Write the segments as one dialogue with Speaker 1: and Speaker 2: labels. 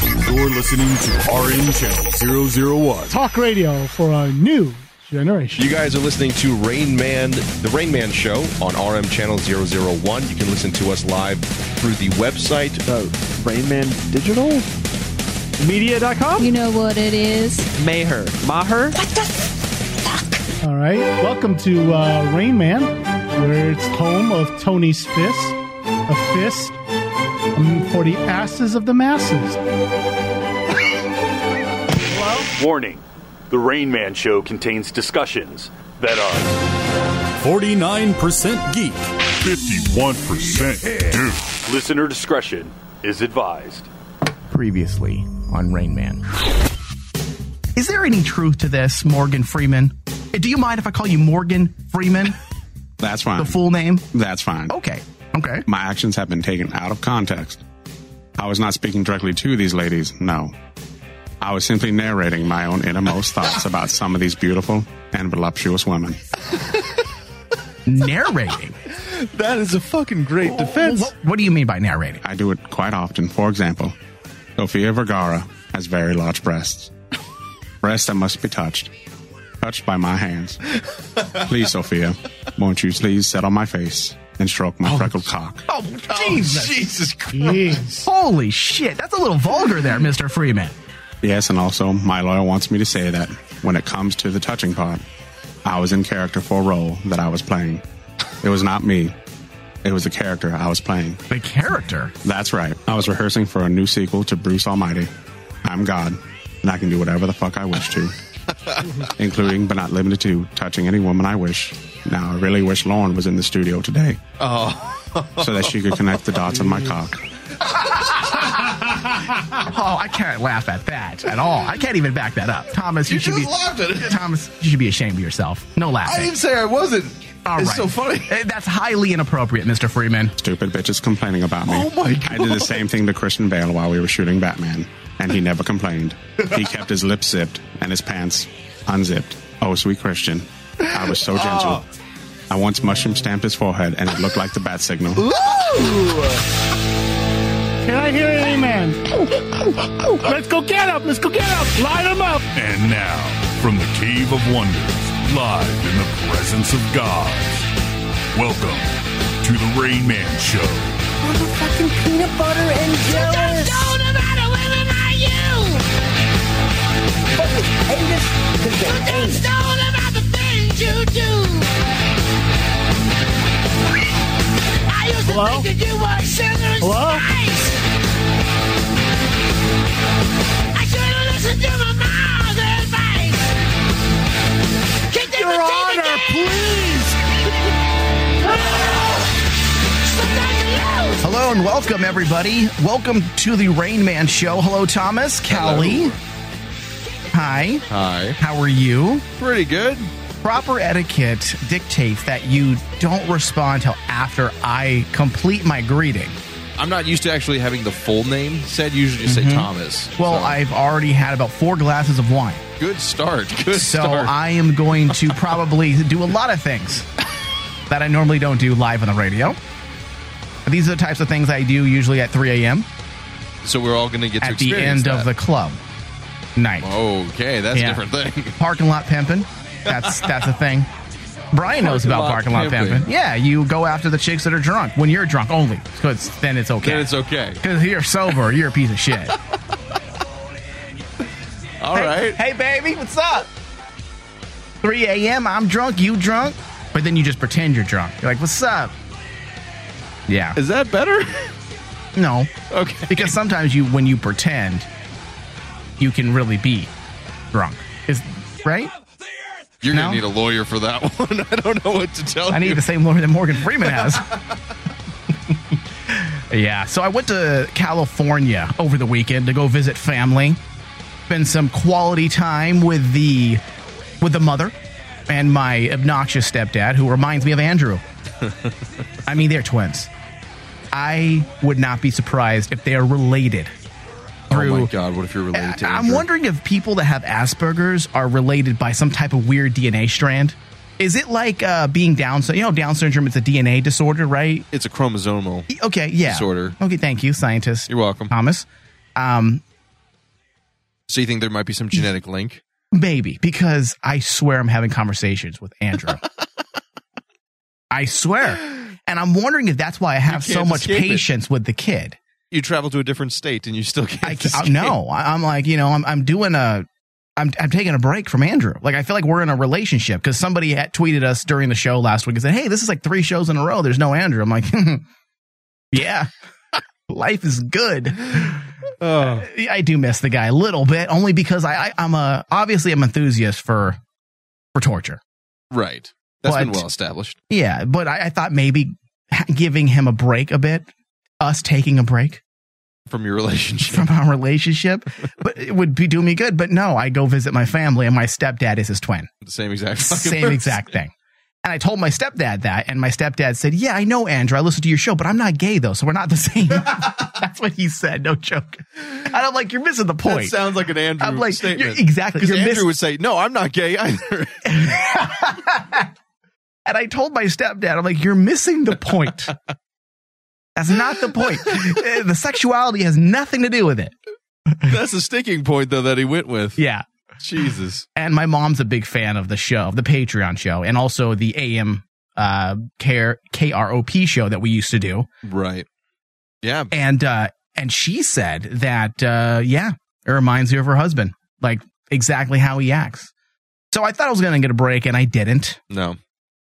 Speaker 1: You're listening to RN Channel 001.
Speaker 2: Talk radio for a new generation.
Speaker 3: You guys are listening to Rain Man, the Rain Man Show on RM Channel 001. You can listen to us live through the website.
Speaker 4: Uh, Rainman Digital? Media.com?
Speaker 5: You know what it is?
Speaker 4: Maher. Maher?
Speaker 2: All right. Welcome to uh, Rain Man, where it's home of Tony's Fist, a fist um, for the asses of the masses.
Speaker 6: Warning The Rain Man Show contains discussions that are
Speaker 1: 49% geek, 51% dude.
Speaker 6: listener discretion is advised.
Speaker 7: previously on Rain Man. Is there any truth to this, Morgan Freeman? Uh, Do you mind if I call you Morgan Freeman?
Speaker 8: That's fine.
Speaker 7: the full name?
Speaker 8: That's fine.
Speaker 7: Okay. Okay.
Speaker 8: My actions have been taken out of context. I was not speaking directly to these ladies, no. I was simply narrating my own innermost thoughts about some of these beautiful and voluptuous women.
Speaker 7: Narrating.
Speaker 9: That is a fucking great defense.
Speaker 7: what, what do you mean by narrating?
Speaker 8: I do it quite often. For example, Sofia Vergara has very large breasts. Breasts that must be touched. Touched by my hands. Please, Sophia, won't you please sit on my face and stroke my freckled cock?
Speaker 7: Oh, Jesus.
Speaker 9: Jesus Christ.
Speaker 2: Jeez.
Speaker 7: Holy shit. That's a little vulgar there, Mr. Freeman.
Speaker 8: Yes, and also my lawyer wants me to say that when it comes to the touching part, I was in character for a role that I was playing. It was not me. It was the character I was playing.
Speaker 7: The character.
Speaker 8: That's right. I was rehearsing for a new sequel to Bruce Almighty. I'm God, and I can do whatever the fuck I wish to, including but not limited to touching any woman I wish. Now, I really wish Lauren was in the studio today. Oh. so that she could connect the dots of my cock.
Speaker 7: Oh, I can't laugh at that at all. I can't even back that up. Thomas, you,
Speaker 9: You
Speaker 7: should
Speaker 9: just
Speaker 7: be
Speaker 9: laughed at it.
Speaker 7: Thomas, you should be ashamed of yourself. No
Speaker 9: I
Speaker 7: laughing.
Speaker 9: didn't say I wasn't.
Speaker 7: All
Speaker 9: it's
Speaker 7: right.
Speaker 9: so funny.
Speaker 7: Eh, That's highly inappropriate, Mr. Freeman.
Speaker 8: Stupid bitches complaining about me.
Speaker 9: Oh my God.
Speaker 8: I did the same thing to Christian Bale while we were shooting Batman, and he never complained. he kept his lips zipped and his pants unzipped. Oh, sweet Christian. I was so
Speaker 9: Oh.
Speaker 8: gentle. I once mushroom stamped his forehead, and it looked like the bat signal.
Speaker 2: Can I hear an amen? Let's go get up. Let's go get up. Line them up.
Speaker 1: And now, from the Cave of Wonders, live in the presence of God, welcome to the Rain Man Show.
Speaker 2: Hello? Hello?
Speaker 10: Your Honor, please!
Speaker 7: Hello and welcome, everybody. Welcome to the Rain Man Show. Hello, Thomas, Callie. Hi.
Speaker 9: Hi.
Speaker 7: How are you?
Speaker 9: Pretty good.
Speaker 7: Proper etiquette dictates that you don't respond till after I complete my greeting.
Speaker 11: I'm not used to actually having the full name said. Usually, just say Thomas.
Speaker 7: Mm-hmm. Well,
Speaker 11: So,
Speaker 7: I've already had about four glasses of wine.
Speaker 11: good start. Good
Speaker 7: So
Speaker 11: start.
Speaker 7: I am going to probably do a lot of things that I normally don't do live on the radio. These are the types of things I do usually at 3 a.m.
Speaker 11: so we're all going to get to
Speaker 7: at the
Speaker 11: experience
Speaker 7: end of the
Speaker 11: that.
Speaker 7: club night.
Speaker 11: Okay, that's
Speaker 7: Yeah.
Speaker 11: a different thing.
Speaker 7: Parking lot pimping. That's that's a thing. Brian knows about
Speaker 11: Parking
Speaker 7: parking
Speaker 11: lot
Speaker 7: lot pimping.
Speaker 11: pimping.
Speaker 7: Yeah, you go after the chicks that are drunk when you're drunk only, because then it's okay.
Speaker 11: Then it's okay.
Speaker 7: Because you're sober, you're a piece of shit.
Speaker 11: All right.
Speaker 7: Hey, baby, what's up? 3 a.m. I'm drunk. You drunk? But then you just pretend you're drunk. You're like, what's up? Yeah.
Speaker 9: Is that better?
Speaker 7: No.
Speaker 9: Okay.
Speaker 7: Because sometimes you, when you pretend, you can really be drunk. Is right?
Speaker 11: You're
Speaker 7: No?
Speaker 11: going to need a lawyer for that one. I don't know what to tell
Speaker 7: I
Speaker 11: you.
Speaker 7: need the same lawyer that Morgan Freeman has. yeah. So I went to California over the weekend to go visit family. Spend some quality time with the with the mother and my obnoxious stepdad, who reminds me of Andrew. I mean, they're twins. I would not be surprised if they are related.
Speaker 11: oh
Speaker 7: Through Uh,
Speaker 11: my God! What if you're related to?
Speaker 7: I'm
Speaker 11: Andrew?
Speaker 7: wondering if people that have Asperger's are related by some type of weird DNA strand. Is it like uh, being Down? sy- You know, Down syndrome. It's a DNA disorder, right?
Speaker 11: It's a chromosomal.
Speaker 7: Okay, yeah.
Speaker 11: Disorder.
Speaker 7: Okay, thank you, scientist.
Speaker 11: You're welcome.
Speaker 7: Thomas. Um,
Speaker 11: So you think there might be some genetic link?
Speaker 7: Maybe because I swear I'm having conversations with Andrew. I swear. And I'm wondering if that's why I have so
Speaker 11: can't
Speaker 7: much
Speaker 11: escape it.
Speaker 7: patience with the kid.
Speaker 11: You travel to a different state and you still can't.
Speaker 7: I, I, no, I- I'm like, you know, I'm, I'm doing a, I'm, I'm taking a break from Andrew. Like, I feel like we're in a relationship because somebody had tweeted us during the show last week and said, Hey, this is like three shows in a row. There's no Andrew. I'm like, yeah, life is good. Uh, I do miss the guy a little bit only because I, I I'm a, obviously I'm enthusiast for, for torture.
Speaker 11: Right. That's been
Speaker 7: But-
Speaker 11: well established.
Speaker 7: Yeah, but I, I thought maybe ha- giving him a break a bit, us taking a break
Speaker 11: from your relationship,
Speaker 7: from our relationship, but it would be do me good. But no, I go visit my family, and my stepdad is his twin.
Speaker 11: The same exact fucking
Speaker 7: Same
Speaker 11: person.
Speaker 7: exact thing. And I told my stepdad that, and my stepdad said, "Yeah, I know, Andrew. I listen to your show, but I'm not gay though, so we're not the same." That's what he said. No joke. And I'm like, "You're missing the
Speaker 11: That
Speaker 7: point."
Speaker 11: sounds like an Andrew
Speaker 7: I'm like,
Speaker 11: statement.
Speaker 7: you're- exactly.
Speaker 11: Because
Speaker 7: You're
Speaker 11: Andrew
Speaker 7: miss-
Speaker 11: would say, "No, I'm not gay either."
Speaker 7: And I told my stepdad, I'm like, you're missing the point. That's not the point. Eh, the sexuality has nothing to do with it.
Speaker 11: That's a sticking point though that he went with.
Speaker 7: Yeah.
Speaker 11: Jesus.
Speaker 7: And my mom's a big fan of the show, of the Patreon show, and also the AM uh, Care KROP show that we used to do.
Speaker 11: Right. Yeah.
Speaker 7: And uh, and she said that uh, yeah, it reminds her of her husband, like exactly how he acts. So I thought I was going to get a break, and I didn't.
Speaker 11: No.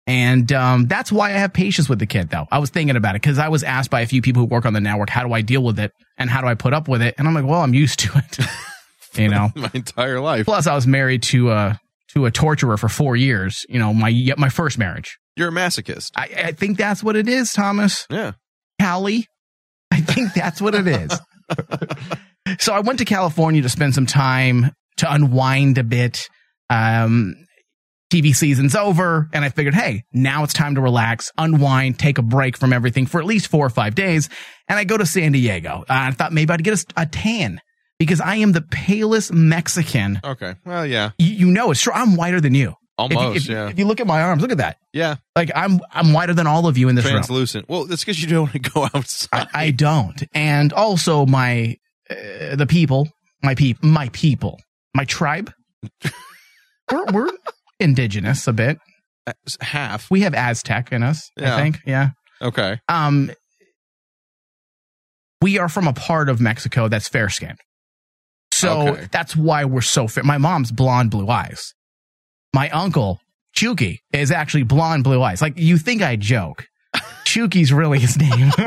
Speaker 7: And um, that's why I have patience with the kid, though. I was thinking about it because I was asked by a few people who work on the network, how do I deal with it and how do I put up with it? And I'm like, well, I'm used to it, you know.
Speaker 11: My entire life.
Speaker 7: Plus, I was married to a to a torturer for four years. You know, my yeah, my first marriage.
Speaker 11: You're a masochist.
Speaker 7: I, I think that's what it is, Thomas.
Speaker 11: Yeah.
Speaker 7: Cali. I think that's what it is. so I went to California to spend some time to unwind a bit. Um, TV season's over, and I figured, hey, now it's time to relax, unwind, take a break from everything for at least four or five days. And I go to San Diego. Uh, I thought maybe I'd get a s- a, tan because I am the palest Mexican.
Speaker 11: Okay. Well, yeah.
Speaker 7: You, you know, it's true. I'm whiter than you. If you-
Speaker 11: Almost,
Speaker 7: if-
Speaker 11: yeah.
Speaker 7: If you look at my arms, look at that.
Speaker 11: Yeah.
Speaker 7: Like I'm, I'm whiter than all of you in this room.
Speaker 11: Translucent. Well, that's because you don't want to go outside.
Speaker 7: I don't. And also my uh, the people, my peop, my people, my tribe. we're, we're indigenous a bit.
Speaker 11: Uh, Half.
Speaker 7: We have Aztec in us.
Speaker 11: Yeah.
Speaker 7: I think. Yeah.
Speaker 11: Okay.
Speaker 7: Um, we are from a part of Mexico that's fair skinned. So
Speaker 11: Okay.
Speaker 7: that's why we're so fair. My mom's blonde blue eyes. My uncle, Chucky, is actually blonde blue eyes. Like, you think I joke. Chucky's really his name.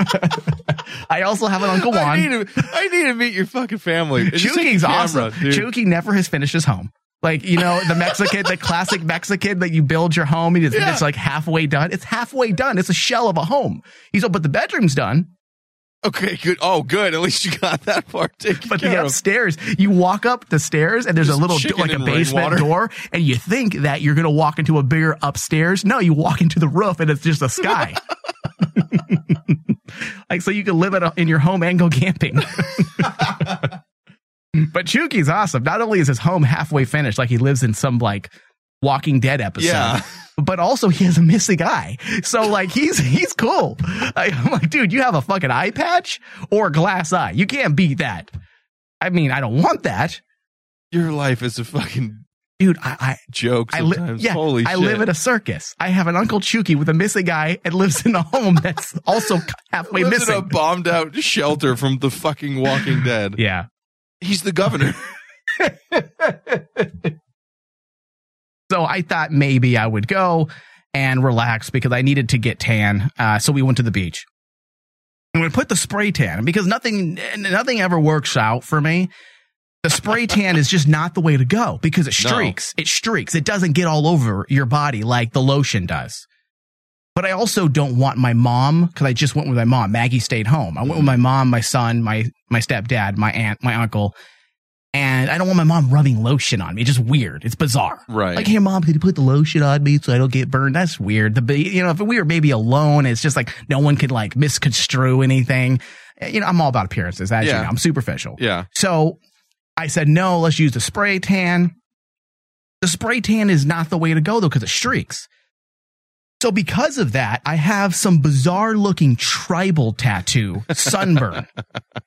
Speaker 7: I also have an Uncle
Speaker 11: I
Speaker 7: Juan.
Speaker 11: need, to, I need to meet your fucking family. It's just
Speaker 7: Chuki's
Speaker 11: like a
Speaker 7: awesome.
Speaker 11: camera, dude.
Speaker 7: Chuki never has finished his home. Like, you know, the Mexican, the classic Mexican that you build your home and it's,
Speaker 11: Yeah.
Speaker 7: it's like halfway done. It's halfway done. It's a shell of a home. He's like, but the bedroom's done.
Speaker 11: Okay, good. Oh, good. At least you got that part taken
Speaker 7: But
Speaker 11: care
Speaker 7: the
Speaker 11: of.
Speaker 7: upstairs, you walk up the stairs and there's
Speaker 11: Just
Speaker 7: a little, do-
Speaker 11: chicken
Speaker 7: like a
Speaker 11: and
Speaker 7: basement
Speaker 11: rainwater.
Speaker 7: door, and you think that you're going to walk into a bigger upstairs. No, you walk into the roof and it's just a sky. like, so you can live in, a, in your home and go camping. but Chuki's awesome. Not only is his home halfway finished, like he lives in some like Walking Dead episode.
Speaker 11: Yeah.
Speaker 7: But also he has a missing eye, so like he's he's cool. I, I'm like, dude, you have a fucking eye patch or a glass eye. You can't beat that. I mean, I don't want that,
Speaker 11: Your life is a fucking
Speaker 7: dude. I, I
Speaker 11: joke
Speaker 7: I li-
Speaker 11: sometimes.
Speaker 7: yeah,
Speaker 11: Holy
Speaker 7: I
Speaker 11: shit.
Speaker 7: live in a circus. I have an uncle Chucky with a missing eye and lives in a home that's also halfway
Speaker 11: Lives in a
Speaker 7: missing.
Speaker 11: bombed out shelter from the fucking Walking Dead.
Speaker 7: Yeah.
Speaker 11: He's the governor.
Speaker 7: So I thought maybe I would go and relax because I needed to get tan. Uh, so we went to the beach. And we put the spray tan because nothing n- nothing ever works out for me. The spray tan is just not the way to go because it
Speaker 11: No.
Speaker 7: streaks. It streaks. It doesn't get all over your body like the lotion does. But I also don't want my mom because I just went with my mom. Maggie stayed home. I went with my mom, my son, my my stepdad, my aunt, my uncle, and I don't want my mom rubbing lotion on me. It's just weird. It's bizarre.
Speaker 11: Right.
Speaker 7: Like, hey, mom, could you put the lotion on me so I don't get burned? That's weird. The ba- you know, if we were maybe alone, it's just like no one could like misconstrue anything. Eh, You know, I'm all about appearances. As
Speaker 11: Yeah.
Speaker 7: you know, I'm superficial.
Speaker 11: yeah.
Speaker 7: So I said, no, let's use the spray tan. The spray tan is not the way to go though because it streaks. So because of that, I have some bizarre looking tribal tattoo sunburn.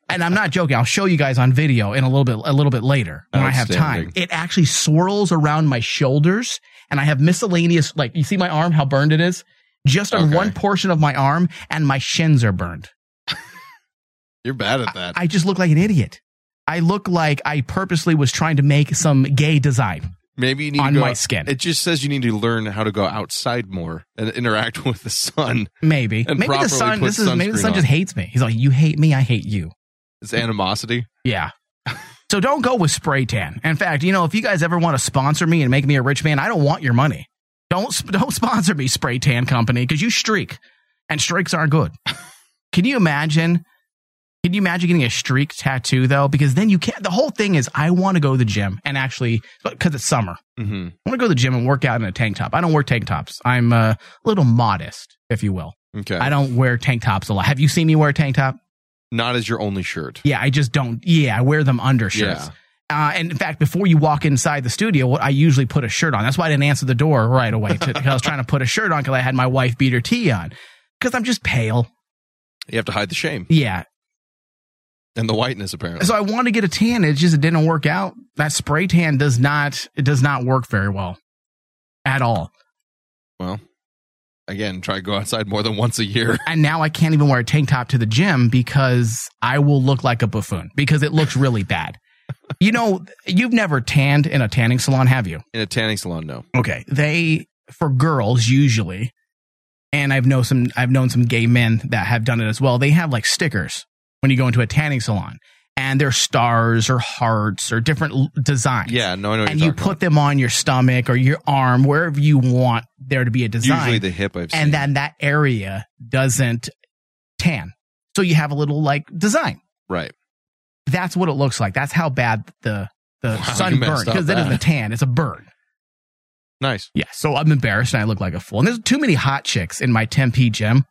Speaker 7: and I'm not joking. I'll show you guys on video in a little bit a little bit later when I have time.
Speaker 5: Outstanding.
Speaker 7: It actually swirls around my shoulders and I have miscellaneous like you see my arm how burned it is? Just on one portion of my arm and my shins are burned.
Speaker 11: You're bad at that.
Speaker 7: I just look like an idiot. I look like I purposely was trying to make some gay design.
Speaker 11: Maybe you need
Speaker 7: on
Speaker 11: to go,
Speaker 7: my skin.
Speaker 11: It just says you need to learn how to go outside more and interact with the sun.
Speaker 7: Maybe.
Speaker 11: and
Speaker 7: maybe the
Speaker 11: properly
Speaker 7: sun
Speaker 11: put
Speaker 7: this is maybe the
Speaker 11: sunscreen
Speaker 7: sun
Speaker 11: on.
Speaker 7: just hates me. He's like, You hate me, I hate you.
Speaker 11: It's animosity.
Speaker 7: Yeah. So don't go with spray tan. In fact, you know, if you guys ever want to sponsor me and make me a rich man, I don't want your money. Don't sp- don't sponsor me, spray tan company, because you streak, and streaks aren't good. Can you imagine? Can you imagine getting a streak tattoo though? Because then you can't. The whole thing is, I want to go to the gym and actually, because it's summer,
Speaker 11: Mhm.
Speaker 7: I want to go to the gym and work out in a tank top. I don't wear tank tops. I'm uh, a little modest, if you will.
Speaker 11: Okay.
Speaker 7: I don't wear tank tops a lot. Have you seen me wear a tank top?
Speaker 11: Not as your only shirt.
Speaker 7: Yeah, I just don't. Yeah, I wear them under shirts. Uh, and in fact, before you walk inside the studio, what I usually put a shirt on. That's why I didn't answer the door right away because I was trying to put a shirt on because I had my wife beater tee on because I'm just pale.
Speaker 11: You have to hide the shame
Speaker 7: Yeah.
Speaker 11: and the whiteness, apparently.
Speaker 7: So I wanted to get a tan. It just didn't work out. That spray tan does not, it does not work very well at all.
Speaker 11: well, again, try to go outside more than once a year.
Speaker 7: And now I can't even wear a tank top to the gym because I will look like a buffoon because it looks really bad. You know, you've never tanned in a tanning salon, have you?
Speaker 11: In a tanning salon, no.
Speaker 7: Okay. They for girls usually, and I've know some I've known some gay men that have done it as well. They have like stickers when you go into a tanning salon, and they're stars or hearts or different l- designs.
Speaker 11: Yeah, no, I know what
Speaker 7: and
Speaker 11: you're
Speaker 7: you
Speaker 11: talking
Speaker 7: put them on your stomach or your arm, wherever you want there to be a design.
Speaker 11: Usually the hip I've seen.
Speaker 7: and then that area doesn't tan, so you have a little like design.
Speaker 11: Right.
Speaker 7: That's what it looks like. That's how bad the the
Speaker 11: Wow, you
Speaker 7: sunburn
Speaker 11: messed up
Speaker 7: because that isn't a
Speaker 11: bad.
Speaker 7: tan; it's a burn.
Speaker 11: Nice.
Speaker 7: Yeah, so I'm embarrassed and I look like a fool. And there's too many hot chicks in my Tempe gym.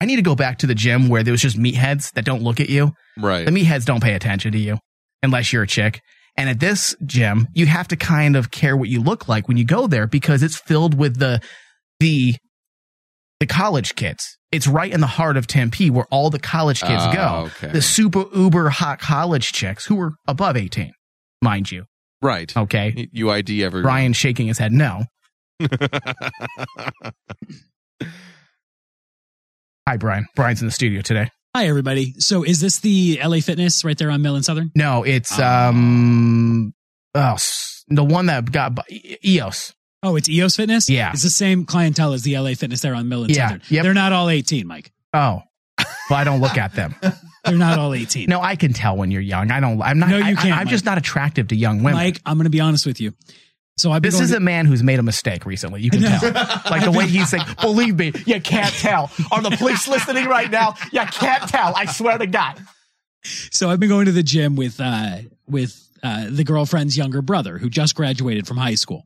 Speaker 7: I need to go back to the gym where there was just meatheads that don't look at you.
Speaker 11: Right.
Speaker 7: The meatheads don't pay attention to you unless you're a chick. And at this gym, you have to kind of care what you look like when you go there because it's filled with the the the college kids. It's right in the heart of Tempe where all the college kids
Speaker 11: Ah,
Speaker 7: go.
Speaker 11: okay.
Speaker 7: The super uber hot college chicks who were above 18, mind you.
Speaker 11: Right.
Speaker 7: Okay.
Speaker 11: You ID everyone.
Speaker 7: Brian shaking his head no. Hi, Brian. Brian's in the studio today.
Speaker 12: Hi, everybody. So, is this the LA Fitness right there on Mill and Southern?
Speaker 7: No, it's
Speaker 12: Ah.
Speaker 7: um, oh, s- the one that got by, E- EOS.
Speaker 12: Oh, it's EOS Fitness?
Speaker 7: Yeah.
Speaker 12: It's the same clientele as the LA Fitness there on Mill and
Speaker 7: Yeah,
Speaker 12: Southern. They're not all 18, Mike.
Speaker 7: Oh, well, I don't look at them.
Speaker 12: They're not all 18.
Speaker 7: No, I can tell when you're young. I don't. I'm not.
Speaker 12: No, you
Speaker 7: I,
Speaker 12: can't,
Speaker 7: I, am just
Speaker 12: Mike.
Speaker 7: not attractive to young women.
Speaker 12: Mike, I'm going to be honest with you. So, I've been
Speaker 7: this
Speaker 12: going
Speaker 7: is
Speaker 12: to-
Speaker 7: a man who's made a mistake recently. You can
Speaker 12: I know.
Speaker 7: tell. Like the way he's like, believe me, you can't tell. Are the police listening right now? You can't tell. I swear to God.
Speaker 12: So I've been going to the gym with uh, with uh, the girlfriend's younger brother who just graduated from high school.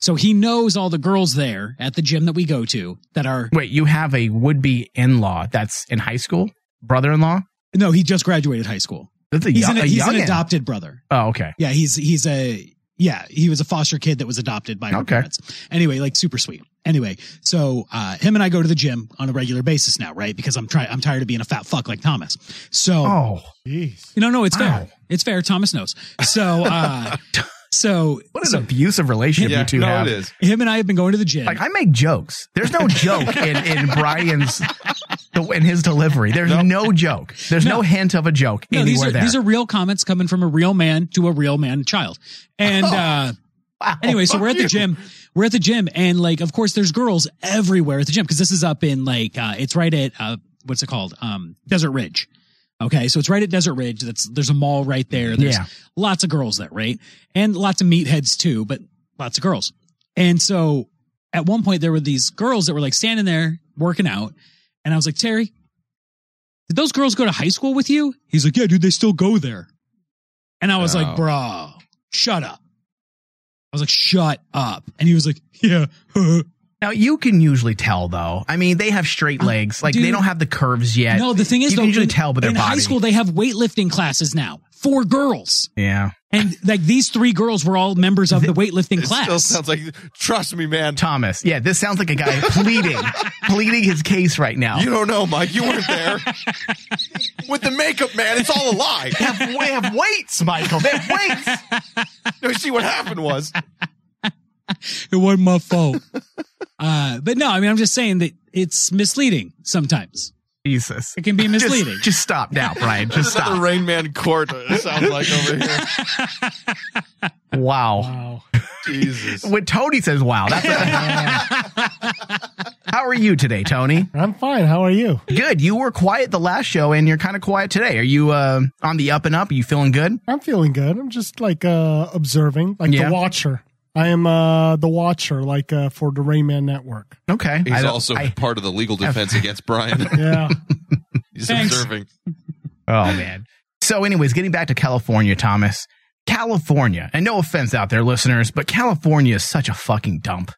Speaker 12: So he knows all the girls there at the gym that we go to that are
Speaker 7: Wait, you have a would be in law that's in high school, brother in law?
Speaker 12: no, he just graduated high school.
Speaker 7: That's a,
Speaker 12: he's
Speaker 7: yo-
Speaker 12: an,
Speaker 7: a
Speaker 12: he's an
Speaker 7: youngin'.
Speaker 12: adopted brother.
Speaker 7: Oh, okay.
Speaker 12: Yeah, he's he's a yeah, he was a foster kid that was adopted by her
Speaker 7: Okay.
Speaker 12: parents. Anyway, like super sweet. Anyway, so uh, him and I go to the gym on a regular basis now, right? Because I'm trying I'm tired of being a fat fuck like Thomas. So
Speaker 7: Oh,
Speaker 12: jeez. No, no, it's fair. It's fair. Thomas knows. So uh so
Speaker 7: What an abusive relationship you two have.
Speaker 12: Him and I have been going to the gym.
Speaker 7: Like I make jokes. There's no joke in, in Brian's in his delivery. There's no joke. There's no, hint of a joke
Speaker 12: No,
Speaker 7: anywhere
Speaker 12: these are
Speaker 7: there.
Speaker 12: these are real comments coming from a real man to a real man child. And uh anyway, so
Speaker 7: Oh, fuck
Speaker 12: we're at the
Speaker 7: you.
Speaker 12: gym. We're at the gym and like of course there's girls everywhere at the gym because this is up in like uh it's right at uh what's it called? Um Desert Ridge. Okay, so it's right at Desert Ridge. That's there's a mall right there. There's
Speaker 7: Yeah.
Speaker 12: lots of girls there, right? And lots of meatheads too, but lots of girls. And so at one point there were these girls that were like standing there working out and I was like, "Terry, did those girls go to high school with you? He's like, yeah, dude, they still go there. And I was
Speaker 13: Oh.
Speaker 12: like, bro, shut up. I was like, shut up. And he was like, yeah.
Speaker 7: now you can usually tell though. I mean, they have straight legs. Like they
Speaker 12: dude.
Speaker 7: don't have the curves yet.
Speaker 12: no, the thing is,
Speaker 7: you
Speaker 12: though,
Speaker 7: can usually
Speaker 12: in-
Speaker 7: tell by their
Speaker 12: in
Speaker 7: body.
Speaker 12: high school, they have weightlifting classes now. four girls.
Speaker 7: Yeah.
Speaker 12: And like these three girls were all members of the weightlifting class.
Speaker 11: Still sounds like trust me, man.
Speaker 7: Thomas. Yeah, this sounds like a guy pleading, pleading his case right now.
Speaker 11: You don't know, Mike. You weren't there. With the makeup man, it's all a lie.
Speaker 7: They have, they have weights, Michael. They have weights.
Speaker 11: No, see what happened was
Speaker 12: it wasn't my fault. uh, but no, I mean, I'm just saying that it's misleading sometimes.
Speaker 7: Jesus.
Speaker 12: It can be
Speaker 7: Just-
Speaker 12: misleading.
Speaker 7: Just, stop now, Brian.
Speaker 11: There's
Speaker 7: Just
Speaker 11: another
Speaker 7: stop.
Speaker 11: Rain Man court. It sounds like over here.
Speaker 7: Wow.
Speaker 11: Jesus.
Speaker 7: When Tony says wow, that's How are you today, Tony?
Speaker 2: I'm fine. How are you?
Speaker 7: Good. You were quiet the last show and you're kind of quiet today. Are you uh, on the up and up? Are you feeling good?
Speaker 2: I'm feeling good. I'm just like uh observing, like
Speaker 7: Yeah.
Speaker 2: the watcher. I am uh the watcher, like uh for the Rayman Network.
Speaker 7: Okay. I
Speaker 11: He's
Speaker 7: don't-
Speaker 11: also
Speaker 7: I-
Speaker 11: part of the legal defense against Brian.
Speaker 2: Yeah.
Speaker 11: He's
Speaker 12: Thanks.
Speaker 11: observing.
Speaker 7: Oh man. So, anyways, getting back to California, Thomas. California, and no offense out there, listeners, but California is such a fucking dump.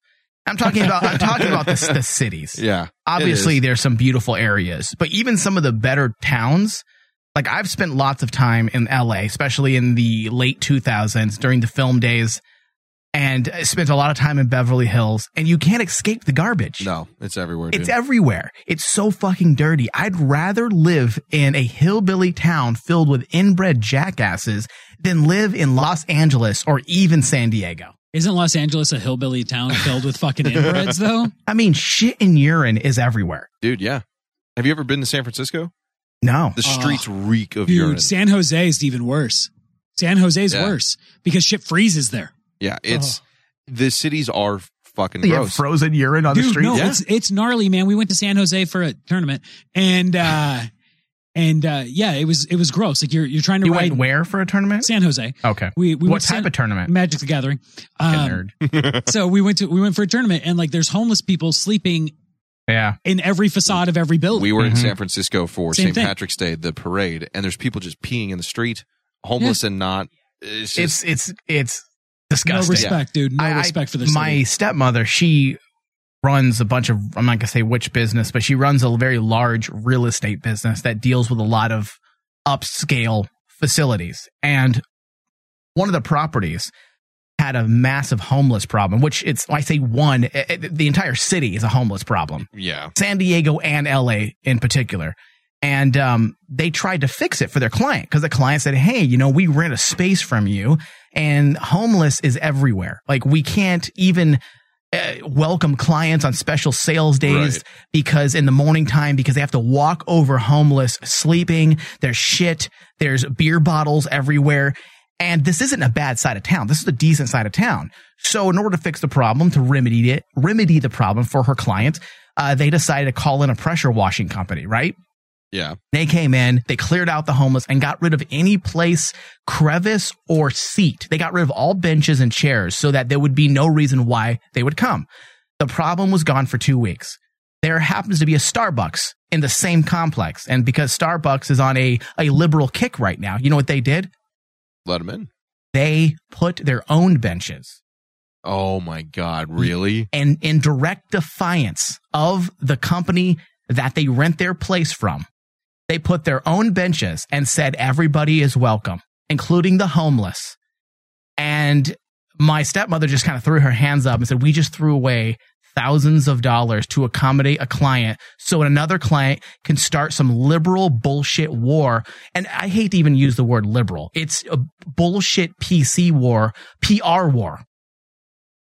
Speaker 7: I'm talking about I'm talking about the, the cities.
Speaker 11: Yeah.
Speaker 7: Obviously, there's some beautiful areas, but even some of the better towns. Like I've spent lots of time in LA, especially in the late 2000s during the film days, and I spent a lot of time in Beverly Hills. And you can't escape the garbage.
Speaker 11: No, it's everywhere.
Speaker 7: It's everywhere. It's so fucking dirty. I'd rather live in a hillbilly town filled with inbred jackasses than live in Los Angeles or even San Diego.
Speaker 12: Isn't Los Angeles a hillbilly town filled with fucking inbreds, though?
Speaker 7: I mean, shit and urine is everywhere.
Speaker 11: dude. Yeah. Have you ever been to San Francisco?
Speaker 7: No. Uh,
Speaker 11: The streets reek of
Speaker 12: Dude,
Speaker 11: urine.
Speaker 12: San Jose is even worse. San Jose's
Speaker 11: Yeah.
Speaker 12: worse because shit freezes there.
Speaker 11: yeah, it's the cities are fucking
Speaker 7: Uh-huh. They have
Speaker 11: gross.
Speaker 7: frozen urine on the
Speaker 12: Dude,
Speaker 7: street.
Speaker 12: no,
Speaker 11: Yeah.
Speaker 12: it's it's gnarly, man. We went to San Jose for a tournament, and uh and uh yeah, it was it was gross. Like you're you're trying to
Speaker 7: You
Speaker 12: ride
Speaker 7: went where for a tournament?
Speaker 12: San Jose.
Speaker 7: Okay.
Speaker 12: We we
Speaker 7: what
Speaker 12: went to
Speaker 7: type
Speaker 12: San-
Speaker 7: of tournament?
Speaker 12: Magic the Gathering. Um,
Speaker 7: Fucking nerd.
Speaker 12: so we went to we went for a tournament, and like there's homeless people sleeping
Speaker 7: Yeah.
Speaker 12: in every facade of every building.
Speaker 11: we were in
Speaker 7: Mhm.
Speaker 11: San Francisco for
Speaker 12: Same
Speaker 11: St.
Speaker 12: thing.
Speaker 11: Patrick's Day, the parade, and there's people just peeing in the street, homeless and not. It's just,
Speaker 7: It's it's it's
Speaker 12: no
Speaker 7: disgusting.
Speaker 12: respect, dude. No
Speaker 7: I- I-
Speaker 12: respect for this.
Speaker 7: My stepmother, she runs a bunch of I'm not gonna say which business, but she runs a very large real estate business that deals with a lot of upscale facilities. And one of the properties had a massive homeless problem, which it's I say one, i i the entire city is a homeless problem.
Speaker 11: yeah.
Speaker 7: San Diego and LA in particular. And um, they tried to fix it for their client because the client said, Hey, you know, we rent a space from you and homeless is everywhere. Like we can't even uh, welcome clients on special sales days
Speaker 11: Right.
Speaker 7: because in the morning time, because they have to walk over homeless sleeping. There's shit. There's beer bottles everywhere. And this isn't a bad side of town. This is a decent side of town. So in order to fix the problem, to remedy it, remedy the problem for her client, uh, they decided to call in a pressure washing company, right?
Speaker 11: Yeah.
Speaker 7: They came in, they cleared out the homeless and got rid of any place, crevice, or seat. They got rid of all benches and chairs so that there would be no reason why they would come. The problem was gone for two weeks. There happens to be a Starbucks in the same complex. And because Starbucks is on a, a liberal kick right now, you know what they did?
Speaker 11: Let them in.
Speaker 7: They put their own benches
Speaker 11: Oh my God. Really?
Speaker 7: and in direct defiance of the company that they rent their place from. They put their own benches and said everybody is welcome, including the homeless. And my stepmother just kind of threw her hands up and said, We just threw away thousands of dollars to accommodate a client so another client can start some liberal bullshit war. And I hate to even use the word liberal, it's a bullshit PC war, PR war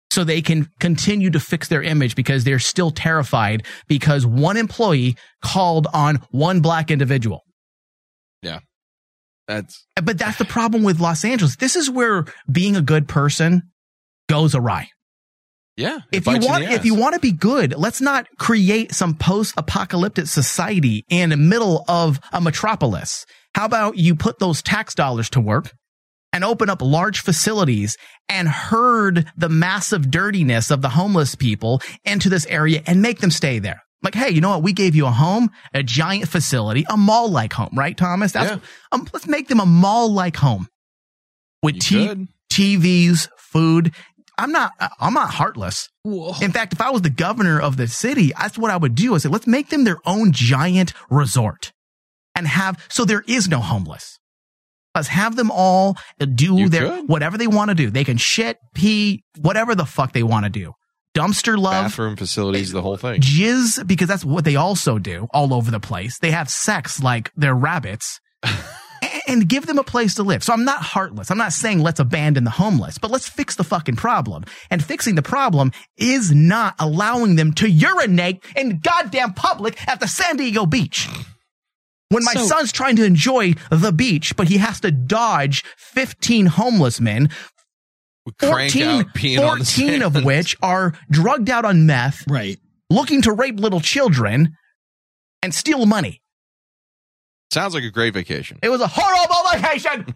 Speaker 7: so they can continue to fix their image because they're still terrified because one employee called on one black individual.
Speaker 11: That's
Speaker 7: But that's the problem with Los Angeles. This is where being a good person goes awry.
Speaker 11: yeah. it
Speaker 7: If you
Speaker 11: bites in
Speaker 7: want
Speaker 11: the
Speaker 7: if
Speaker 11: ass.
Speaker 7: you want to be good, let's not create some post-apocalyptic society in the middle of a metropolis. How about you put those tax dollars to work? and open up large facilities and herd the massive dirtiness of the homeless people into this area and make them stay there. Like, hey, you know what? We gave you a home, a giant facility, a mall like home, right, Thomas? That's,
Speaker 11: Yeah.
Speaker 7: um, let's make them a mall like home with
Speaker 11: You
Speaker 7: t-
Speaker 11: could.
Speaker 7: TVs, food. I'm not, I'm not heartless. In fact, if I was the governor of the city, that's what I would do. I said, let's make them their own giant resort and have, so there is no homeless. Let's have them all do their whatever they want to do. They can shit, pee, whatever the fuck they want to do. Dumpster love,
Speaker 11: bathroom facilities, the whole thing.
Speaker 7: jizz, because that's what they also do all over the place. They have sex like they're rabbits a- and give them a place to live. So I'm not heartless. I'm not saying let's abandon the homeless, but let's fix the fucking problem. And fixing the problem is not allowing them to urinate in goddamn public at the San Diego beach. When my
Speaker 12: So-
Speaker 7: son's trying to enjoy the beach, but he has to dodge 15 homeless men,
Speaker 11: Crank
Speaker 7: 14,
Speaker 11: out peeing on the
Speaker 7: 14 of
Speaker 11: sand.
Speaker 7: which are drugged out on meth,
Speaker 12: right?
Speaker 7: looking to rape little children and steal money.
Speaker 11: Sounds like a great vacation.
Speaker 7: It was a horrible vacation.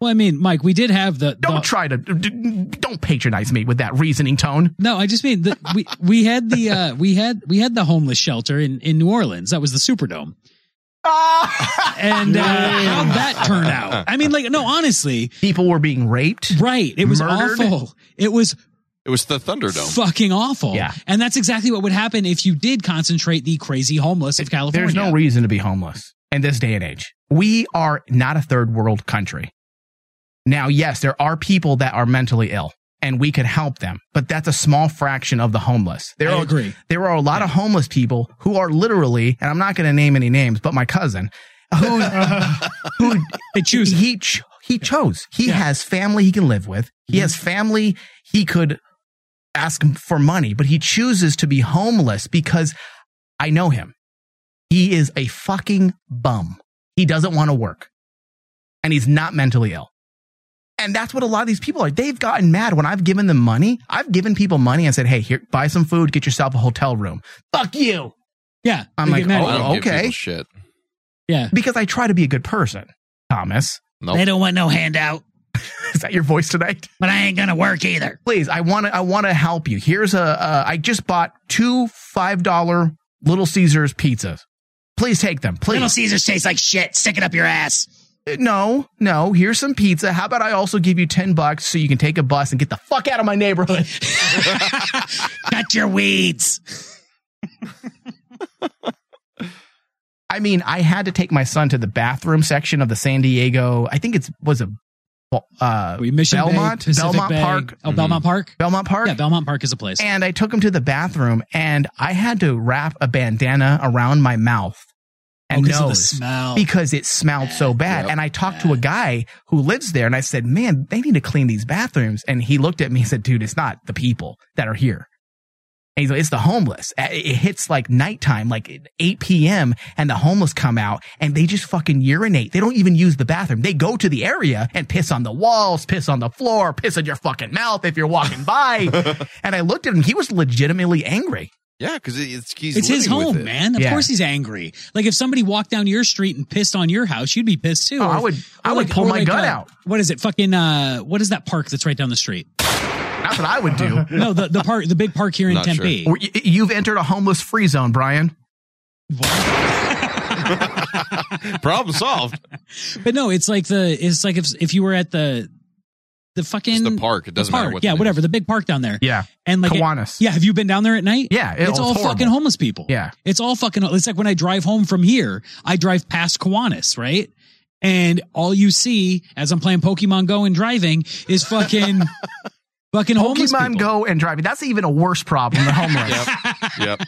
Speaker 12: Well, I mean, Mike, we did have the.
Speaker 7: Don't try to d- d- don't patronize me with that reasoning tone.
Speaker 12: No, I just mean that we we had the uh, we had we had the homeless shelter in in New Orleans. That was the Superdome. and uh, how'd that turn out? I mean, like, no, honestly,
Speaker 7: people were being raped.
Speaker 12: Right? It was
Speaker 11: Murdered.
Speaker 12: awful. It was
Speaker 11: It was the Thunderdome.
Speaker 12: fucking awful.
Speaker 11: Yeah.
Speaker 12: And that's exactly what would happen if you did concentrate the crazy homeless of California.
Speaker 7: There's no reason to be homeless in this day and age. We are not a third world country. Now, yes, there are people that are mentally ill and we can help them, but that's a small fraction of the homeless. There
Speaker 12: I
Speaker 7: are,
Speaker 12: agree.
Speaker 7: There are a lot of homeless people who are literally, and I'm not going to name any names, but my cousin, who, who
Speaker 12: they choose
Speaker 7: he ch- he chose. He has family he can live with.
Speaker 12: Mm-hmm.
Speaker 7: He has family he could ask for money, but he chooses to be homeless because I know him. He is a fucking bum. He doesn't want to work. And he's not mentally ill. And that's what a lot of these people are. They've gotten mad when I've given them money. I've given people money and said, hey, here, buy some food, get yourself a hotel room. Fuck you.
Speaker 12: Yeah.
Speaker 7: I'm
Speaker 12: they
Speaker 7: like,
Speaker 12: get mad.
Speaker 7: oh,
Speaker 11: I don't give
Speaker 7: okay.
Speaker 11: people shit.
Speaker 12: Yeah.
Speaker 7: Because I try to be a good person, Thomas.
Speaker 11: Nope. They
Speaker 12: don't want no handout.
Speaker 7: Is that your voice tonight?
Speaker 12: But I ain't gonna work either.
Speaker 7: Please, I want to. I want to help you. Here's a. Uh, I just bought two five dollar Little Caesars pizzas. Please take them. Please.
Speaker 5: Little Caesars tastes like shit. Stick it up your ass.
Speaker 7: Uh, No, no. Here's some pizza. How about I also give you ten bucks so you can take a bus and get the fuck out of my neighborhood.
Speaker 5: Cut your weeds.
Speaker 7: I mean, I had to take my son to the bathroom section of the San Diego. I think it's was a uh,
Speaker 12: Mission Bay,
Speaker 7: Belmont,
Speaker 12: Pacific
Speaker 7: Belmont
Speaker 12: Bay.
Speaker 7: Park.
Speaker 12: Oh, Belmont Park.
Speaker 7: Belmont Park.
Speaker 12: Yeah, Belmont Park is a place.
Speaker 7: And I took him to the bathroom, and I had to wrap a bandana around my mouth and
Speaker 12: Oh, 'cause of the
Speaker 7: nose
Speaker 12: smell.
Speaker 7: because it smelled so bad. and I talked to a guy who lives there, and I said, "Man, they need to clean these bathrooms." And he looked at me and said, "Dude, it's not the people that are here." And he's like, "It's the homeless. Uh, It it hits like nighttime, like 8 p.m., and the homeless come out and they just fucking urinate. They don't even use the bathroom. They go to the area and piss on the walls, piss on the floor, piss in your fucking mouth if you're walking by." and I looked at him. He was legitimately angry.
Speaker 11: Yeah, because it's he's
Speaker 12: it's his
Speaker 11: living with
Speaker 12: home,
Speaker 11: it.
Speaker 12: man. Of
Speaker 7: Yeah.
Speaker 12: course he's angry. Like if somebody walked down your street and pissed on your house, you'd be pissed too.
Speaker 7: Oh,
Speaker 12: Or-
Speaker 7: I would-
Speaker 12: or
Speaker 7: I would pull
Speaker 12: or
Speaker 7: my gun
Speaker 12: uh,
Speaker 7: out.
Speaker 12: What is it? Fucking uh, what is that park that's right down the street?
Speaker 7: That's what I would do.
Speaker 12: no, the
Speaker 11: Uh,
Speaker 12: the park, the big park here in Tempe.
Speaker 7: Or y- You've entered a homeless free zone, Brian.
Speaker 11: Problem solved.
Speaker 12: But no, it's like the it's like if if you were at the the fucking
Speaker 11: It's the park. It doesn't
Speaker 12: park,
Speaker 11: matter what.
Speaker 12: yeah,
Speaker 11: the name
Speaker 12: whatever. The big park down there.
Speaker 7: Yeah.
Speaker 12: And like it-
Speaker 7: Kiwanis.
Speaker 12: yeah, have you been down there at night?
Speaker 7: Yeah, it-
Speaker 12: it's
Speaker 7: it's
Speaker 12: all
Speaker 7: horrible.
Speaker 12: fucking homeless people.
Speaker 7: Yeah.
Speaker 12: It's all fucking it's like when I drive home from here, I drive past Kiwanis, right? And all you see as I'm playing Pokemon Go and driving is fucking fucking homeless
Speaker 7: Pokemon
Speaker 12: people.
Speaker 7: Go and driving. That's even a worse problem than homeless.
Speaker 11: Yep.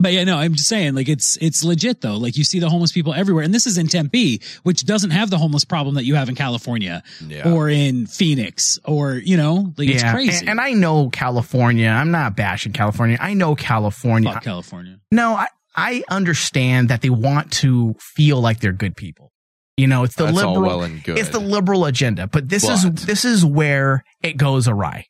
Speaker 12: But yeah, no, I'm just saying, like it's it's legit though. Like you see the homeless people everywhere, and this is in Tempe, which doesn't have the homeless problem that you have in California
Speaker 11: Yeah.
Speaker 12: or in Phoenix, or you know, like it's crazy.
Speaker 7: And, and I know California. I'm not bashing California. I know California.
Speaker 12: Fuck California.
Speaker 7: No, I, I understand that they want to feel like they're good people. You know, it's the
Speaker 11: That's all
Speaker 7: liberal
Speaker 11: well and good.
Speaker 7: it's the liberal agenda, but this
Speaker 11: But-
Speaker 7: is this is where it goes awry.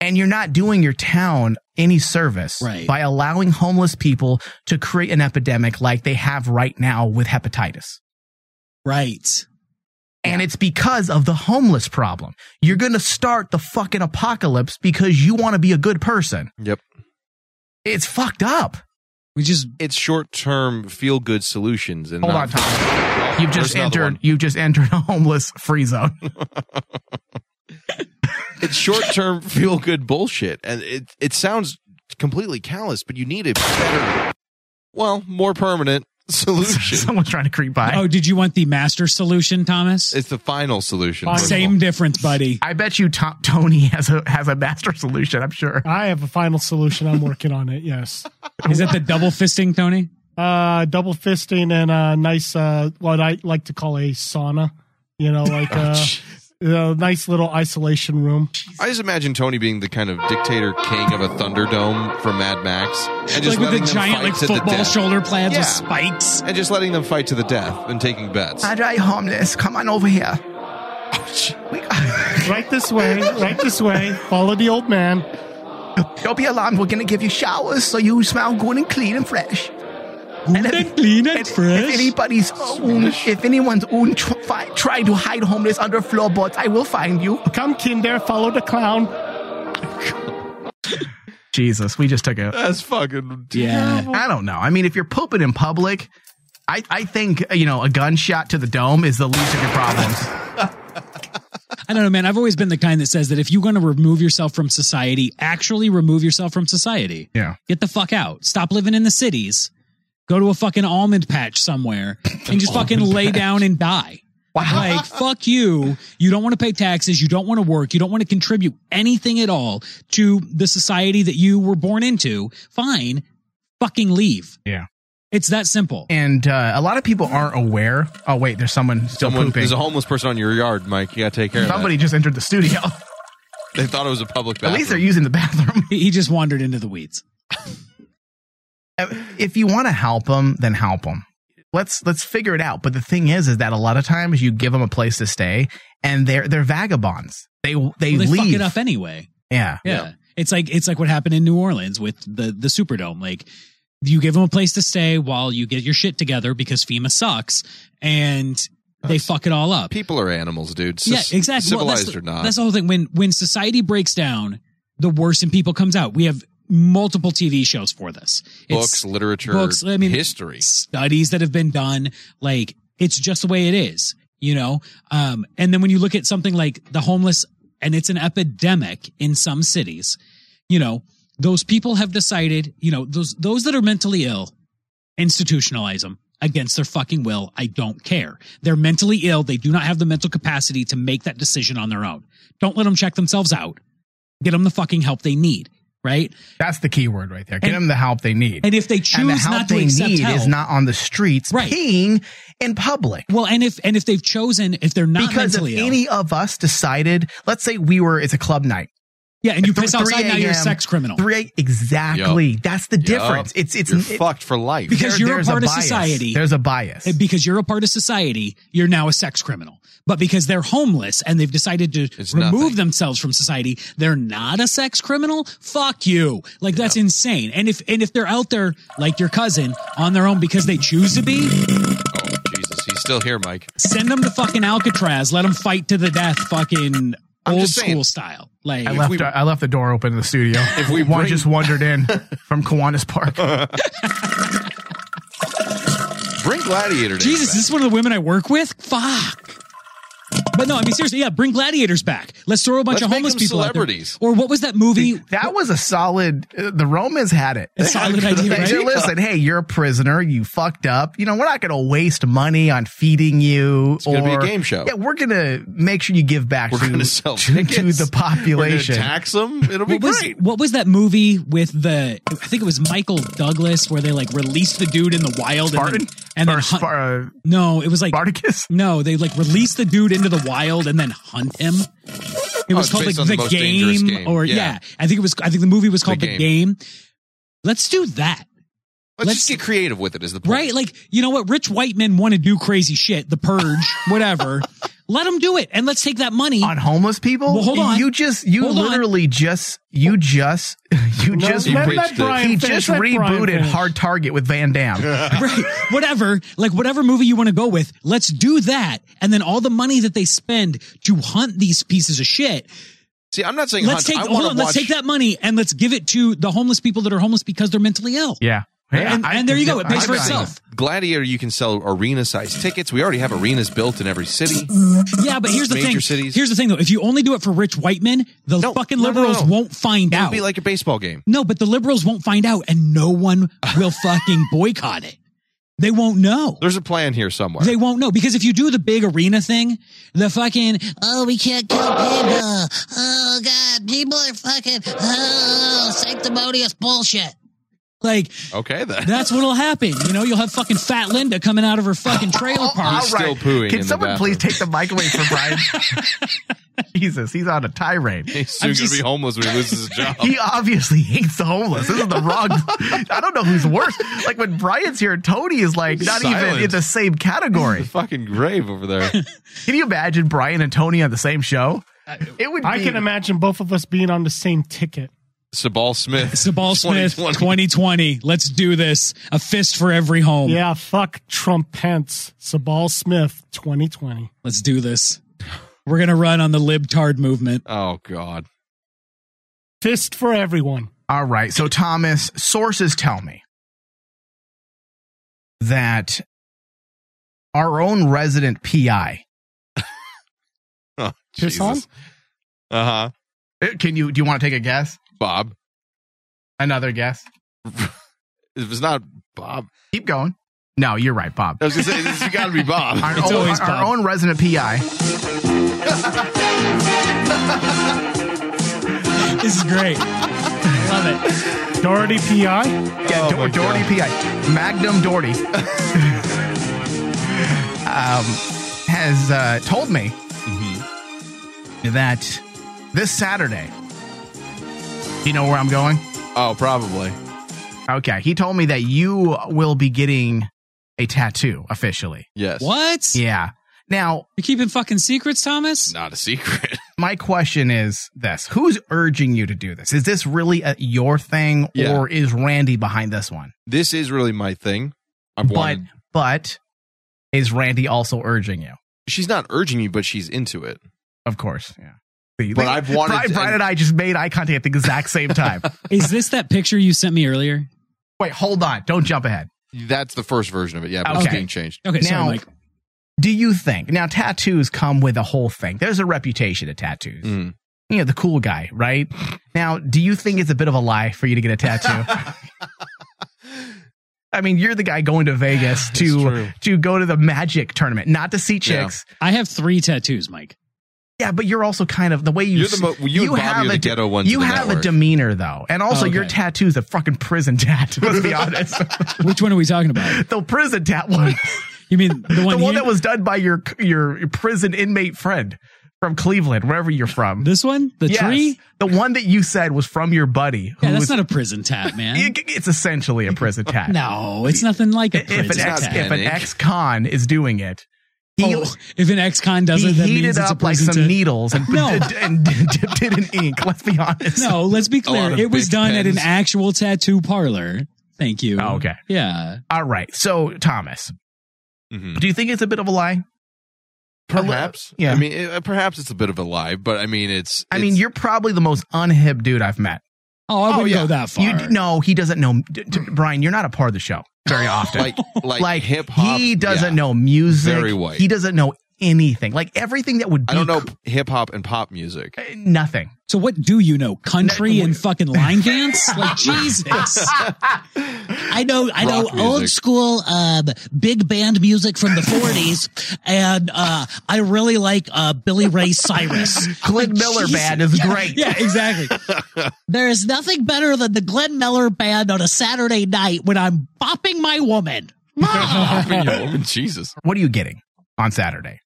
Speaker 7: And you're not doing your town any service by allowing homeless people to create an epidemic like they have right now with hepatitis.
Speaker 12: Right.
Speaker 7: And it's because of the homeless problem. You're going to start the fucking apocalypse because you want to be a good person.
Speaker 11: Yep.
Speaker 7: It's fucked up.
Speaker 12: We just
Speaker 11: it's short term feel good solutions. And
Speaker 7: Hold
Speaker 11: not-
Speaker 7: on, Tom. You've just
Speaker 11: There's another
Speaker 7: entered.
Speaker 11: one.
Speaker 7: You've just entered a homeless free zone.
Speaker 11: It's short term feel good bullshit, and it it sounds completely callous, but you need a better, well, more permanent solution.
Speaker 7: Someone's trying to creep by.
Speaker 12: Oh, did you want the master solution, Thomas?
Speaker 11: It's the final solution. first of
Speaker 12: Same difference, buddy.
Speaker 7: I bet you Tom, Tony has a has a master solution. I'm sure.
Speaker 2: I have a final solution. I'm working on it. Yes.
Speaker 12: Is it the double fisting, Tony?
Speaker 2: Uh, double fisting and a nice, uh, what I like to call a sauna. You know, like uh, a nice little isolation room.
Speaker 11: I just imagine Tony being the kind of dictator king of a Thunderdome for Mad Max, and
Speaker 12: Like
Speaker 11: just
Speaker 12: with the
Speaker 11: letting them
Speaker 12: giant
Speaker 11: fight
Speaker 12: like
Speaker 11: to the
Speaker 12: football
Speaker 11: death.
Speaker 12: shoulder plaids
Speaker 11: Yeah.
Speaker 12: with spikes.
Speaker 11: and just letting them fight to the death and taking bets.
Speaker 7: Ajay homeless, come on over here.
Speaker 2: right this way, right this way. Follow the old man.
Speaker 7: Don't be alarmed. We're gonna give you showers so you smell good and clean and fresh.
Speaker 12: Good and clean and
Speaker 7: If
Speaker 12: fresh.
Speaker 7: anybody's own, if anyone's own tr- fi- try to hide homeless under floorboards, I will find you.
Speaker 2: Come, Kinder, follow the clown.
Speaker 7: Jesus, we just took a
Speaker 11: That's fucking
Speaker 12: Yeah.
Speaker 7: I don't know. I mean, if you're pooping in public, I, I think you know a gunshot to the dome is the least of your problems.
Speaker 12: I don't know, man. I've always been the kind that says that if you're going to remove yourself from society, actually remove yourself from society.
Speaker 7: Yeah.
Speaker 12: Get the fuck out. Stop living in the cities. Go to a fucking almond patch somewhere and just fucking lay down and die. Like, fuck you. You don't want to pay taxes. You don't want to work. You don't want to contribute anything at all to the society that you were born into. Fine. Fucking leave.
Speaker 7: Yeah.
Speaker 12: It's that simple.
Speaker 7: And uh, a lot of people aren't aware. Oh wait, there's someone still
Speaker 11: Someone,
Speaker 7: pooping.
Speaker 11: there's a homeless person on your yard, Mike. You gotta take care
Speaker 7: Somebody
Speaker 11: of
Speaker 7: just entered the studio.
Speaker 11: that. They thought it was a public
Speaker 7: At
Speaker 11: bathroom.
Speaker 7: least they're using the bathroom.
Speaker 12: He he just wandered into the weeds.
Speaker 7: if you want to help them, then help them. Let's let's figure it out. But the thing is, is that a lot of times you give them a place to stay, and they're they're vagabonds. They they,
Speaker 12: Well, they fuck
Speaker 7: leave.
Speaker 12: it up anyway.
Speaker 7: Yeah.
Speaker 12: Yeah. It's like it's like what happened in New Orleans with the the Superdome. Like you give them a place to stay while you get your shit together because FEMA sucks and they fuck it all up.
Speaker 11: People are animals, dude.
Speaker 12: yeah,
Speaker 11: Cis-
Speaker 12: exactly. Well,
Speaker 11: Civilized
Speaker 12: that's the-
Speaker 11: or not.
Speaker 12: That's the whole thing. When when society breaks down, the worst in people comes out. We have multiple TV shows for this.
Speaker 11: Books, literature,
Speaker 12: books, I mean,
Speaker 11: history.
Speaker 12: studies that have been done. Like it's just the way it is, you know? Um, and then when you look at something like the homeless and it's an epidemic in some cities, you know, those people have decided, you know, those, those that are mentally ill institutionalize them against their fucking will. I don't care. They're mentally ill. They do not have the mental capacity to make that decision on their own. Don't let them check themselves out. Get them the fucking help they need. Right.
Speaker 7: That's the key word right there. Get
Speaker 12: And-
Speaker 7: them the help they need.
Speaker 12: And if they
Speaker 7: And the
Speaker 12: choose
Speaker 7: help
Speaker 12: not to
Speaker 7: they
Speaker 12: accept
Speaker 7: need
Speaker 12: help,
Speaker 7: is not on the streets
Speaker 12: Right.
Speaker 7: peeing in public.
Speaker 12: Well, and if and if they've chosen, if they're not
Speaker 7: because if
Speaker 12: mentally ill,
Speaker 7: any of us decided, let's say we were, it's a club night.
Speaker 12: yeah, and you
Speaker 7: At th-
Speaker 12: piss outside, now you're a
Speaker 7: 3
Speaker 12: sex criminal
Speaker 7: 3 exactly. That's the
Speaker 11: Yup.
Speaker 7: difference. It's it's
Speaker 11: You're
Speaker 7: it-
Speaker 11: fucked for life.
Speaker 12: because
Speaker 7: there-
Speaker 12: you're a
Speaker 7: there's
Speaker 12: part of
Speaker 7: bias.
Speaker 12: society.
Speaker 7: There's a bias.
Speaker 12: And because you're a part of society, you're now a sex criminal. But because they're homeless and they've decided to
Speaker 11: It's
Speaker 12: remove
Speaker 11: nothing.
Speaker 12: themselves from society, they're not a sex criminal. Fuck you! Like that's insane. And if and if they're out there like your cousin on their own because they choose to
Speaker 11: oh,
Speaker 12: be,
Speaker 11: Jesus. He's still here, Mike.
Speaker 12: send them to fucking Alcatraz. Let them fight to the death, fucking
Speaker 11: I'm
Speaker 12: old
Speaker 11: just saying.
Speaker 12: school style. Like
Speaker 7: I left
Speaker 11: we-
Speaker 7: I left the door open in the studio. If
Speaker 11: we
Speaker 7: one
Speaker 11: bring-
Speaker 7: just wandered in from Kiwanis Park.
Speaker 11: Bring Gladiator. Days
Speaker 12: Jesus,
Speaker 11: back.
Speaker 12: this is one of the women I work with. Fuck. But no, I mean seriously, yeah, bring gladiators back. Let's throw a bunch
Speaker 11: Let's
Speaker 12: of
Speaker 11: make
Speaker 12: homeless
Speaker 11: them
Speaker 12: people out there.
Speaker 11: celebrities.
Speaker 12: Or what was that movie?
Speaker 7: that was a solid. Uh, the Romans had it.
Speaker 12: A solid idea,
Speaker 7: They said,
Speaker 12: right?
Speaker 7: Listen, hey, you're a prisoner. You fucked up. You know, we're not going to waste money on feeding you. It's
Speaker 11: gonna be a game show.
Speaker 7: Yeah, we're going to make sure you give back
Speaker 11: We're
Speaker 7: to,
Speaker 11: going to sell
Speaker 7: to, to
Speaker 11: tickets.
Speaker 7: the
Speaker 11: We're
Speaker 7: population.
Speaker 11: gonna tax them. It'll be
Speaker 12: What was,
Speaker 11: great.
Speaker 12: what was that movie with the? I think it was Michael Douglas where they like released the dude in the wild
Speaker 7: Spartan?
Speaker 12: and then, and then
Speaker 7: or
Speaker 12: hunt-
Speaker 7: Spar- uh,
Speaker 12: no, it was like
Speaker 7: Spartacus?
Speaker 12: no, they like released the dude into the wild and then hunt him. It
Speaker 11: Oh,
Speaker 12: was
Speaker 11: it's
Speaker 12: called like
Speaker 11: based on the
Speaker 12: the,
Speaker 11: most dangerous
Speaker 12: game,
Speaker 11: game.
Speaker 12: or
Speaker 11: Yeah.
Speaker 12: yeah. I think it was. I think the movie was called
Speaker 11: The
Speaker 12: the game. Let's do that.
Speaker 11: Let's,
Speaker 12: let's-
Speaker 11: just get creative with it. Is the point.
Speaker 12: Right? Like, you know what? Rich white men want to do crazy shit, the purge, whatever. Let them do it. And let's take that money.
Speaker 7: on homeless people?
Speaker 12: Well, hold on.
Speaker 7: You just, you
Speaker 12: Hold on.
Speaker 7: literally just, you just, you
Speaker 2: No,
Speaker 7: just.
Speaker 2: let-
Speaker 11: reached
Speaker 2: let
Speaker 11: it.
Speaker 2: Brian
Speaker 7: he
Speaker 2: finish,
Speaker 7: just
Speaker 2: let Brian
Speaker 7: rebooted
Speaker 2: finish.
Speaker 7: Hard Target with Van Damme.
Speaker 12: right. Whatever. Like, whatever movie you want to go with, let's do that. And then all the money that they spend to hunt these pieces of shit,
Speaker 11: See, I'm not saying
Speaker 12: let's
Speaker 11: hunt.
Speaker 12: take,
Speaker 11: I
Speaker 12: hold
Speaker 11: want
Speaker 12: on,
Speaker 11: to
Speaker 12: let's
Speaker 11: watch.
Speaker 12: take that money and let's give it to the homeless people that are homeless because they're mentally ill.
Speaker 7: yeah.
Speaker 12: And- and there you go. It pays for itself.
Speaker 11: Gladiator, you can sell arena-sized tickets. We already have arenas built in every city.
Speaker 12: Yeah, but here's the
Speaker 11: Major
Speaker 12: thing.
Speaker 11: cities.
Speaker 12: Here's the thing, though. If you only do it for rich white men, the
Speaker 11: No,
Speaker 12: fucking
Speaker 11: no, no,
Speaker 12: liberals
Speaker 11: no.
Speaker 12: won't find
Speaker 11: It'll
Speaker 12: out.
Speaker 11: be like a baseball game.
Speaker 12: No, but the liberals won't find out and no one will fucking boycott it. They won't know.
Speaker 11: There's a plan here somewhere.
Speaker 12: They won't know because if you do the big arena thing, the fucking oh we can't kill people. Oh god, people are fucking oh sanctimonious bullshit. Like
Speaker 11: okay, then.
Speaker 12: that's what'll happen. You know, you'll have fucking fat Linda coming out of her fucking trailer park.
Speaker 11: pooing
Speaker 7: Can
Speaker 11: in the
Speaker 7: someone
Speaker 11: bathroom.
Speaker 7: please take the mic away from Brian? Jesus, he's on a tirade.
Speaker 11: He's soon going to be homeless when he loses his job.
Speaker 7: He obviously hates the homeless. This is the wrong. I don't know who's worse. Like when Brian's here, Tony is like
Speaker 11: He's
Speaker 7: not
Speaker 11: silent.
Speaker 7: even in the same category.
Speaker 11: The fucking grave over there.
Speaker 7: Can you imagine Brian and Tony on the same show? It would.
Speaker 2: I
Speaker 7: be-
Speaker 2: can imagine both of us being on the same ticket.
Speaker 11: Sabal Smith.
Speaker 12: Sabal Smith, 2020. Let's do this. A fist for every home.
Speaker 2: Yeah, fuck Trump Pence, Sabal Smith, 2020.
Speaker 12: Let's do this. We're going to run on the libtard movement.
Speaker 11: Oh, God.
Speaker 2: Fist for everyone.
Speaker 7: All right. So Thomas, sources tell me that our own resident PI.
Speaker 11: Oh, Jesus. Uh huh.
Speaker 7: Eh, Can you? Do you want to take a guess?
Speaker 11: Bob.
Speaker 7: Another guess.
Speaker 11: If it's not Bob,
Speaker 7: Keep going. No, you're right, Bob.
Speaker 11: I was going to say, this has got to be Bob.
Speaker 7: Our, own, our own resident PI.
Speaker 12: This is great. Love it.
Speaker 2: Doherty PI?
Speaker 12: Oh
Speaker 7: Yeah, Dor- Doherty PI. Magnum Doherty. um, has uh, told me
Speaker 11: Mm-hmm.
Speaker 7: that this Saturday, do you know where I'm going?
Speaker 11: Oh, probably.
Speaker 7: Okay. He told me that you will be getting a tattoo officially.
Speaker 11: Yes.
Speaker 12: What?
Speaker 7: Yeah. Now,
Speaker 12: You're keeping fucking secrets, Thomas?
Speaker 11: Not a secret.
Speaker 7: my question is this Who's urging you to do this? Is this really a, your thing
Speaker 11: Yeah.
Speaker 7: or is Randy behind this one?
Speaker 11: This is really my thing. I've
Speaker 7: But,
Speaker 11: wanted.
Speaker 7: but is Randy also urging you?
Speaker 11: She's not urging me, but she's into it.
Speaker 7: Of course, yeah.
Speaker 11: But I've wanted
Speaker 7: Brian,
Speaker 11: to-
Speaker 7: Brian and I just made eye contact at the exact same time.
Speaker 12: Is this that picture you sent me earlier?
Speaker 7: Wait, hold on. Don't jump ahead.
Speaker 11: That's the first version of it. Yeah, but it's
Speaker 7: Okay.
Speaker 11: being changed.
Speaker 12: Okay, sorry,
Speaker 7: Now-
Speaker 12: Mike.
Speaker 7: Do you think now tattoos come with a whole thing? There's a reputation to tattoos.
Speaker 11: Mm.
Speaker 7: You know, the cool guy, right? Now, do you think it's a bit of a lie for you to get a tattoo? I mean, you're the guy going to Vegas to
Speaker 11: true.
Speaker 7: to go to the magic tournament, not to see
Speaker 11: Yeah.
Speaker 7: chicks.
Speaker 12: I have three tattoos, Mike.
Speaker 7: Yeah, but you're also kind of the way you
Speaker 11: You're the mo- you and Bobby are the
Speaker 7: de-
Speaker 11: ghetto ones
Speaker 7: You
Speaker 11: of the
Speaker 7: have
Speaker 11: network.
Speaker 7: a demeanor though, and also
Speaker 12: Oh, okay.
Speaker 7: your tattoo's a fucking prison tat. Let's be honest,
Speaker 12: Which one are we talking about?
Speaker 7: the prison tat one,
Speaker 12: You mean the one,
Speaker 7: the one
Speaker 12: here?
Speaker 7: that was done by your your prison inmate friend from Cleveland, wherever you're from.
Speaker 12: This one? The
Speaker 7: Yes.
Speaker 12: tree?
Speaker 7: the one that you said was from your buddy. Who
Speaker 12: Yeah, that's
Speaker 7: was,
Speaker 12: not a prison tat, man.
Speaker 7: it- it's essentially a prison tat.
Speaker 12: No, it's nothing like a prison
Speaker 7: if an ex
Speaker 12: tat.
Speaker 7: if an
Speaker 11: Nick.
Speaker 7: ex con is doing it, he.
Speaker 12: Oh, if an ex-con does
Speaker 7: He
Speaker 12: it, that means
Speaker 7: heated
Speaker 12: it's a
Speaker 7: up like
Speaker 12: prison
Speaker 7: some
Speaker 12: tat.
Speaker 7: needles and,
Speaker 12: No.
Speaker 7: and dipped it in ink. Let's be honest.
Speaker 12: No, let's be clear.
Speaker 11: lot of
Speaker 12: It was
Speaker 11: big
Speaker 12: done at an
Speaker 11: pens.
Speaker 12: actual tattoo parlor. Thank you.
Speaker 7: Oh, okay.
Speaker 12: Yeah.
Speaker 7: All right. So, Thomas,
Speaker 11: Mhm.
Speaker 7: do you think it's a bit of a lie?
Speaker 11: Perhaps.
Speaker 7: Yeah.
Speaker 11: I mean, it, perhaps it's a bit of a lie, but I mean, it's.
Speaker 7: I mean,
Speaker 11: it's-
Speaker 7: you're probably the most unhip dude I've met.
Speaker 12: Oh, I wouldn't
Speaker 11: yeah.
Speaker 12: go that far.
Speaker 7: You no, he doesn't know d- d- Brian. You're not a part of the show very often.
Speaker 11: like like, hip hop.
Speaker 7: He
Speaker 11: yeah.
Speaker 7: doesn't know music.
Speaker 11: Very white.
Speaker 7: He doesn't know anything. Like everything that would. Be
Speaker 11: I don't know hip hop and pop music.
Speaker 7: c- Nothing.
Speaker 12: So what do you know? Country
Speaker 7: No,
Speaker 12: and fucking line dance? like Jesus. I know I know
Speaker 11: Rock music.
Speaker 5: Old school um, big band music from the 40s. And uh, I really like uh, Billy Ray Cyrus.
Speaker 7: Glenn Miller
Speaker 5: Jesus.
Speaker 7: band is great.
Speaker 12: Yeah, exactly.
Speaker 5: There is nothing better than the Glenn Miller band on a Saturday night when I'm bopping my woman.
Speaker 11: Jesus.
Speaker 7: What are you getting on Saturday?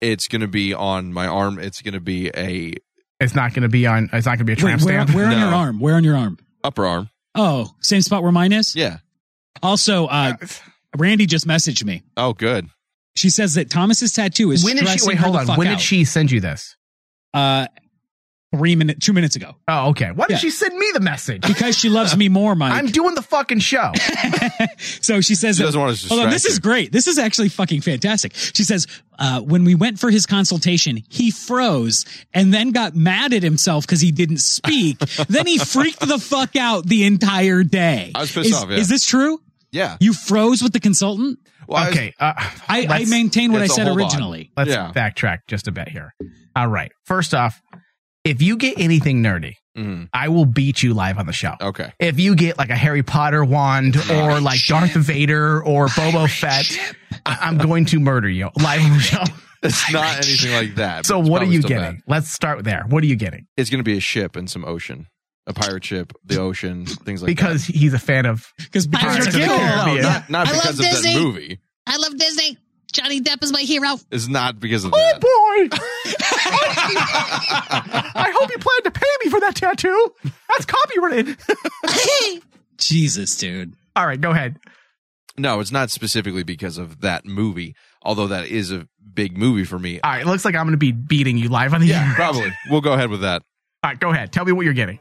Speaker 11: It's going to be on my arm. It's going to be a
Speaker 7: It's not going to be on. It's not going to be a tramp
Speaker 12: Wait, where,
Speaker 7: stamp.
Speaker 12: where on
Speaker 11: No.
Speaker 12: your arm? Where on your arm?
Speaker 11: upper arm.
Speaker 12: Oh, same spot where mine is?
Speaker 11: Yeah.
Speaker 12: Also, uh, Randy just messaged me.
Speaker 11: Oh, good.
Speaker 12: She says that Thomas's tattoo is
Speaker 7: when did she?
Speaker 12: stressing
Speaker 7: Wait,
Speaker 12: her
Speaker 7: hold
Speaker 12: the
Speaker 7: on.
Speaker 12: fuck
Speaker 7: When
Speaker 12: out.
Speaker 7: did she send you this?
Speaker 12: Uh, three minute, two minutes ago,
Speaker 7: Oh, okay. Why did
Speaker 12: Yeah.
Speaker 7: she send me the message?
Speaker 12: because she loves me more, Mike.
Speaker 7: I'm doing the fucking show.
Speaker 12: so she says
Speaker 11: She
Speaker 12: that-
Speaker 11: doesn't want us to
Speaker 12: Hold on, this
Speaker 11: distract
Speaker 12: is
Speaker 11: you.
Speaker 12: great. This is actually fucking fantastic. She says, uh, when we went for his consultation, he froze and then got mad at himself because he didn't speak. then he freaked the fuck out the entire day.
Speaker 11: I was pissed
Speaker 12: is,
Speaker 11: off, yeah.
Speaker 12: Is this true?
Speaker 11: Yeah.
Speaker 12: You froze with the consultant?
Speaker 11: Well, I was-
Speaker 7: okay. Uh,
Speaker 12: I, I
Speaker 7: let's-
Speaker 12: maintain what I
Speaker 11: That's a
Speaker 12: said
Speaker 11: hold on.
Speaker 12: originally.
Speaker 7: Let's
Speaker 11: Yeah.
Speaker 7: backtrack just a bit here. All right. First off, If you get anything nerdy,
Speaker 11: Mm-hmm.
Speaker 7: I will beat you live on the show.
Speaker 11: Okay.
Speaker 7: If you get like a Harry Potter wand or like Darth Vader or Boba Fett, I- I'm going to murder you live on the show.
Speaker 11: It's not anything like that.
Speaker 7: So
Speaker 11: but it's
Speaker 7: what are
Speaker 11: probably
Speaker 7: you
Speaker 11: still
Speaker 7: getting?
Speaker 11: bad.
Speaker 7: Let's start there. What are you getting?
Speaker 11: It's going to be a ship and some ocean, a pirate ship, the ocean, things like that.
Speaker 7: because he's a fan of
Speaker 12: because
Speaker 11: Pirates of the Caribbean. No, not, not
Speaker 7: I love
Speaker 11: because of that
Speaker 7: Disney.
Speaker 11: movie.
Speaker 10: I love Disney. Johnny Depp is my hero.
Speaker 11: It's not because of that.
Speaker 7: Oh boy! I hope you plan to pay me for that tattoo. That's copyrighted.
Speaker 12: Jesus, dude.
Speaker 7: All right, go ahead.
Speaker 11: No, it's not specifically because of that movie, although that is a big movie for me.
Speaker 7: All right, looks like I'm going to be beating you live on the air.
Speaker 11: Probably. We'll go ahead with that.
Speaker 7: All right, go ahead. Tell me what you're getting.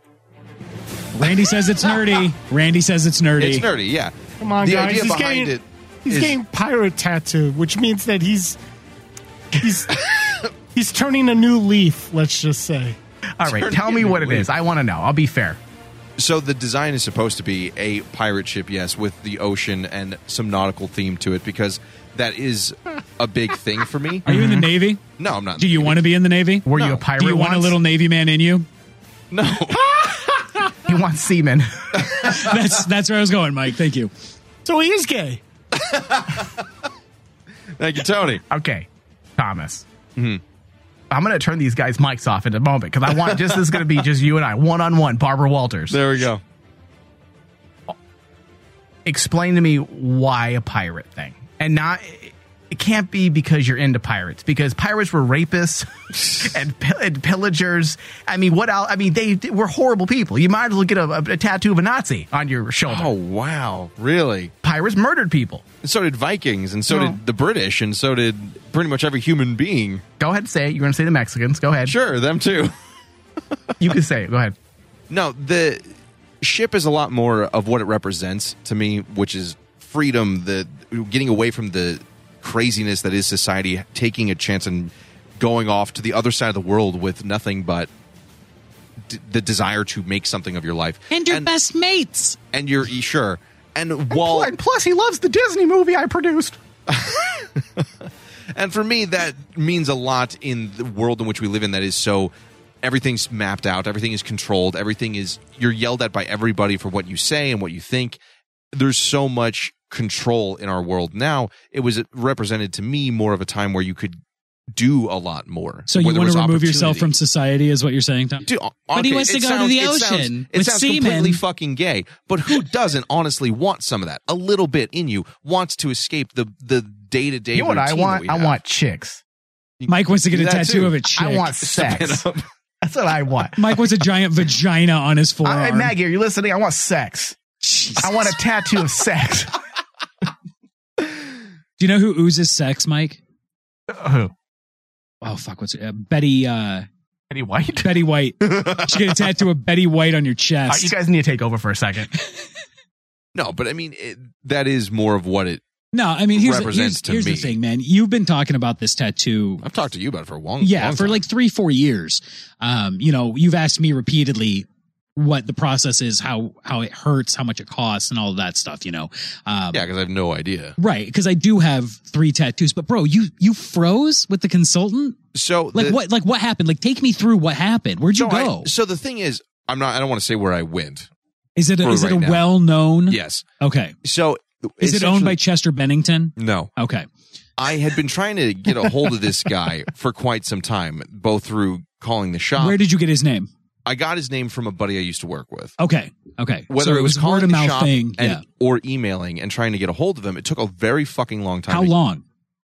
Speaker 12: Randy says it's nerdy. Randy says it's nerdy.
Speaker 11: It's nerdy, yeah.
Speaker 12: Come on,
Speaker 11: the
Speaker 12: guys,
Speaker 11: idea
Speaker 12: he's
Speaker 11: behind
Speaker 12: getting-
Speaker 11: it.
Speaker 2: He's
Speaker 11: is-
Speaker 2: getting pirate tattooed, which means that he's he's he's turning a new leaf. Let's just say.
Speaker 7: All right, tell me what it is. I want to know. I'll be fair.
Speaker 11: So the design is supposed to be a pirate ship, yes, with the ocean and some nautical theme to it because that is a big thing for me.
Speaker 12: Are you in the Navy?
Speaker 11: No, I'm not.
Speaker 12: Do you want to be in the Navy? Were
Speaker 11: you a pirate
Speaker 12: Do you want a
Speaker 11: once?
Speaker 12: little Navy man in you?
Speaker 11: No.
Speaker 7: you want seamen.
Speaker 12: that's that's where I was going, Mike. Thank you.
Speaker 2: So he is gay.
Speaker 11: Thank you, Tony.
Speaker 7: Okay, Thomas. I'm going to turn these guys' mics off in a moment because I want just this is going to be just you and I, one on one, Barbara Walters.
Speaker 11: There we go.
Speaker 7: Explain to me why a pirate thing, and not it can't be because you're into pirates because pirates were rapists and, pil- and pillagers. I mean, what else? I mean, they, they were horrible people. You might as well get a, a, a tattoo of a Nazi on your shoulder.
Speaker 11: Oh wow, really?
Speaker 7: Pirates murdered people.
Speaker 11: And so did Vikings, and so
Speaker 7: No.
Speaker 11: did the British, and so did pretty much every human being.
Speaker 7: Go ahead, and say it. You're going to say the Mexicans. Go ahead.
Speaker 11: Sure, them too.
Speaker 7: you can say it. Go ahead.
Speaker 11: No, the ship is a lot more of what it represents to me, which is freedom, the getting away from the craziness that is society, taking a chance and going off to the other side of the world with nothing but d- the desire to make something of your life.
Speaker 5: And your best mates.
Speaker 11: And you're sure. And while
Speaker 7: And plus, he loves the Disney movie I produced.
Speaker 11: And for me, that means a lot in the world in which we live in that is so everything's mapped out, everything is controlled, everything is you're yelled at by everybody for what you say and what you think. There's so much control in our world now. It was represented to me more of a time where you could do a lot more.
Speaker 12: So
Speaker 11: where
Speaker 12: you
Speaker 11: there
Speaker 12: want
Speaker 11: was
Speaker 12: to remove
Speaker 11: opportunity.
Speaker 12: yourself from society, is what you're saying, Tom?
Speaker 11: Dude,
Speaker 12: but he
Speaker 11: okay,
Speaker 12: wants to
Speaker 11: it
Speaker 12: go
Speaker 11: sounds-
Speaker 12: to the
Speaker 11: it sounds-
Speaker 12: ocean
Speaker 11: It
Speaker 12: with
Speaker 11: sounds
Speaker 12: seamen.
Speaker 11: completely fucking gay, but who doesn't honestly want some of that? A little bit in you wants to escape the the day to day.
Speaker 7: You know what I want? I want chicks.
Speaker 12: Mike wants to get a tattoo of a chick.
Speaker 7: I want sex. That's what I want.
Speaker 12: Mike wants a giant vagina on his forearm.
Speaker 7: Hey, Maggie, are you listening? I want sex. I want a tattoo of sex.
Speaker 12: Do you know who oozes sex, Mike?
Speaker 7: who?
Speaker 12: Oh fuck! What's it? Uh, Betty? Uh,
Speaker 7: Betty White.
Speaker 12: Betty White. you should get a tattoo of Betty White on your
Speaker 7: All right,
Speaker 12: chest.
Speaker 7: you guys need to take over for a second.
Speaker 11: No, but I mean it, that is more of what it.
Speaker 12: no, I mean here's, the-
Speaker 11: Represents
Speaker 12: here's,
Speaker 11: to
Speaker 12: here's the
Speaker 11: me.
Speaker 12: thing, man. You've been talking about this tattoo.
Speaker 11: I've talked to you about it for a long,
Speaker 12: yeah,
Speaker 11: long
Speaker 12: for
Speaker 11: time.
Speaker 12: like three, four years. Um, you know, you've asked me repeatedly what the process is, how how it hurts, how much it costs, and all of that stuff. You know, um,
Speaker 11: yeah, because I have no idea.
Speaker 12: right? Because I do have three tattoos, but bro, you you froze with the consultant.
Speaker 11: So
Speaker 12: like
Speaker 11: the-
Speaker 12: what like what happened? Like take me through what happened. Where'd you
Speaker 11: so I-
Speaker 12: go?
Speaker 11: so the thing is, I'm not. I don't want to say where I went.
Speaker 12: is it a,
Speaker 11: for
Speaker 12: is it
Speaker 11: right
Speaker 12: a
Speaker 11: now.
Speaker 12: well known?
Speaker 11: Yes.
Speaker 12: Okay.
Speaker 11: So
Speaker 12: Is it owned by Chester Bennington?
Speaker 11: No.
Speaker 12: Okay.
Speaker 11: I had been trying to get a hold of this guy for quite some time, both through calling the shop.
Speaker 12: Where did you get his name?
Speaker 11: I got his name from a buddy I used to work with.
Speaker 12: Okay. Okay.
Speaker 11: Whether
Speaker 12: So
Speaker 11: it was, calling
Speaker 12: word of
Speaker 11: the
Speaker 12: mouth
Speaker 11: shop
Speaker 12: thing.
Speaker 11: and,
Speaker 12: yeah.
Speaker 11: or emailing and trying to get a hold of them, it took a very fucking long time.
Speaker 12: How
Speaker 11: to-
Speaker 12: long?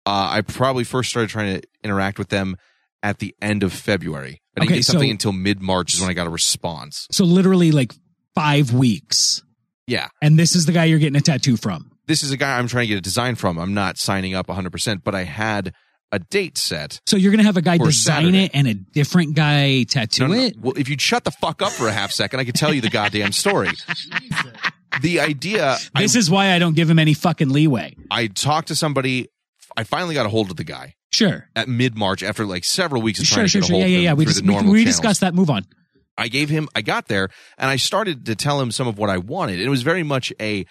Speaker 11: Uh, I probably first started trying to interact with them at the end of February. I didn't
Speaker 12: Okay,
Speaker 11: get something
Speaker 12: so-
Speaker 11: until mid March is when I got a response.
Speaker 12: So literally like five weeks.
Speaker 11: Yeah.
Speaker 12: And this is the guy you're getting a tattoo from.
Speaker 11: This is a guy I'm trying to get a design from. I'm not signing up 100%, but I had a date set.
Speaker 12: So you're gonna have a guy
Speaker 11: For
Speaker 12: design
Speaker 11: Saturday.
Speaker 12: it and a different guy tattoo
Speaker 11: No, no, no.
Speaker 12: it.
Speaker 11: Well, if you'd shut the fuck up for a half second, I could tell you the goddamn story. the idea I,
Speaker 12: This is why I don't give him any fucking leeway.
Speaker 11: I talked to somebody, I finally got a hold of the guy
Speaker 12: Sure.
Speaker 11: at mid March after like several weeks of
Speaker 12: Sure,
Speaker 11: trying
Speaker 12: sure,
Speaker 11: to get a hold
Speaker 12: sure. Yeah,
Speaker 11: of
Speaker 12: yeah,
Speaker 11: him
Speaker 12: yeah. We
Speaker 11: through
Speaker 12: just
Speaker 11: the
Speaker 12: we,
Speaker 11: normal
Speaker 12: we
Speaker 11: channels.
Speaker 12: discussed that. Move on.
Speaker 11: I gave him, I got there and I started to tell him some of what I wanted. And it was very much a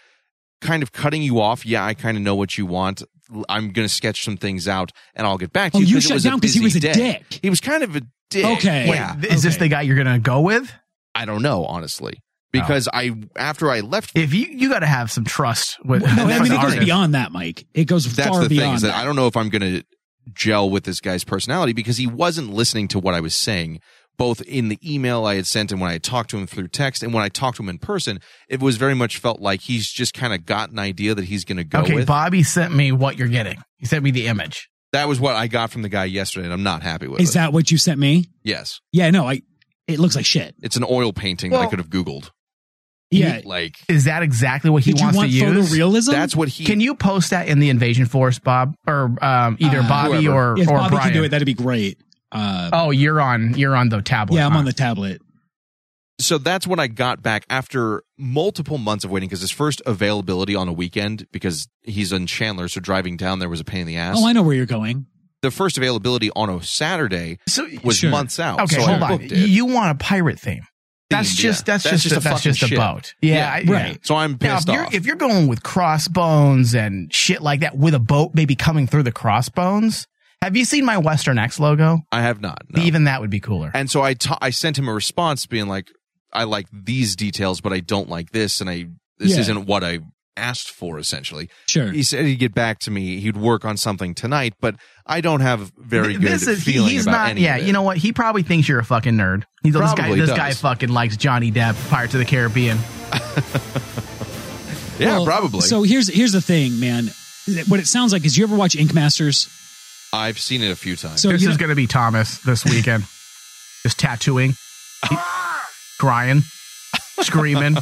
Speaker 11: kind of cutting you off. Yeah, I kind of know what you want. I'm going to sketch some things out and I'll get back to
Speaker 12: Oh, you
Speaker 11: you. it
Speaker 12: shut
Speaker 11: was a
Speaker 12: down 'cause he
Speaker 11: busy
Speaker 12: was a
Speaker 11: day.
Speaker 12: dick.
Speaker 11: He was kind of a dick.
Speaker 12: Okay.
Speaker 7: Wait,
Speaker 11: yeah.
Speaker 7: th- is this the guy you're gonna go with?
Speaker 11: I don't know, honestly, because I after I left,
Speaker 7: if you you got to have some trust with.
Speaker 11: Well, no,
Speaker 7: with
Speaker 11: I mean, it goes
Speaker 7: artists.
Speaker 12: beyond that, Mike. It goes
Speaker 11: that's
Speaker 12: Oh. far
Speaker 11: the thing
Speaker 12: beyond
Speaker 11: is that,
Speaker 12: that.
Speaker 11: I don't know if I'm going to gel with this guy's personality because he wasn't listening to what I was saying, both in the email I had sent and when I talked to him through text and when I talked to him in person. It was very much felt like he's just kind of got an idea that he's going to go
Speaker 7: Okay,
Speaker 11: with.
Speaker 7: Bobby sent me what you're getting. He sent me the image.
Speaker 11: That was what I got from the guy yesterday, and I'm not happy with
Speaker 12: Is
Speaker 11: it.
Speaker 12: that what you sent me?
Speaker 11: yes,
Speaker 12: Yeah, no, I. It looks like shit.
Speaker 11: it's an oil painting that I
Speaker 12: Well-
Speaker 11: could have Googled.
Speaker 12: Yeah.
Speaker 11: like
Speaker 7: Is that exactly what he
Speaker 12: Did you
Speaker 7: wants
Speaker 12: want
Speaker 7: to use?
Speaker 12: photorealism?
Speaker 11: That's what he-
Speaker 7: Can you post that in the Invasion Force, Bob, or um, either
Speaker 12: Uh,
Speaker 7: Bobby
Speaker 12: whoever.
Speaker 7: or
Speaker 12: If
Speaker 7: or
Speaker 12: Bobby
Speaker 7: Brian?
Speaker 12: can do it, that'd be great. Uh,
Speaker 7: oh, you're on. You're on the tablet.
Speaker 12: Yeah, I'm
Speaker 7: huh?
Speaker 12: on the tablet.
Speaker 11: so that's when I got back after multiple months of waiting because his first availability on a weekend because he's in Chandler, so driving down there was a pain in the ass.
Speaker 12: Oh, I know where you're going.
Speaker 11: the first availability on a Saturday was
Speaker 12: Sure.
Speaker 11: months out.
Speaker 7: Okay,
Speaker 11: so I
Speaker 7: hold on.
Speaker 11: booked it.
Speaker 7: You want a pirate theme? That's
Speaker 11: Themed,
Speaker 7: just
Speaker 11: yeah.
Speaker 7: that's, just, a, that's
Speaker 11: fucking
Speaker 7: just a
Speaker 11: ship.
Speaker 7: boat. Yeah, I- yeah.
Speaker 11: right. So I'm
Speaker 7: Now, if
Speaker 11: pissed
Speaker 7: you're,
Speaker 11: off.
Speaker 7: if you're going with crossbones and shit like that with a boat maybe coming through the crossbones, have you seen my Western X logo?
Speaker 11: I have not.
Speaker 7: Even that would be cooler.
Speaker 11: And so I ta- I sent him a response being like, I like these details, but I don't like this, and I this
Speaker 12: Yeah.
Speaker 11: isn't what I asked for. Essentially,
Speaker 12: Sure.
Speaker 11: He said he'd get back to me. He'd work on something tonight, but I don't have very good
Speaker 7: this is he-
Speaker 11: feeling
Speaker 7: he's
Speaker 11: about
Speaker 7: not.
Speaker 11: any
Speaker 7: Yeah,
Speaker 11: of it.
Speaker 7: you know what? He probably thinks you're a fucking nerd. He's like, this guy.
Speaker 11: Probably
Speaker 7: This
Speaker 11: does.
Speaker 7: guy fucking likes Johnny Depp, Pirates of the Caribbean.
Speaker 11: yeah,
Speaker 12: Well,
Speaker 11: probably.
Speaker 12: So here's here's the thing, man. What it sounds like is you ever watch Ink Masters?
Speaker 11: I've seen it a few times.
Speaker 12: So
Speaker 7: this
Speaker 12: you
Speaker 7: is
Speaker 12: know-
Speaker 7: going to be Thomas this weekend. Just tattooing, crying, screaming.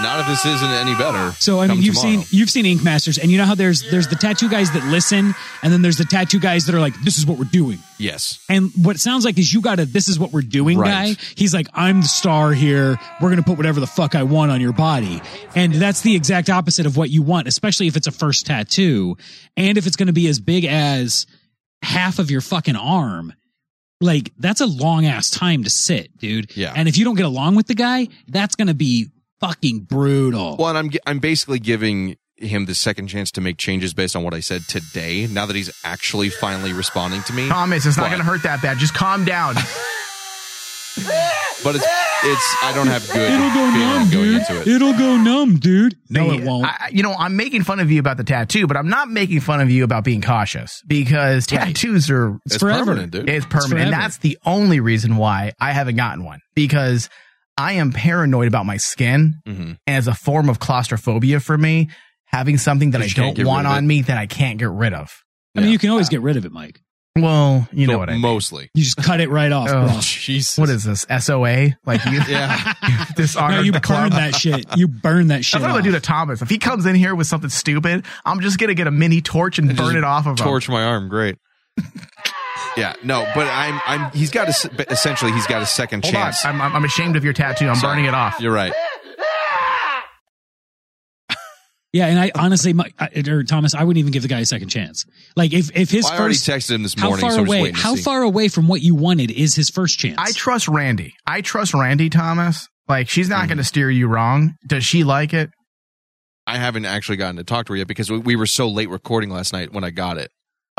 Speaker 11: not if this isn't any better.
Speaker 12: So I mean,
Speaker 11: come
Speaker 12: you've
Speaker 11: tomorrow.
Speaker 12: seen you've seen Ink Masters, and you know how there's there's the tattoo guys that listen, and then there's the tattoo guys that are like, "This is what we're doing."
Speaker 11: yes.
Speaker 12: And what it sounds like is you got a "This is what we're doing"
Speaker 11: Right.
Speaker 12: guy. He's like, "I'm the star here. We're gonna put whatever the fuck I want on your body," and that's the exact opposite of what you want, especially if it's a first tattoo, and if it's gonna be as big as half of your fucking arm. Like that's a long ass time to sit, dude.
Speaker 11: Yeah.
Speaker 12: And if you don't get along with the guy, that's gonna be fucking brutal.
Speaker 11: Well, and I'm gi- I'm basically giving him the second chance to make changes based on what I said today. Now that he's actually finally responding to me,
Speaker 7: Thomas, it's not
Speaker 11: But-
Speaker 7: going to hurt that bad. Just calm down.
Speaker 11: But it's it's I don't have good
Speaker 12: It'll
Speaker 11: feeling
Speaker 12: go numb,
Speaker 11: going
Speaker 12: dude.
Speaker 11: into it.
Speaker 12: It'll go numb, dude. No,
Speaker 7: Hey,
Speaker 12: it won't.
Speaker 7: I- you know, I'm making fun of you about the tattoo, but I'm not making fun of you about being cautious because tattoos are
Speaker 11: It's It's forever. permanent, dude.
Speaker 7: It's
Speaker 11: It's
Speaker 7: permanent. and
Speaker 11: forever.
Speaker 7: that's the only reason why I haven't gotten one because I am paranoid about my skin.
Speaker 11: Mhm.
Speaker 7: And as a form of claustrophobia for me, having something that I
Speaker 11: You can't
Speaker 7: don't
Speaker 11: get
Speaker 7: want
Speaker 11: rid of it.
Speaker 7: on me that I can't get rid of. Uh,
Speaker 12: I mean, you can always get rid of it, Mike.
Speaker 7: Well, you know
Speaker 11: So
Speaker 7: what I mean.
Speaker 11: mostly.
Speaker 12: You just cut it right off,
Speaker 7: Oh,
Speaker 12: bro.
Speaker 11: Jesus.
Speaker 7: What is this? SOA? Like you
Speaker 11: Yeah.
Speaker 7: dishonored
Speaker 12: No, you
Speaker 7: the
Speaker 12: burn
Speaker 7: club?
Speaker 12: that shit. You burn that shit.
Speaker 7: That's what I'm gonna do to Thomas. If he comes in here with something stupid, I'm just gonna get a mini torch and, burn
Speaker 11: Just
Speaker 7: it off of him.
Speaker 11: Torch my arm, great. yeah, no, but I'm I'm he's got a s- but essentially he's got a second
Speaker 7: Hold
Speaker 11: chance.
Speaker 7: on, I'm, I'm, I'm ashamed of your tattoo. I'm
Speaker 11: Sorry.
Speaker 7: burning it off.
Speaker 11: You're right.
Speaker 12: Yeah, and I honestly, Mike, I, or Thomas, I wouldn't even give the guy a second chance. Like if if his
Speaker 11: Well, I already
Speaker 12: first
Speaker 11: texted him this
Speaker 12: how
Speaker 11: morning,
Speaker 12: far
Speaker 11: so I'm just
Speaker 12: away?
Speaker 11: waiting to
Speaker 12: How
Speaker 11: see.
Speaker 12: far away from what you wanted is his first chance?
Speaker 7: I trust Randy. I trust Randy Thomas. Like she's
Speaker 11: Mm-hmm.
Speaker 7: not gonna steer you wrong. Does she like it?
Speaker 11: I haven't actually gotten to talk to her yet because we, we were so late recording last night when I got it.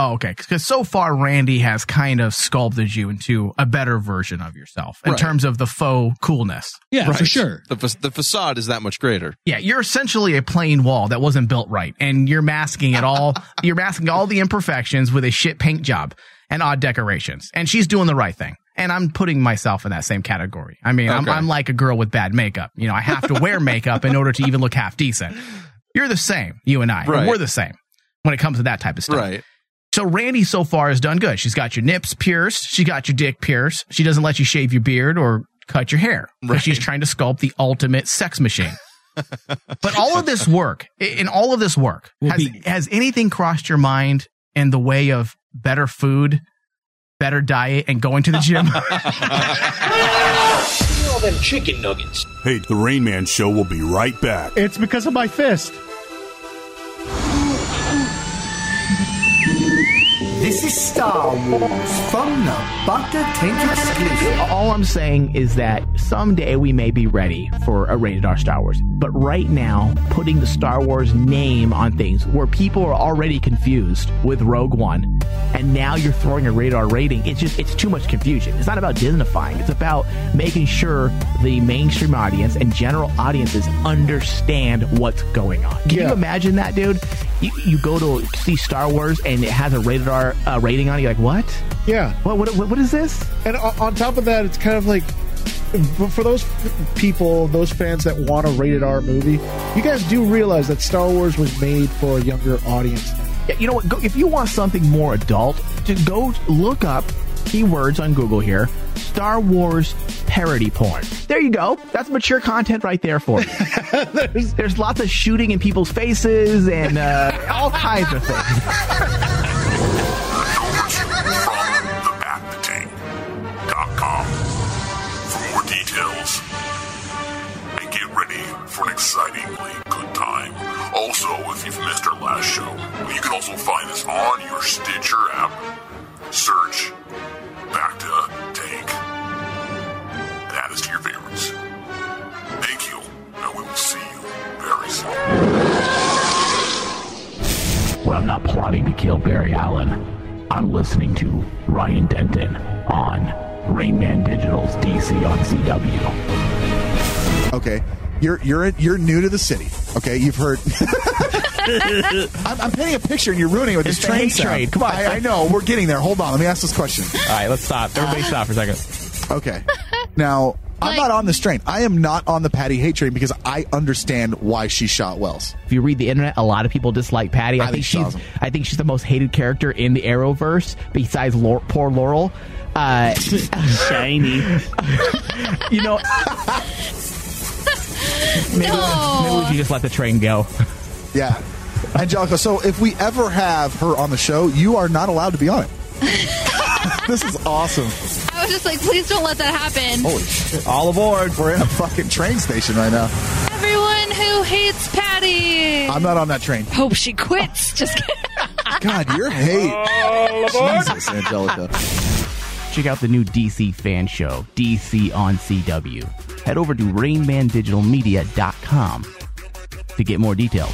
Speaker 7: Oh, okay. Because so far, Randy has kind of sculpted you into a better version of yourself in
Speaker 11: Right.
Speaker 7: terms of the faux coolness.
Speaker 12: yeah, for
Speaker 11: Right.
Speaker 12: sure.
Speaker 11: The fa- the facade is that much greater.
Speaker 7: Yeah, you're essentially a plain wall that wasn't built right, and you're masking it all. you're masking all the imperfections with a shit paint job and odd decorations. And she's doing the right thing. And I'm putting myself in that same category. I mean, I'm,
Speaker 11: Okay.
Speaker 7: I'm like a girl with bad makeup. You know, I have to wear makeup in order to even look half decent. You're the same, you and I.
Speaker 11: Right.
Speaker 7: We're the same when it comes to that type of stuff.
Speaker 11: Right.
Speaker 7: So Randy so far has done good. She's got your nips pierced. She got your dick pierced. She doesn't let you shave your beard or cut your hair. 'cause
Speaker 11: Right.
Speaker 7: She's trying to sculpt the ultimate sex machine. but all of this work, i- in all of this work,
Speaker 12: Will
Speaker 7: has,
Speaker 12: be-
Speaker 7: has anything crossed your mind in the way of better food, better diet, and going to the gym?
Speaker 13: all them chicken nuggets.
Speaker 1: Hey, the Rain Man Show will be right back.
Speaker 2: It's because of my fist.
Speaker 14: This is Star Wars from the Butter Tank exclusive.
Speaker 7: All I'm saying is that someday we may be ready for a rated R Star Wars. But right now, putting the Star Wars name on things where people are already confused with Rogue One, and now you're throwing a rated R rating, it's just, it's too much confusion. It's not about Disneyfying, it's about making sure the mainstream audience and general audiences understand what's going on. Can you imagine that, dude? You, you go to see Star Wars and it has a rated R uh, rating on it, you're like, what?
Speaker 2: Yeah.
Speaker 7: What, what, what is this?
Speaker 2: And o- on top of that, it's kind of like but for those people, those fans that want a rated R movie, you guys do realize that Star Wars was made for a younger audience.
Speaker 7: Yeah, you know what? Go, if you want something more adult, to go look up keywords on Google here: Star Wars parody porn. There you go. That's mature content right there for you. there's, there's lots of shooting in people's faces and uh, all kinds of things.
Speaker 15: TheBackTank.com for more details. And get ready for an excitingly good time. Also, if you've missed our last show, well, you can also find us on your Stitcher app. Search Back to Tank. That is to your favorites. Thank you, and we will see you very soon.
Speaker 3: Well, I'm not plotting to kill Barry Allen. I'm listening to Ryan Denton on Rainman Digital's DC on CW.
Speaker 6: Okay, you're you're you're new to the city. Okay, you've heard. I'm, I'm painting a picture, and you're ruining it with
Speaker 16: It's
Speaker 6: this
Speaker 16: the
Speaker 6: train
Speaker 16: hate
Speaker 6: sound.
Speaker 16: train. Come on.
Speaker 6: I, I know we're getting there. Hold on, let me ask this question.
Speaker 16: All right, let's stop. Everybody, stop for a second.
Speaker 6: Okay, now I'm not on this train. I am not on the Patty hate train because I understand why she shot Wells.
Speaker 7: If you read the internet, a lot of people dislike Patty. I, think, she's I think she's the most hated character in the Arrowverse besides Lor- poor Laurel. Uh, Shiny. you know, maybe, maybe we should just let the train go.
Speaker 6: Yeah, Angelica. So if we ever have her on the show, you are not allowed to be on it. this is awesome.
Speaker 17: I was just like, please don't let that happen.
Speaker 6: Holy shit. All aboard. We're in a fucking train station right now.
Speaker 17: Everyone who hates Patty.
Speaker 6: I'm not on that train.
Speaker 17: Hope she quits. Just kidding.
Speaker 6: God, your hate.
Speaker 11: Oh,
Speaker 6: Jesus, Angelica.
Speaker 7: Check out the new DC fan show, DC on CW. Head over to RainmanDigitalMedia.com to get more details.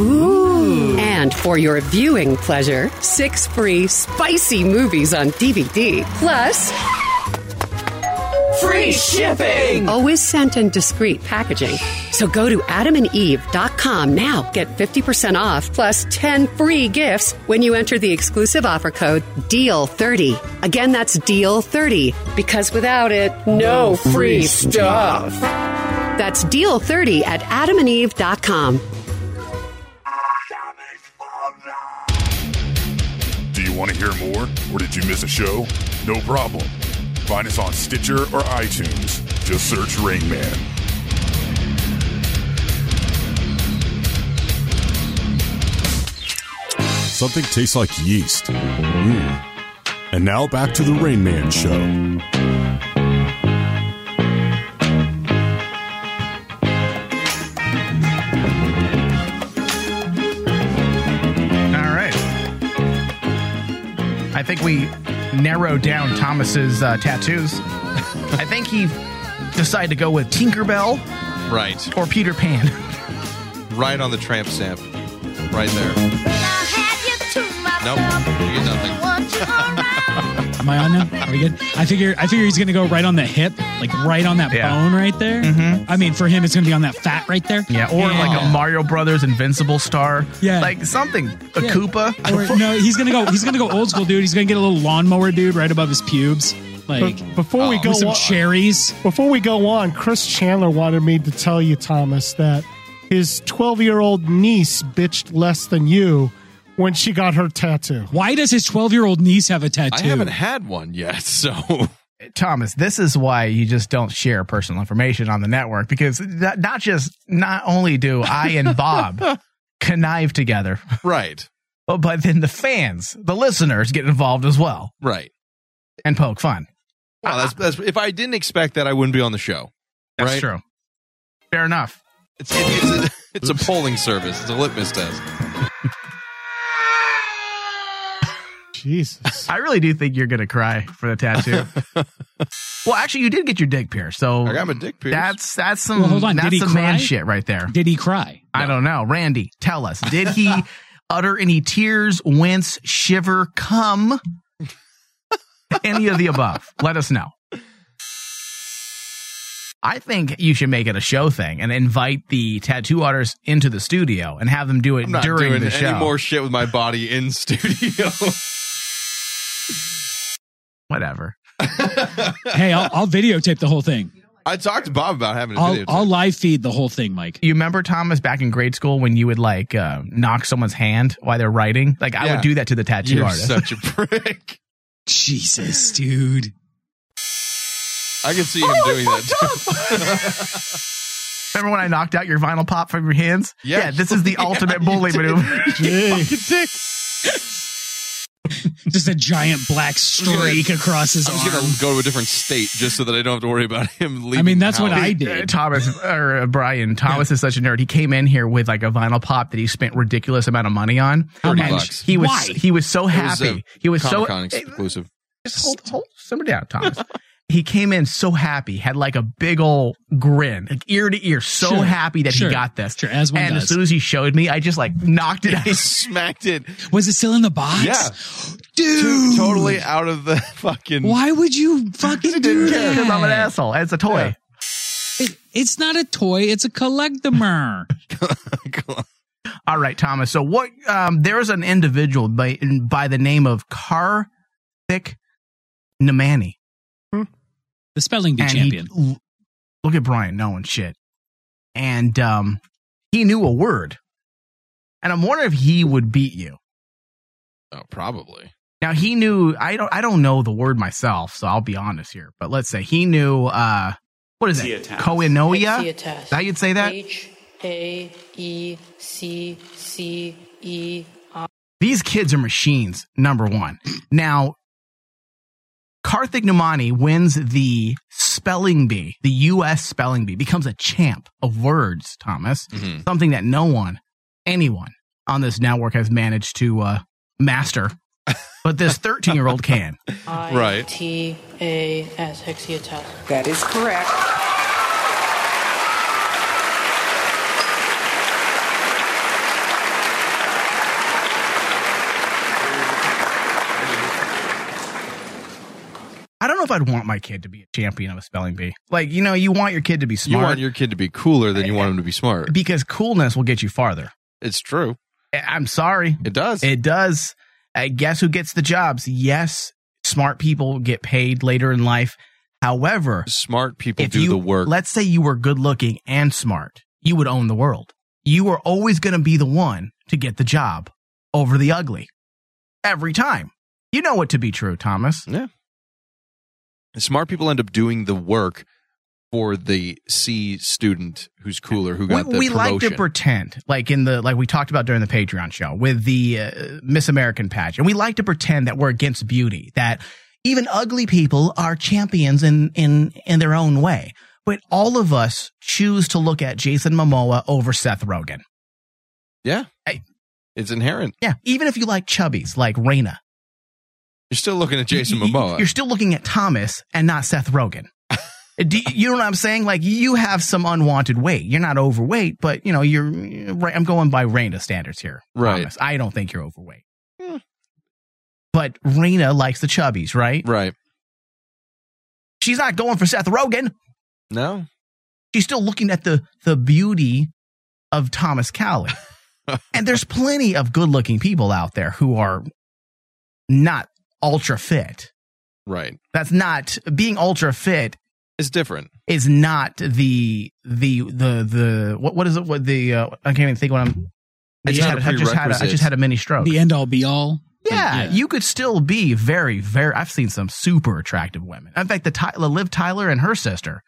Speaker 18: And for your viewing pleasure, six free spicy movies on DVD, plus
Speaker 19: Free shipping!
Speaker 18: Always sent in discreet packaging. So go to adamandeve.com now. Get 50% off plus 10 free gifts when you enter the exclusive offer code E DEAL30. Again, that's E DEAL30 because without it, no free stuff. That's E DEAL30 at adamandeve.com.
Speaker 15: Do you want to hear more, or did you miss a show? No problem. Find us on Stitcher or iTunes. Just search Rain Man.
Speaker 1: Something tastes like yeast. Mm. And now back to the Rain Man show.
Speaker 7: All right. I think we narrowed down Thomas's uh, tattoos. I think he decided to go with Tinkerbell
Speaker 11: Right.
Speaker 7: or Peter Pan.
Speaker 11: Right on the tramp stamp. Right there. Nope. You get nothing.
Speaker 12: Am I on now? Are we good? I figure I figure he's gonna go right on the hip, like right on that bone right there. I mean, for him, it's gonna be on that fat right there.
Speaker 7: Mm-hmm. Yeah, or like a Mario Brothers Invincible star.
Speaker 12: Yeah.
Speaker 7: Like something. A
Speaker 12: Yeah.
Speaker 7: Koopa.
Speaker 12: Or, no, he's gonna go. He's gonna go old school, dude. He's gonna get a little lawnmower, dude, right above his pubes. Like oh,
Speaker 2: But before we
Speaker 7: Oh.
Speaker 12: with
Speaker 2: go
Speaker 12: some
Speaker 2: on-
Speaker 12: cherries.
Speaker 2: Before we go on, Chris Chandler wanted me to tell you, Thomas, that his 12 year old niece bitched less than you when she got her tattoo.
Speaker 12: Why does his 12 year old niece have a tattoo?
Speaker 11: I haven't had one yet, so
Speaker 7: Thomas, this is why you just don't share personal information on the network because not, not just not only do I and Bob connive together,
Speaker 11: right?
Speaker 7: But, but then the fans, the listeners, get involved as well,
Speaker 11: right?
Speaker 7: And poke fun.
Speaker 11: Wow, that's, that's if I didn't expect that, I wouldn't be on the show.
Speaker 7: That's
Speaker 11: right?
Speaker 7: true. Fair enough.
Speaker 11: It's it's, a, it's a polling service. It's a litmus test.
Speaker 2: Jesus,
Speaker 7: I really do think you're gonna cry for the tattoo. well, actually, you did get your dick pierced, so
Speaker 11: I got my dick pierced.
Speaker 7: That's that's some
Speaker 12: Well, hold on.
Speaker 7: that's
Speaker 12: Did he
Speaker 7: some
Speaker 12: cry?
Speaker 7: man shit right there.
Speaker 12: Did he cry?
Speaker 7: I don't know. Randy, tell us. Did he utter any tears, wince, shiver, come? any of the above? Let us know. I think you should make it a show thing and invite the tattoo artists into the studio and have them do it
Speaker 11: I'm not
Speaker 7: during
Speaker 11: doing
Speaker 7: the show.
Speaker 11: any more shit with my body in studio.
Speaker 7: Whatever.
Speaker 12: hey, I'll, I'll videotape the whole thing.
Speaker 11: I talked to Bob about having a
Speaker 12: I'll,
Speaker 11: video.
Speaker 12: I'll live feed the whole thing, Mike.
Speaker 7: You remember Thomas back in grade school when you would like uh, knock someone's hand while they're writing? Like I
Speaker 11: Yeah.
Speaker 7: would do that to the tattoo
Speaker 11: You're
Speaker 7: artist.
Speaker 11: such a prick.
Speaker 12: Jesus, dude.
Speaker 11: I can see him doing that.
Speaker 7: Remember when I knocked out your vinyl pop from your hands?
Speaker 11: Yeah.
Speaker 7: this is the ultimate bully maneuver.
Speaker 12: Just a giant black streak across his
Speaker 11: I'm
Speaker 12: arm.
Speaker 11: just gonna go to a different state just so that I don't have to worry about him leaving.
Speaker 12: mean,
Speaker 11: the
Speaker 12: that's what
Speaker 11: house.
Speaker 12: I
Speaker 7: Uh, Thomas or uh, Brian Thomas is such a nerd. He came in here with like a vinyl pop that he spent ridiculous amount of money on.
Speaker 11: How
Speaker 7: And
Speaker 11: much? bucks.
Speaker 7: He was
Speaker 11: Why?
Speaker 7: he was so
Speaker 11: It was,
Speaker 7: happy.
Speaker 11: uh,
Speaker 7: he was
Speaker 11: Comic-Con
Speaker 7: so e-,
Speaker 11: exclusive.
Speaker 7: just hold, hold simmer down, Thomas. he came in so happy, had like a big old grin, like ear to ear, so
Speaker 12: Sure.
Speaker 7: happy that
Speaker 12: Sure.
Speaker 7: he got this.
Speaker 12: Sure, as one
Speaker 7: and
Speaker 12: does.
Speaker 7: as soon as he showed me, I just like knocked it out.
Speaker 11: smacked it.
Speaker 12: Was it still in the box?
Speaker 11: Yeah.
Speaker 12: Dude.
Speaker 11: To- totally out of the fucking.
Speaker 12: Why would you fucking do that?
Speaker 7: Because I'm an asshole. It's a toy.
Speaker 12: It- it's not a toy. It's a collectimer.
Speaker 7: All right, Thomas. So what? Um, there is an individual by by the name of Karthik Namani,
Speaker 12: Hmm. the spelling bee
Speaker 7: And he-
Speaker 12: champion.
Speaker 7: Look at Brian knowing shit, and um, he knew a word, and I'm wondering if he would beat you.
Speaker 11: Oh, probably.
Speaker 7: Now he knew I don't I don't know the word myself, so I'll be honest here. But let's say he knew uh, what is it? Koinonia. Is
Speaker 20: Hexiotas.
Speaker 7: that how Oh, you'd say that?
Speaker 20: H A E C C E R.
Speaker 7: These kids are machines, number one. Now, Karthik Numani wins the spelling bee, the U.S. spelling bee, becomes a champ of words, Thomas.
Speaker 11: Mm-hmm.
Speaker 7: Something that no one, anyone on this network has managed to uh, master, but this 13 year old can.
Speaker 20: I
Speaker 7: Right.
Speaker 20: T A S Hexiotas.
Speaker 21: That is correct.
Speaker 7: I don't know if I'd want my kid to be a champion of a spelling bee. Like, you know, you want your kid to be
Speaker 11: You
Speaker 7: smart
Speaker 11: want your kid to be cooler than you want him to be smart.
Speaker 7: because coolness will get you farther.
Speaker 11: It's true.
Speaker 7: I- I'm sorry.
Speaker 11: It does.
Speaker 7: It does. Uh, guess who gets the jobs? Yes, smart people get paid later in life. However,
Speaker 11: Smart people
Speaker 7: if
Speaker 11: do
Speaker 7: you,
Speaker 11: the work.
Speaker 7: Let's say you were good looking and smart, you would own the world. You are always going to be the one to get the job over the ugly every time. You know it to be true, Thomas.
Speaker 11: Yeah. Smart people end up doing the work for the C student who's cooler who
Speaker 7: We,
Speaker 11: got the
Speaker 7: we like to
Speaker 11: promotion.
Speaker 7: pretend, like in the like we talked about during the Patreon show with the uh, Miss American pageant. We like to pretend that we're against beauty, that even ugly people are champions in in in their own way. But all of us choose to look at Jason Momoa over Seth Rogen.
Speaker 11: yeah. it's inherent.
Speaker 7: Yeah, even if you like chubbies like Raina,
Speaker 11: You're still looking at Jason Momoa.
Speaker 7: you're still looking at Thomas and not Seth Rogen. Do you, you know what I'm saying? Like you have some unwanted weight. You're not overweight, but you know you're. Right, I'm going by Raina standards here.
Speaker 11: Right.
Speaker 7: Thomas. I don't think you're overweight. But Raina likes the chubbies, right?
Speaker 11: Right.
Speaker 7: She's not going for Seth Rogen.
Speaker 11: No.
Speaker 7: She's still looking at the the beauty of Thomas Cowley. and there's plenty of good-looking people out there who are not ultra fit.
Speaker 11: right.
Speaker 7: That's not being ultra fit
Speaker 11: It's different.
Speaker 7: is not the the the the what what is it what the uh, I can't even think what I'm I
Speaker 11: It's
Speaker 7: just,
Speaker 11: not
Speaker 7: had,
Speaker 11: a
Speaker 7: I just had a, I
Speaker 11: prerequisite.
Speaker 7: just had a mini stroke.
Speaker 12: The end all be all.
Speaker 7: Yeah, you could still be very, very. I've seen some super attractive women. In fact, the Ty- the Liv Tyler and her sister,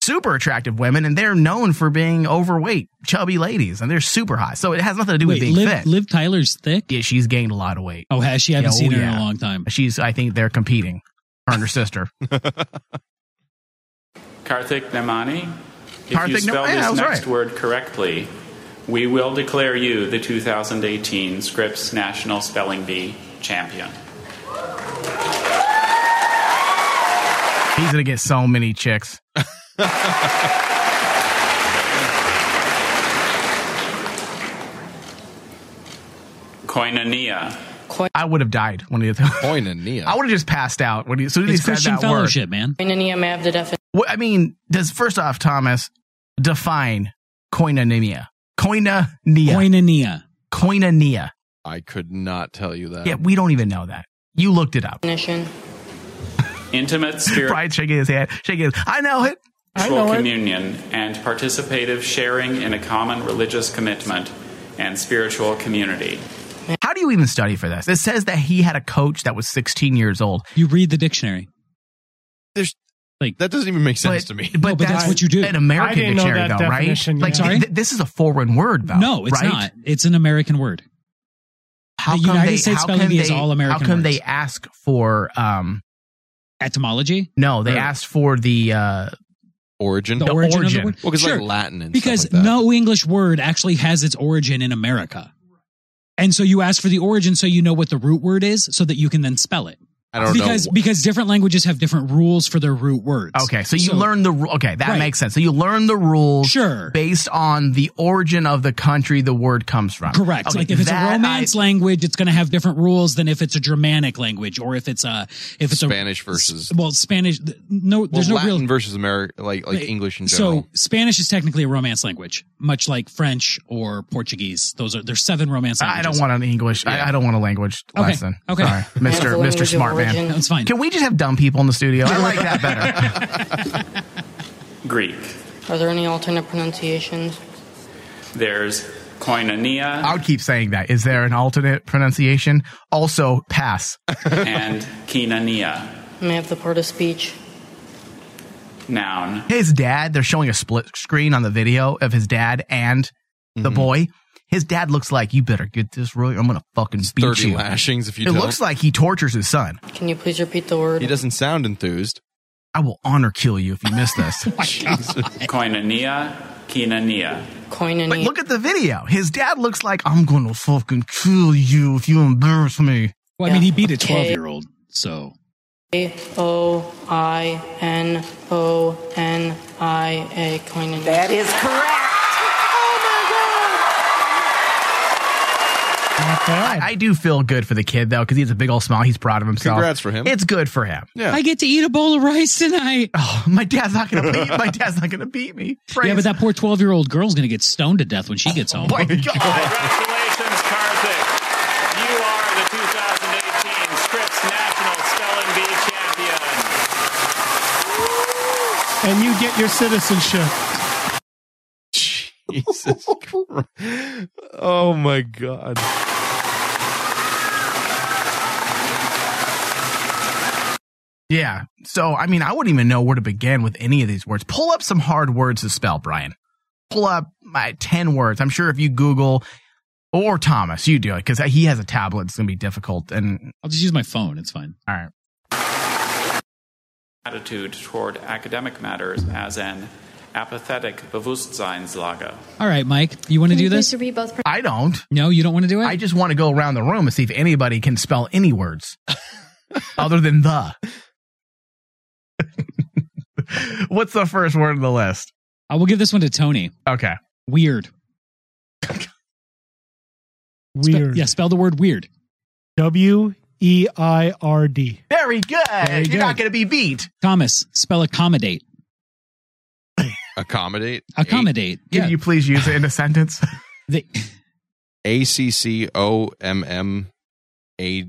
Speaker 7: super attractive women, and they're known for being overweight, chubby ladies, and they're super hot. So it has nothing to do
Speaker 12: Wait,
Speaker 7: with being
Speaker 12: Liv-
Speaker 7: fit.
Speaker 12: Liv Tyler's thick.
Speaker 7: Yeah, she's gained a lot of weight.
Speaker 12: Oh, has she? I haven't
Speaker 7: Yeah,
Speaker 12: seen
Speaker 7: oh,
Speaker 12: her in
Speaker 7: yeah.
Speaker 12: a long time.
Speaker 7: She's. I think they're competing. Her and her sister.
Speaker 3: Karthik Namani, if
Speaker 7: Karthik
Speaker 3: you
Speaker 7: Nam-
Speaker 3: spell
Speaker 7: yeah, I was
Speaker 3: this next
Speaker 7: right.
Speaker 3: word correctly, we will declare you the 2018 Scripps National Spelling Bee champion.
Speaker 7: He's gonna get so many chicks.
Speaker 3: Koinonia.
Speaker 7: I would have died when he. Koinonia. I would have just passed out when he. So he
Speaker 3: It's
Speaker 7: said
Speaker 3: Christian
Speaker 7: that
Speaker 3: fellowship,
Speaker 7: word.
Speaker 12: man.
Speaker 20: Koinonia may have the definition.
Speaker 7: What I mean, does first off, Thomas, define koinonia? Koinonia.
Speaker 12: Koinonia.
Speaker 7: Koinonia.
Speaker 11: I could not tell you that.
Speaker 7: Yeah, we don't even know that. You looked it up.
Speaker 3: Intimate spiritual
Speaker 7: Brian's shaking his head. Shaking his. I know it.
Speaker 3: communion and participative sharing in a common religious commitment and spiritual community.
Speaker 7: How do you even study for this? It says that he had a coach that was 16 years old.
Speaker 12: You read the dictionary.
Speaker 11: There's
Speaker 12: like
Speaker 11: that doesn't even make sense to me.
Speaker 7: But, that's, what you do. An American
Speaker 12: I didn't know
Speaker 7: dictionary,
Speaker 12: that
Speaker 7: though, right?
Speaker 12: definition,
Speaker 7: Like,
Speaker 12: yeah.
Speaker 7: th- th- this is a foreign word, though.
Speaker 12: no, it's
Speaker 7: right?
Speaker 12: not. It's an American word.
Speaker 7: How
Speaker 12: the
Speaker 7: come
Speaker 12: United
Speaker 7: they-
Speaker 12: States
Speaker 7: how
Speaker 12: spelling
Speaker 7: come
Speaker 12: bee is
Speaker 7: they-
Speaker 12: all American.
Speaker 7: How come
Speaker 12: words.
Speaker 7: they ask for um,
Speaker 12: etymology?
Speaker 7: No, they
Speaker 12: Or-
Speaker 7: asked for the uh,
Speaker 11: origin.
Speaker 12: the origin, of the word?
Speaker 11: Well, because
Speaker 12: sure.
Speaker 11: like Latin and
Speaker 12: because
Speaker 11: stuff like that.
Speaker 12: no English word actually has its origin in America, and so you ask for the origin so you know what the root word is, so that you can then spell it.
Speaker 11: I don't know
Speaker 12: because
Speaker 11: wh-
Speaker 12: because different languages have different rules for their root words.
Speaker 7: Okay, so you learn the ru- okay that makes sense. So you learn the rules
Speaker 12: sure
Speaker 7: based on the origin of the country the word comes from.
Speaker 12: Correct.
Speaker 7: Okay,
Speaker 12: like if it's a
Speaker 7: that I-
Speaker 12: Romance language, it's going to have different rules than if it's a Germanic language or if it's a if it's
Speaker 11: Spanish versus
Speaker 12: a well Spanish. th- No,
Speaker 11: well,
Speaker 12: there's no
Speaker 11: Latin
Speaker 12: real
Speaker 11: versus American, like like English in general.
Speaker 12: So Spanish is technically a Romance language, much like French or Portuguese. Those are there's seven Romance
Speaker 7: I
Speaker 12: languages.
Speaker 7: don't want an English. I, I don't want a language
Speaker 12: Okay,
Speaker 7: lesson.
Speaker 12: okay.
Speaker 7: Sorry,
Speaker 12: Yeah, it's a
Speaker 7: Mister
Speaker 12: language
Speaker 7: Mister
Speaker 12: of
Speaker 7: Smart Man.
Speaker 12: origin. That's fine.
Speaker 7: Can we just have dumb people in the studio? I like that better.
Speaker 3: Greek.
Speaker 20: Are there any alternate pronunciations?
Speaker 3: There's koinonia
Speaker 7: I would keep saying that. Is there an alternate pronunciation? Also, pass.
Speaker 3: and kinania,
Speaker 20: May I have the part of speech?
Speaker 3: noun.
Speaker 7: His dad. They're showing a split screen on the video of his dad and the
Speaker 11: Mm-hmm.
Speaker 7: boy. His dad looks like you better get this right. or I'm gonna fucking beat
Speaker 11: 30
Speaker 7: you.
Speaker 11: lashings if you
Speaker 7: It
Speaker 11: don't.
Speaker 7: looks like he tortures his son.
Speaker 20: Can you please repeat the word?
Speaker 11: He doesn't sound enthused. Oh
Speaker 7: I will honor kill you if you miss this.
Speaker 3: Koinonia, kinania.
Speaker 20: Koinonia.
Speaker 7: But look at the video. His dad looks like I'm gonna fucking kill you if you embarrass me.
Speaker 12: Well, I mean, he beat a 12-year-old, so
Speaker 20: A O I N O N I A koinonia. That is correct.
Speaker 7: I, I do feel good for the kid though, because he has a big old smile. He's proud of himself.
Speaker 11: Congrats for him.
Speaker 7: It's good for him.
Speaker 11: Yeah.
Speaker 12: I get to eat a bowl of rice tonight.
Speaker 7: Oh, my dad's not gonna beat my dad's not gonna beat me.
Speaker 12: yeah,
Speaker 7: Praise
Speaker 12: but that poor twelve-year-old girl's going to get stoned to death when she gets home.
Speaker 7: Oh my God.
Speaker 3: Congratulations, Karthik. You are the 2018 Scripps National Spelling Bee champion.
Speaker 2: And you get your citizenship.
Speaker 11: Jesus Christ. Oh my God.
Speaker 7: Yeah. So I mean, I wouldn't even know where to begin with any of these words. Pull up some hard words to spell, Brian. Pull up my ten words. I'm sure if you Google or Thomas, you do it because he has a tablet. It's gonna be difficult. And
Speaker 12: I'll just use my phone. It's fine.
Speaker 7: All right.
Speaker 3: Attitude toward academic matters as an apathetic Bewusstseinslage.
Speaker 12: All right, Mike, you want to do this?
Speaker 7: I don't.
Speaker 12: No, you don't want to do it.
Speaker 7: I just want to go around the room and see if anybody can spell any words other than the. What's the first word on the list?
Speaker 12: I will give this one to Tony.
Speaker 7: Okay.
Speaker 12: Weird.
Speaker 2: Weird.
Speaker 12: yeah, spell the word weird.
Speaker 2: W E I R D.
Speaker 7: Very good.
Speaker 2: Very
Speaker 7: You're not
Speaker 2: good.
Speaker 7: going to be beat.
Speaker 12: Thomas, spell accommodate.
Speaker 11: Accommodate.
Speaker 12: Accommodate.
Speaker 7: Can you please use it in a sentence?
Speaker 12: The,
Speaker 11: A C C O M M A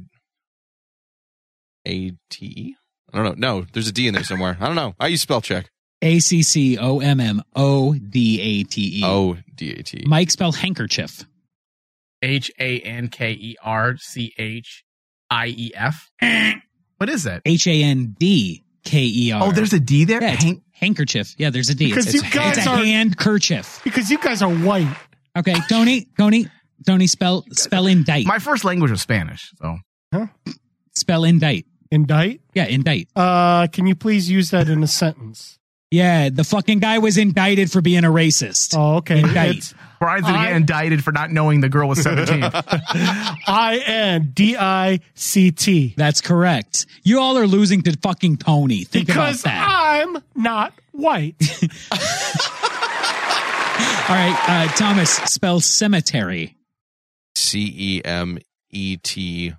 Speaker 11: A T E. I don't know. No, there's a D in there somewhere. I don't know. I use spell check.
Speaker 12: A C C O M M O D A T E.
Speaker 11: O D A E. T E.
Speaker 12: Mike, spell handkerchief.
Speaker 7: H A N K E R C H I E F. What is that?
Speaker 12: H A N D K E R.
Speaker 7: Oh, there's a D there?
Speaker 12: Yeah, it's handkerchief. Yeah, there's a D.
Speaker 2: Because
Speaker 12: it's,
Speaker 2: you
Speaker 12: it's,
Speaker 2: guys
Speaker 12: it's a
Speaker 2: are-
Speaker 12: handkerchief.
Speaker 2: Because you guys are white.
Speaker 12: Okay, Tony, Tony, Tony, spell spell indict.
Speaker 7: My first language was Spanish, so
Speaker 2: Huh?
Speaker 12: Spell indict.
Speaker 2: Indict?
Speaker 12: Yeah, indict.
Speaker 2: Uh, can you please use that in a sentence?
Speaker 12: Yeah, the fucking guy was indicted for being a racist.
Speaker 2: Oh, okay.
Speaker 12: Indict.
Speaker 2: It's
Speaker 7: Brian's gonna get
Speaker 2: I-
Speaker 7: indicted for not knowing the girl was 17.
Speaker 2: I N D I C T.
Speaker 12: That's correct. You all are losing to fucking Tony. Think
Speaker 2: Because
Speaker 12: about that.
Speaker 2: I'm not white.
Speaker 12: all right, uh, Thomas, spell cemetery.
Speaker 11: C E M E T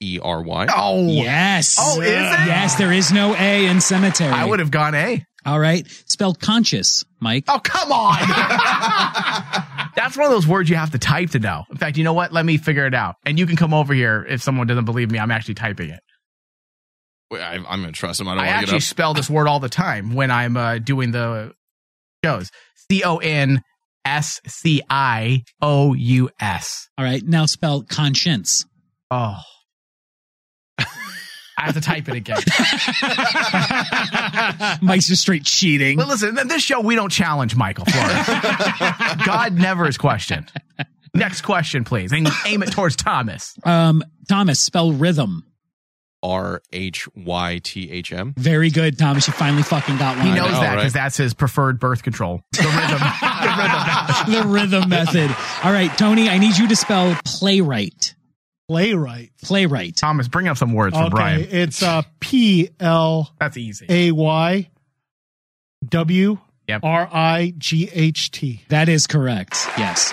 Speaker 11: E R Y.
Speaker 7: oh,
Speaker 12: Yes.
Speaker 7: Oh, is it?
Speaker 12: Yes, there is no A in cemetery.
Speaker 7: I would have gone A.
Speaker 12: All right, spell conscious, Mike.
Speaker 7: Oh, come on. That's one of those words you have to type to know. In fact, you know what? Let me figure it out. And you can come over here if someone doesn't believe me. I'm actually typing it.
Speaker 11: Wait, I, I'm gonna trust him. I don't
Speaker 7: I
Speaker 11: want to get
Speaker 7: actually
Speaker 11: up.
Speaker 7: spell this word all the time when I'm uh, doing the shows. C O N S C I O U S.
Speaker 12: All right, now spell conscience.
Speaker 7: Oh. I have to type it again.
Speaker 12: Mike's just straight cheating.
Speaker 7: But listen, in this show, we don't challenge Michael Flores. God never is questioned. Next question, please. And aim it towards Thomas.
Speaker 12: Um, Thomas, spell rhythm.
Speaker 11: R H Y T H M.
Speaker 12: Very good, Thomas. You finally fucking got one.
Speaker 7: He knows
Speaker 11: know,
Speaker 7: that because
Speaker 11: right?
Speaker 7: that's his preferred birth control.
Speaker 12: the rhythm method. All right, Tony, I need you to spell playwright.
Speaker 2: Playwright.
Speaker 12: Playwright.
Speaker 7: Thomas, bring up some words for Brian.
Speaker 2: It's uh, P L
Speaker 7: That's easy.
Speaker 2: A Y W
Speaker 7: Yep.
Speaker 2: R I G H T.
Speaker 12: That is correct. Yes.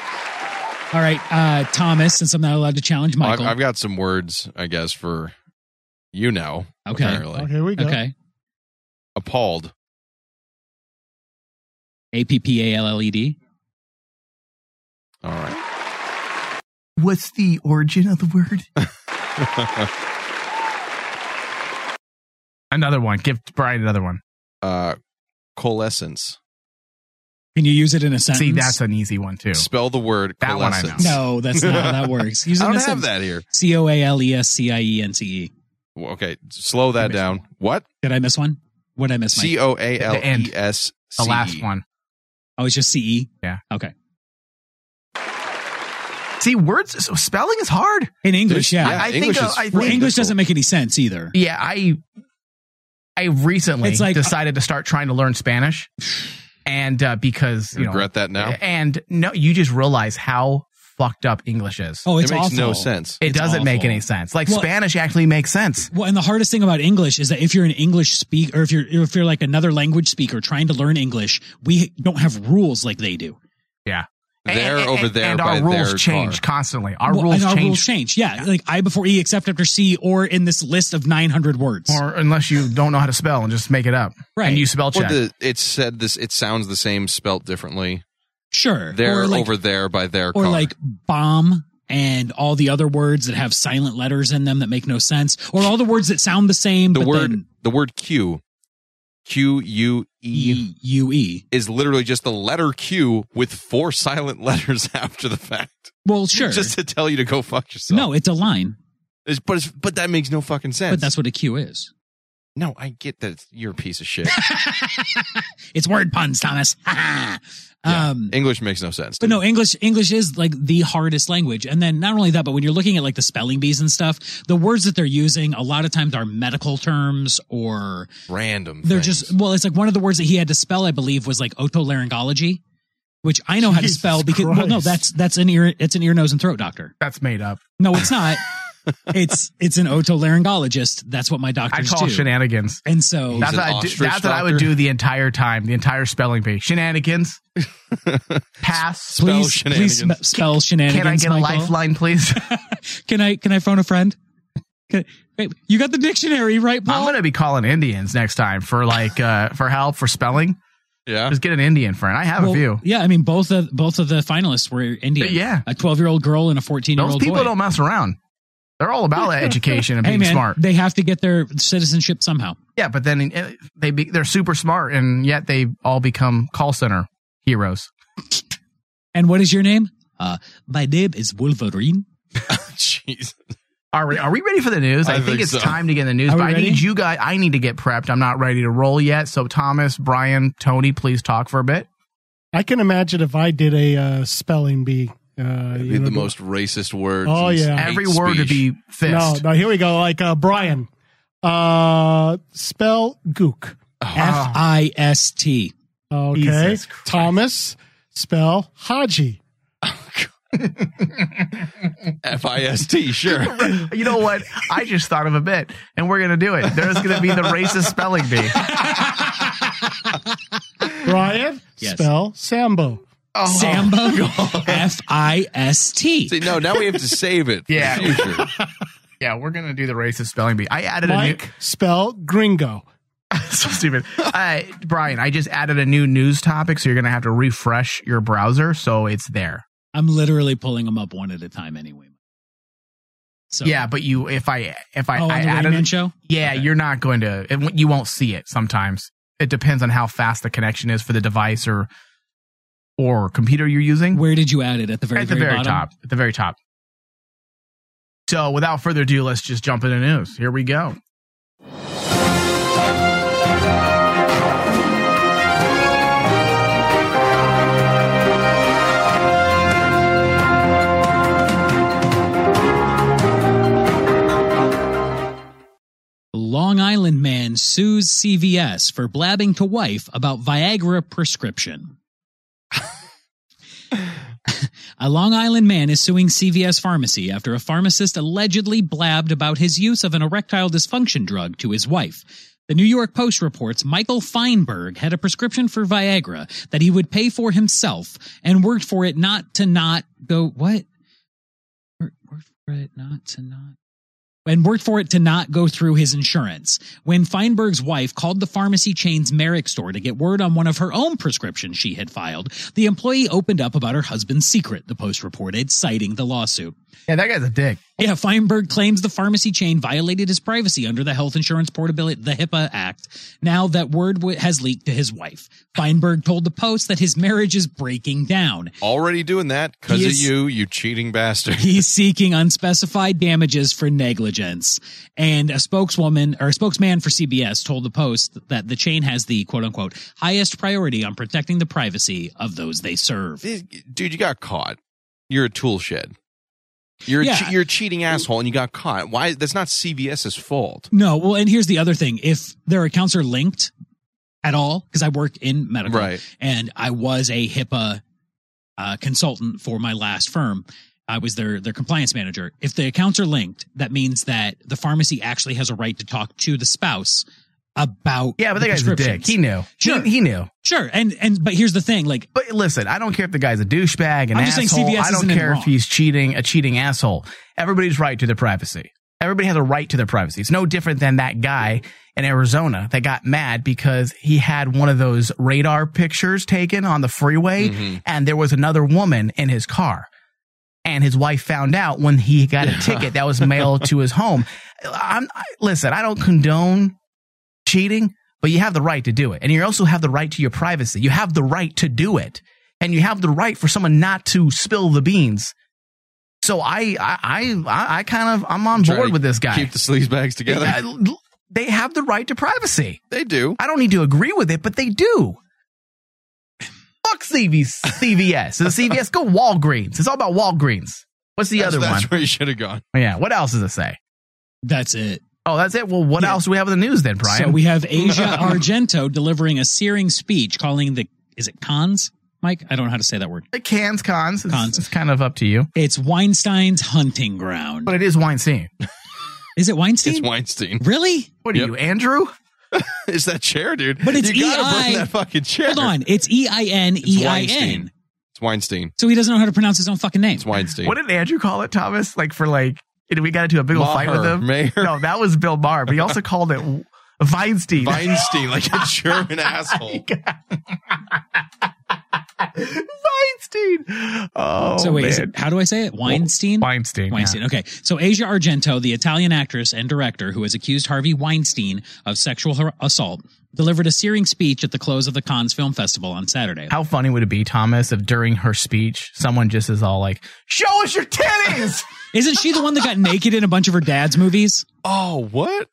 Speaker 12: All right, uh, Thomas, since I'm not allowed to challenge
Speaker 11: I've,
Speaker 12: Michael.
Speaker 11: I've got some words, I guess, for you know.
Speaker 12: Okay.
Speaker 11: Apparently.
Speaker 2: Oh, here we go.
Speaker 12: okay.
Speaker 11: Appalled.
Speaker 12: A P P A L L E D.
Speaker 11: All right.
Speaker 7: What's the origin of the word? another one. Give Brian another one.
Speaker 11: uh, coalescence.
Speaker 12: Can you use it in a sentence?
Speaker 7: See, that's an easy one too.
Speaker 11: Spell the word
Speaker 7: That one I know.
Speaker 11: coalescence.
Speaker 12: no, that's not how that works. Use it
Speaker 11: I
Speaker 12: in
Speaker 11: don't
Speaker 12: a
Speaker 11: have
Speaker 12: sentence.
Speaker 11: that here.
Speaker 12: C O A L E S C I E N T E.
Speaker 11: Well, Okay, slow that down. What?
Speaker 12: Did I miss one? What did I miss? Mike?
Speaker 11: C O A L
Speaker 7: The end.
Speaker 11: E S.
Speaker 7: The last one.
Speaker 12: Oh, it's just C E.
Speaker 7: Yeah.
Speaker 12: Okay.
Speaker 7: See, words so spelling is hard.
Speaker 12: In English, yeah.
Speaker 7: I think
Speaker 11: English
Speaker 7: a-
Speaker 11: is
Speaker 7: I think-
Speaker 12: Well,
Speaker 11: freaking
Speaker 12: English
Speaker 11: difficult.
Speaker 12: doesn't make any sense either.
Speaker 7: Yeah, I I recently
Speaker 12: It's like- uh,
Speaker 7: decided to start trying to learn Spanish, and uh, because you know,
Speaker 11: Regret that now.
Speaker 7: and no, you just realize how fucked up English is.
Speaker 12: Oh,
Speaker 11: It
Speaker 12: it's
Speaker 11: makes
Speaker 12: awful.
Speaker 11: no sense.
Speaker 7: it
Speaker 12: it's
Speaker 7: doesn't make
Speaker 12: awful.
Speaker 7: any sense. Like
Speaker 12: Well-
Speaker 7: Spanish actually makes sense.
Speaker 12: Well, and the hardest thing about English is that if you're an English speaker, or if you're if you're like another language speaker trying to learn English, we don't have rules like they do.
Speaker 7: Yeah,
Speaker 11: They're
Speaker 7: and,
Speaker 11: over there
Speaker 7: and
Speaker 11: by
Speaker 7: our
Speaker 11: their
Speaker 7: rules change
Speaker 11: car.
Speaker 7: constantly. Our
Speaker 12: Well,
Speaker 7: rules
Speaker 12: and our
Speaker 7: change.
Speaker 12: rules change. Yeah, like I before E, except after C, or in this list of 900 words.
Speaker 7: Or unless you don't know how to spell and just make it up,
Speaker 12: Right.
Speaker 7: And you spell
Speaker 11: Well,
Speaker 7: check.
Speaker 11: the, it said this. It sounds the same, spelt differently.
Speaker 12: sure,
Speaker 11: There
Speaker 12: or like,
Speaker 11: over there by their
Speaker 12: or
Speaker 11: car.
Speaker 12: like bomb and all the other words that have silent letters in them that make no sense, or all the words that sound the same.
Speaker 11: the
Speaker 12: but
Speaker 11: word
Speaker 12: then
Speaker 11: the word Q Q U E
Speaker 12: E U E.
Speaker 11: is literally just the letter Q with four silent letters after the fact,
Speaker 12: Well, sure.
Speaker 11: just to tell you to go fuck yourself.
Speaker 12: no, it's a line,
Speaker 11: It's- but it's, but that makes no fucking sense.
Speaker 12: but that's what a Q is.
Speaker 11: no, I get that it's, you're a piece of shit.
Speaker 12: It's word puns, Thomas.
Speaker 11: Yeah.
Speaker 12: um,
Speaker 11: English makes no sense.
Speaker 12: but
Speaker 11: dude.
Speaker 12: no, English English is like the hardest language. And then not only that, but when you're looking at like the spelling bees and stuff, the words that they're using a lot of times are medical terms or
Speaker 11: random.
Speaker 12: they're
Speaker 11: things.
Speaker 12: just well, it's like one of the words that he had to spell, I believe, was like otolaryngology, which I know how to
Speaker 2: Jesus
Speaker 12: spell because well, no,
Speaker 2: Christ.
Speaker 12: that's that's an ear it's an ear, nose, and throat doctor.
Speaker 7: That's made up.
Speaker 12: No, it's not. it's it's an otolaryngologist. That's what my
Speaker 7: I
Speaker 12: doctors
Speaker 7: call
Speaker 12: do.
Speaker 7: shenanigans.
Speaker 12: and so
Speaker 7: That's
Speaker 11: an
Speaker 7: what, I do,
Speaker 11: ostrich
Speaker 7: that's what I would
Speaker 11: doctor.
Speaker 7: do the entire time, the entire spelling bee. Shenanigans. Pass.
Speaker 11: Spell
Speaker 12: please please spe-
Speaker 11: shenanigans.
Speaker 12: spell shenanigans.
Speaker 7: Can I get a
Speaker 12: Michael.
Speaker 7: lifeline, please?
Speaker 12: Can I can I phone a friend? Can, wait, you got the dictionary right, Paul?
Speaker 7: I'm gonna be calling Indians next time for like uh, for help for spelling.
Speaker 11: yeah.
Speaker 7: Just get an Indian friend. I have
Speaker 12: Well,
Speaker 7: a few.
Speaker 12: Yeah, I mean both of both of the finalists were Indian.
Speaker 7: Yeah.
Speaker 12: a twelve year old girl and a fourteen year
Speaker 7: Those
Speaker 12: old
Speaker 7: people
Speaker 12: boy.
Speaker 7: don't mess around. They're all about education and
Speaker 12: hey
Speaker 7: being
Speaker 12: man,
Speaker 7: smart.
Speaker 12: they have to get their citizenship somehow.
Speaker 7: Yeah, but then uh, they be, they're super smart, and yet they all become call center heroes.
Speaker 12: And what is your name?
Speaker 5: Uh, my name is Wolverine.
Speaker 11: Jeez.
Speaker 7: Are we, are we ready for the news? I,
Speaker 5: I
Speaker 7: think,
Speaker 5: think
Speaker 7: it's
Speaker 5: so.
Speaker 7: time to get in the news,
Speaker 5: Are
Speaker 7: but
Speaker 5: we
Speaker 7: I
Speaker 5: ready?
Speaker 7: need you guys. I need to get prepped. I'm not ready to roll yet. So, Thomas, Brian, Tony, please talk for a bit.
Speaker 2: I can imagine if I did a uh, spelling bee. Uh,
Speaker 11: It'd
Speaker 2: you
Speaker 11: be
Speaker 2: know,
Speaker 11: the most racist words.
Speaker 2: Oh
Speaker 11: and
Speaker 2: yeah,
Speaker 11: hate speech.
Speaker 2: No, no. Here we go. Like uh, Brian, uh, spell gook.
Speaker 11: Oh.
Speaker 5: F I S T.
Speaker 2: Okay.
Speaker 5: Jesus
Speaker 2: Thomas, spell haji.
Speaker 11: F I S T. Sure.
Speaker 7: you know what? I just thought of a bit, and we're gonna do it. There's gonna be the racist spelling bee.
Speaker 2: Brian,
Speaker 7: Yes.
Speaker 2: spell sambo.
Speaker 7: Oh.
Speaker 5: Sambo. F I S T.
Speaker 11: Oh. See, no, now we have to save it. For
Speaker 7: Yeah.
Speaker 11: The future.
Speaker 7: Yeah, we're gonna do the racist spelling bee. I added a new.
Speaker 2: Mike, spell gringo.
Speaker 7: so stupid. Uh, Brian, I just added a new news topic, so you're going to have to refresh your browser so it's there.
Speaker 12: I'm literally pulling them up one at a time anyway. So-
Speaker 7: yeah, but you, if I, if I,
Speaker 12: Oh, on
Speaker 7: I
Speaker 12: the Rain Man show?
Speaker 7: yeah, you're not going to, it, you won't see it sometimes. It depends on how fast the connection is for the device or, or computer you're using.
Speaker 12: Where did you add it? At the very,
Speaker 7: at the
Speaker 12: very
Speaker 7: very,
Speaker 12: bottom?
Speaker 7: top, at the very top. So without further ado, let's just jump into news. Here we go.
Speaker 12: Long Island man sues CVS for blabbing to wife about Viagra prescription. a Long Island man is suing CVS pharmacy after a pharmacist allegedly blabbed about his use of an erectile dysfunction drug to his wife. The New York Post reports Michael Feinberg had a prescription for Viagra that he would pay for himself and worked for it not to not go what? Worked worked for it not to not and worked for it to not go through his insurance. When Feinberg's wife called the pharmacy chain's Merrick store to get word on one of her own prescriptions she had filed, the employee opened up about her husband's secret, the Post reported, citing the lawsuit.
Speaker 7: Yeah, that guy's a dick.
Speaker 12: Yeah, Feinberg claims the pharmacy chain violated his privacy under the Health Insurance Portability, the HIPAA Act. Now that word w- has leaked to his wife. Feinberg told the Post that his marriage is breaking down.
Speaker 11: Already doing that because
Speaker 12: He
Speaker 11: of
Speaker 12: is-
Speaker 11: you, you cheating bastard.
Speaker 12: He's seeking unspecified damages for negligence. And a spokeswoman or a spokesman for CBS told the Post that the chain has the quote unquote highest priority on protecting the privacy of those they serve.
Speaker 11: Dude, you got caught. You're a tool shed. You're a
Speaker 12: Yeah.
Speaker 11: che- you're a cheating asshole, and you got caught. Why? That's not CVS's fault.
Speaker 12: No, well, and here's the other thing if their accounts are linked at all, because I work in medical
Speaker 11: Right.
Speaker 12: and I was a HIPAA uh, consultant for my last firm. I was their their compliance manager. If the accounts are linked, that means that the pharmacy actually has a right to talk to the spouse about
Speaker 7: Yeah, but
Speaker 12: the
Speaker 7: that guy's a dick.
Speaker 12: prescriptions.
Speaker 7: He knew.
Speaker 12: Sure.
Speaker 7: He, he knew.
Speaker 12: Sure. And and but here's the thing, like
Speaker 7: But listen, I don't care if the guy's a douchebag, an
Speaker 12: I'm just saying
Speaker 7: asshole.
Speaker 12: CVS
Speaker 7: I don't
Speaker 12: isn't in the
Speaker 7: care if
Speaker 12: wrong.
Speaker 7: he's cheating, a cheating asshole. Everybody's right to their privacy. Everybody has a right to their privacy. It's no different than that guy in Arizona that got mad because he had one of those radar pictures taken on the freeway
Speaker 12: Mm-hmm.
Speaker 7: and there was another woman in his car. And his wife found out when he got a ticket that was mailed to his home. I'm, I, listen, I don't condone cheating, but you have the right to do it. And you also have the right to your privacy. You have the right to do it. And you have the right for someone not to spill the beans. So I I I- I, I kind of I'm on
Speaker 11: Try
Speaker 7: board
Speaker 11: to
Speaker 7: with this guy.
Speaker 11: Keep the sleaze bags together.
Speaker 7: Yeah, l- They have the right to privacy.
Speaker 11: They do.
Speaker 7: I don't need to agree with it, but they do. Fuck CV, CVS. So the CVS, go Walgreens. It's all about Walgreens. What's the
Speaker 11: That's-
Speaker 7: other
Speaker 11: that's
Speaker 7: one?
Speaker 11: where you should have gone.
Speaker 7: Oh, Yeah. What else does it say?
Speaker 12: That's it.
Speaker 7: Oh, that's it. Well, what else do we have in the news then, Brian?
Speaker 12: So we have Asia Argento delivering a searing speech calling the is it cons, Mike? I don't know how to say that word.
Speaker 7: The cans, cons. It's,
Speaker 12: Cons.
Speaker 7: it's kind of up to you.
Speaker 12: It's Weinstein's hunting ground.
Speaker 7: But it is Weinstein.
Speaker 12: Is it Weinstein?
Speaker 11: It's Weinstein.
Speaker 12: Really?
Speaker 7: What are you, Andrew?
Speaker 11: it's that chair, dude.
Speaker 12: But it's
Speaker 11: you gotta bring
Speaker 12: EI.
Speaker 11: that fucking chair.
Speaker 12: Hold on. It's E I N E I
Speaker 11: Weinstein.
Speaker 12: N.
Speaker 11: It's Weinstein.
Speaker 12: So he doesn't know how to pronounce his own fucking name.
Speaker 11: It's Weinstein.
Speaker 7: What did Andrew call it, Thomas? Like for like, and we got into a big old fight with
Speaker 11: Maher,
Speaker 7: him.
Speaker 11: Maher.
Speaker 7: No, that was Bill Maher, but he also called it W- Weinstein.
Speaker 11: Weinstein, like a German asshole.
Speaker 7: Weinstein. Oh,
Speaker 12: so wait, is
Speaker 7: man.
Speaker 12: it, how do I say it? Weinstein?
Speaker 7: Weinstein. yeah.
Speaker 12: Weinstein. Okay. So Asia Argento, the Italian actress and director who has accused Harvey Weinstein of sexual har- assault, delivered a searing speech at the close of the Cannes Film Festival on Saturday.
Speaker 7: How funny would it be, Thomas, if during her speech, someone just is all like, Show us your titties!
Speaker 12: Isn't she the one that got naked in a bunch of her dad's movies?
Speaker 11: Oh, what?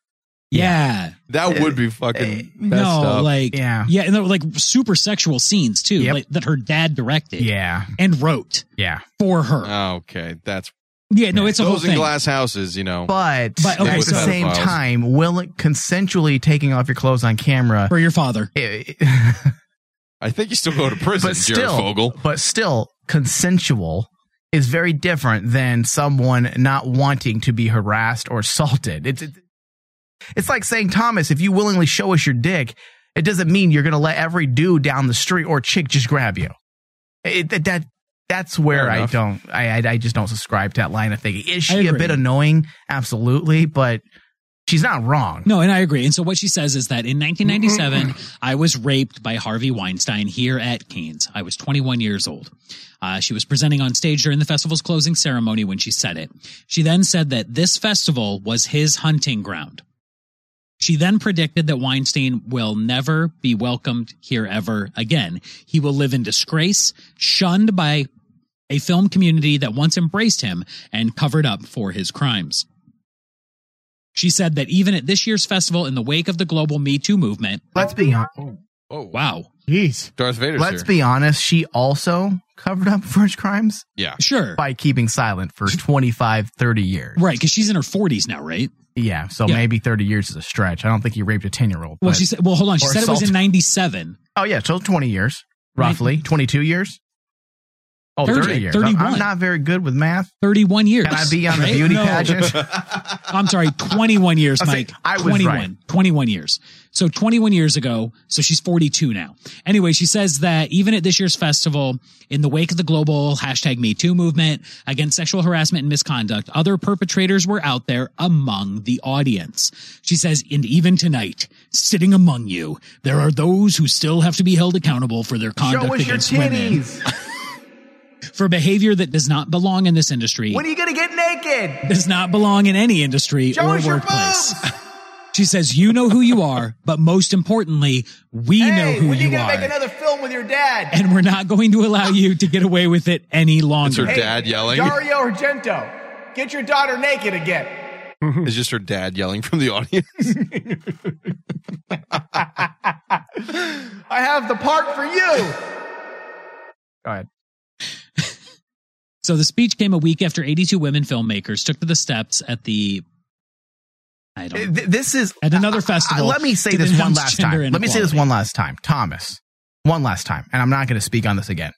Speaker 12: Yeah. Eh,
Speaker 11: That would be fucking messed
Speaker 12: no,
Speaker 11: up.
Speaker 12: like yeah, yeah, and there were like super sexual scenes too, like, that her dad directed,
Speaker 7: Yeah.
Speaker 12: and wrote,
Speaker 7: Yeah.
Speaker 12: for her.
Speaker 11: Okay, that's
Speaker 12: Yeah, no, it's a
Speaker 11: those
Speaker 12: whole
Speaker 11: in
Speaker 12: thing.
Speaker 11: glass houses, you know.
Speaker 7: But,
Speaker 11: But, okay,
Speaker 7: at the
Speaker 11: so-
Speaker 7: same
Speaker 11: Oh. Pedophiles.
Speaker 7: time, will consensually taking off your clothes on camera
Speaker 12: for your father?
Speaker 11: I think you still go to prison,
Speaker 7: but
Speaker 11: Jared
Speaker 7: still,
Speaker 11: Fogle.
Speaker 7: but still, consensual is very different than someone not wanting to be harassed or assaulted. It's it, it's like saying, Thomas, if you willingly show us your dick, it doesn't mean you're going to let every dude down the street or chick just grab you. It, that, that that's where I
Speaker 11: enough.
Speaker 7: don't, I, I I just don't subscribe to that line of thinking. Is
Speaker 12: I
Speaker 7: she a
Speaker 12: agree.
Speaker 7: bit annoying? Absolutely, but she's not wrong.
Speaker 12: No, and I agree. And so what she says is that in 1997, I was raped by Harvey Weinstein here at Cannes. I was 21 years old. Uh, she was presenting on stage during the festival's closing ceremony when she said it. She then said that this festival was his hunting ground. She then predicted that Weinstein will never be welcomed here ever again. He will live in disgrace, shunned by a film community that once embraced him and covered up for his crimes. She said that even at this year's festival, in the wake of the global Me Too movement,
Speaker 7: Let's be honest.
Speaker 11: Oh
Speaker 12: wow,
Speaker 2: jeez,
Speaker 11: Darth Vader's
Speaker 7: Let's be honest. She also covered up for his crimes.
Speaker 11: Yeah.
Speaker 12: Sure.
Speaker 7: By keeping silent for 25, 30 years.
Speaker 12: Right. Because she's in her 40s now, right?
Speaker 7: Yeah. So
Speaker 12: Yeah.
Speaker 7: maybe 30 years is a stretch. I don't think he raped a 10 year old.
Speaker 12: Well, she said, well, hold on. She
Speaker 7: or
Speaker 12: said it was in
Speaker 7: assault.
Speaker 12: 97.
Speaker 7: Oh, yeah. So 20 years, roughly. 22 years. Oh, 30,
Speaker 12: 30
Speaker 7: years.
Speaker 12: 31.
Speaker 7: I'm not very good with math.
Speaker 12: 31 years.
Speaker 7: Can I be on the
Speaker 12: Right?
Speaker 7: beauty
Speaker 12: No.
Speaker 7: pageant?
Speaker 12: I'm sorry, 21 years,
Speaker 7: I was saying,
Speaker 12: Mike.
Speaker 7: I was
Speaker 12: 21.
Speaker 7: right.
Speaker 12: 21 years. So 21 years ago, so she's 42 now. Anyway, she says that even at this year's festival, in the wake of the global hashtag Me Too movement against sexual harassment and misconduct, other perpetrators were out there among the audience. She says, and even tonight, sitting among you, there are those who still have to be held accountable for their conduct
Speaker 7: Show us your
Speaker 12: against women,
Speaker 7: titties.
Speaker 12: for behavior that does not belong in this industry
Speaker 7: When are you going to get naked?
Speaker 12: does not belong in any industry
Speaker 7: Show
Speaker 12: or
Speaker 7: us your
Speaker 12: workplace. She says, You know who you are, but most importantly, we know who you
Speaker 7: gonna
Speaker 12: are.
Speaker 7: another film with your dad?
Speaker 12: and we're not going to allow you to get away with it any longer.
Speaker 11: her dad yelling.
Speaker 7: Argento, get your daughter naked again.
Speaker 11: it's just her dad yelling from the audience.
Speaker 7: I have the part for you. Go ahead.
Speaker 12: So the speech came a week after 82 women filmmakers took to the steps at the. I don't.
Speaker 7: This is
Speaker 12: at another festival.
Speaker 7: Uh, let me say
Speaker 12: to
Speaker 7: this one
Speaker 12: denounce
Speaker 7: last
Speaker 12: gender
Speaker 7: time. Let me say this
Speaker 12: inequality.
Speaker 7: one last time. Thomas, one last time. And I'm not going to speak on this again.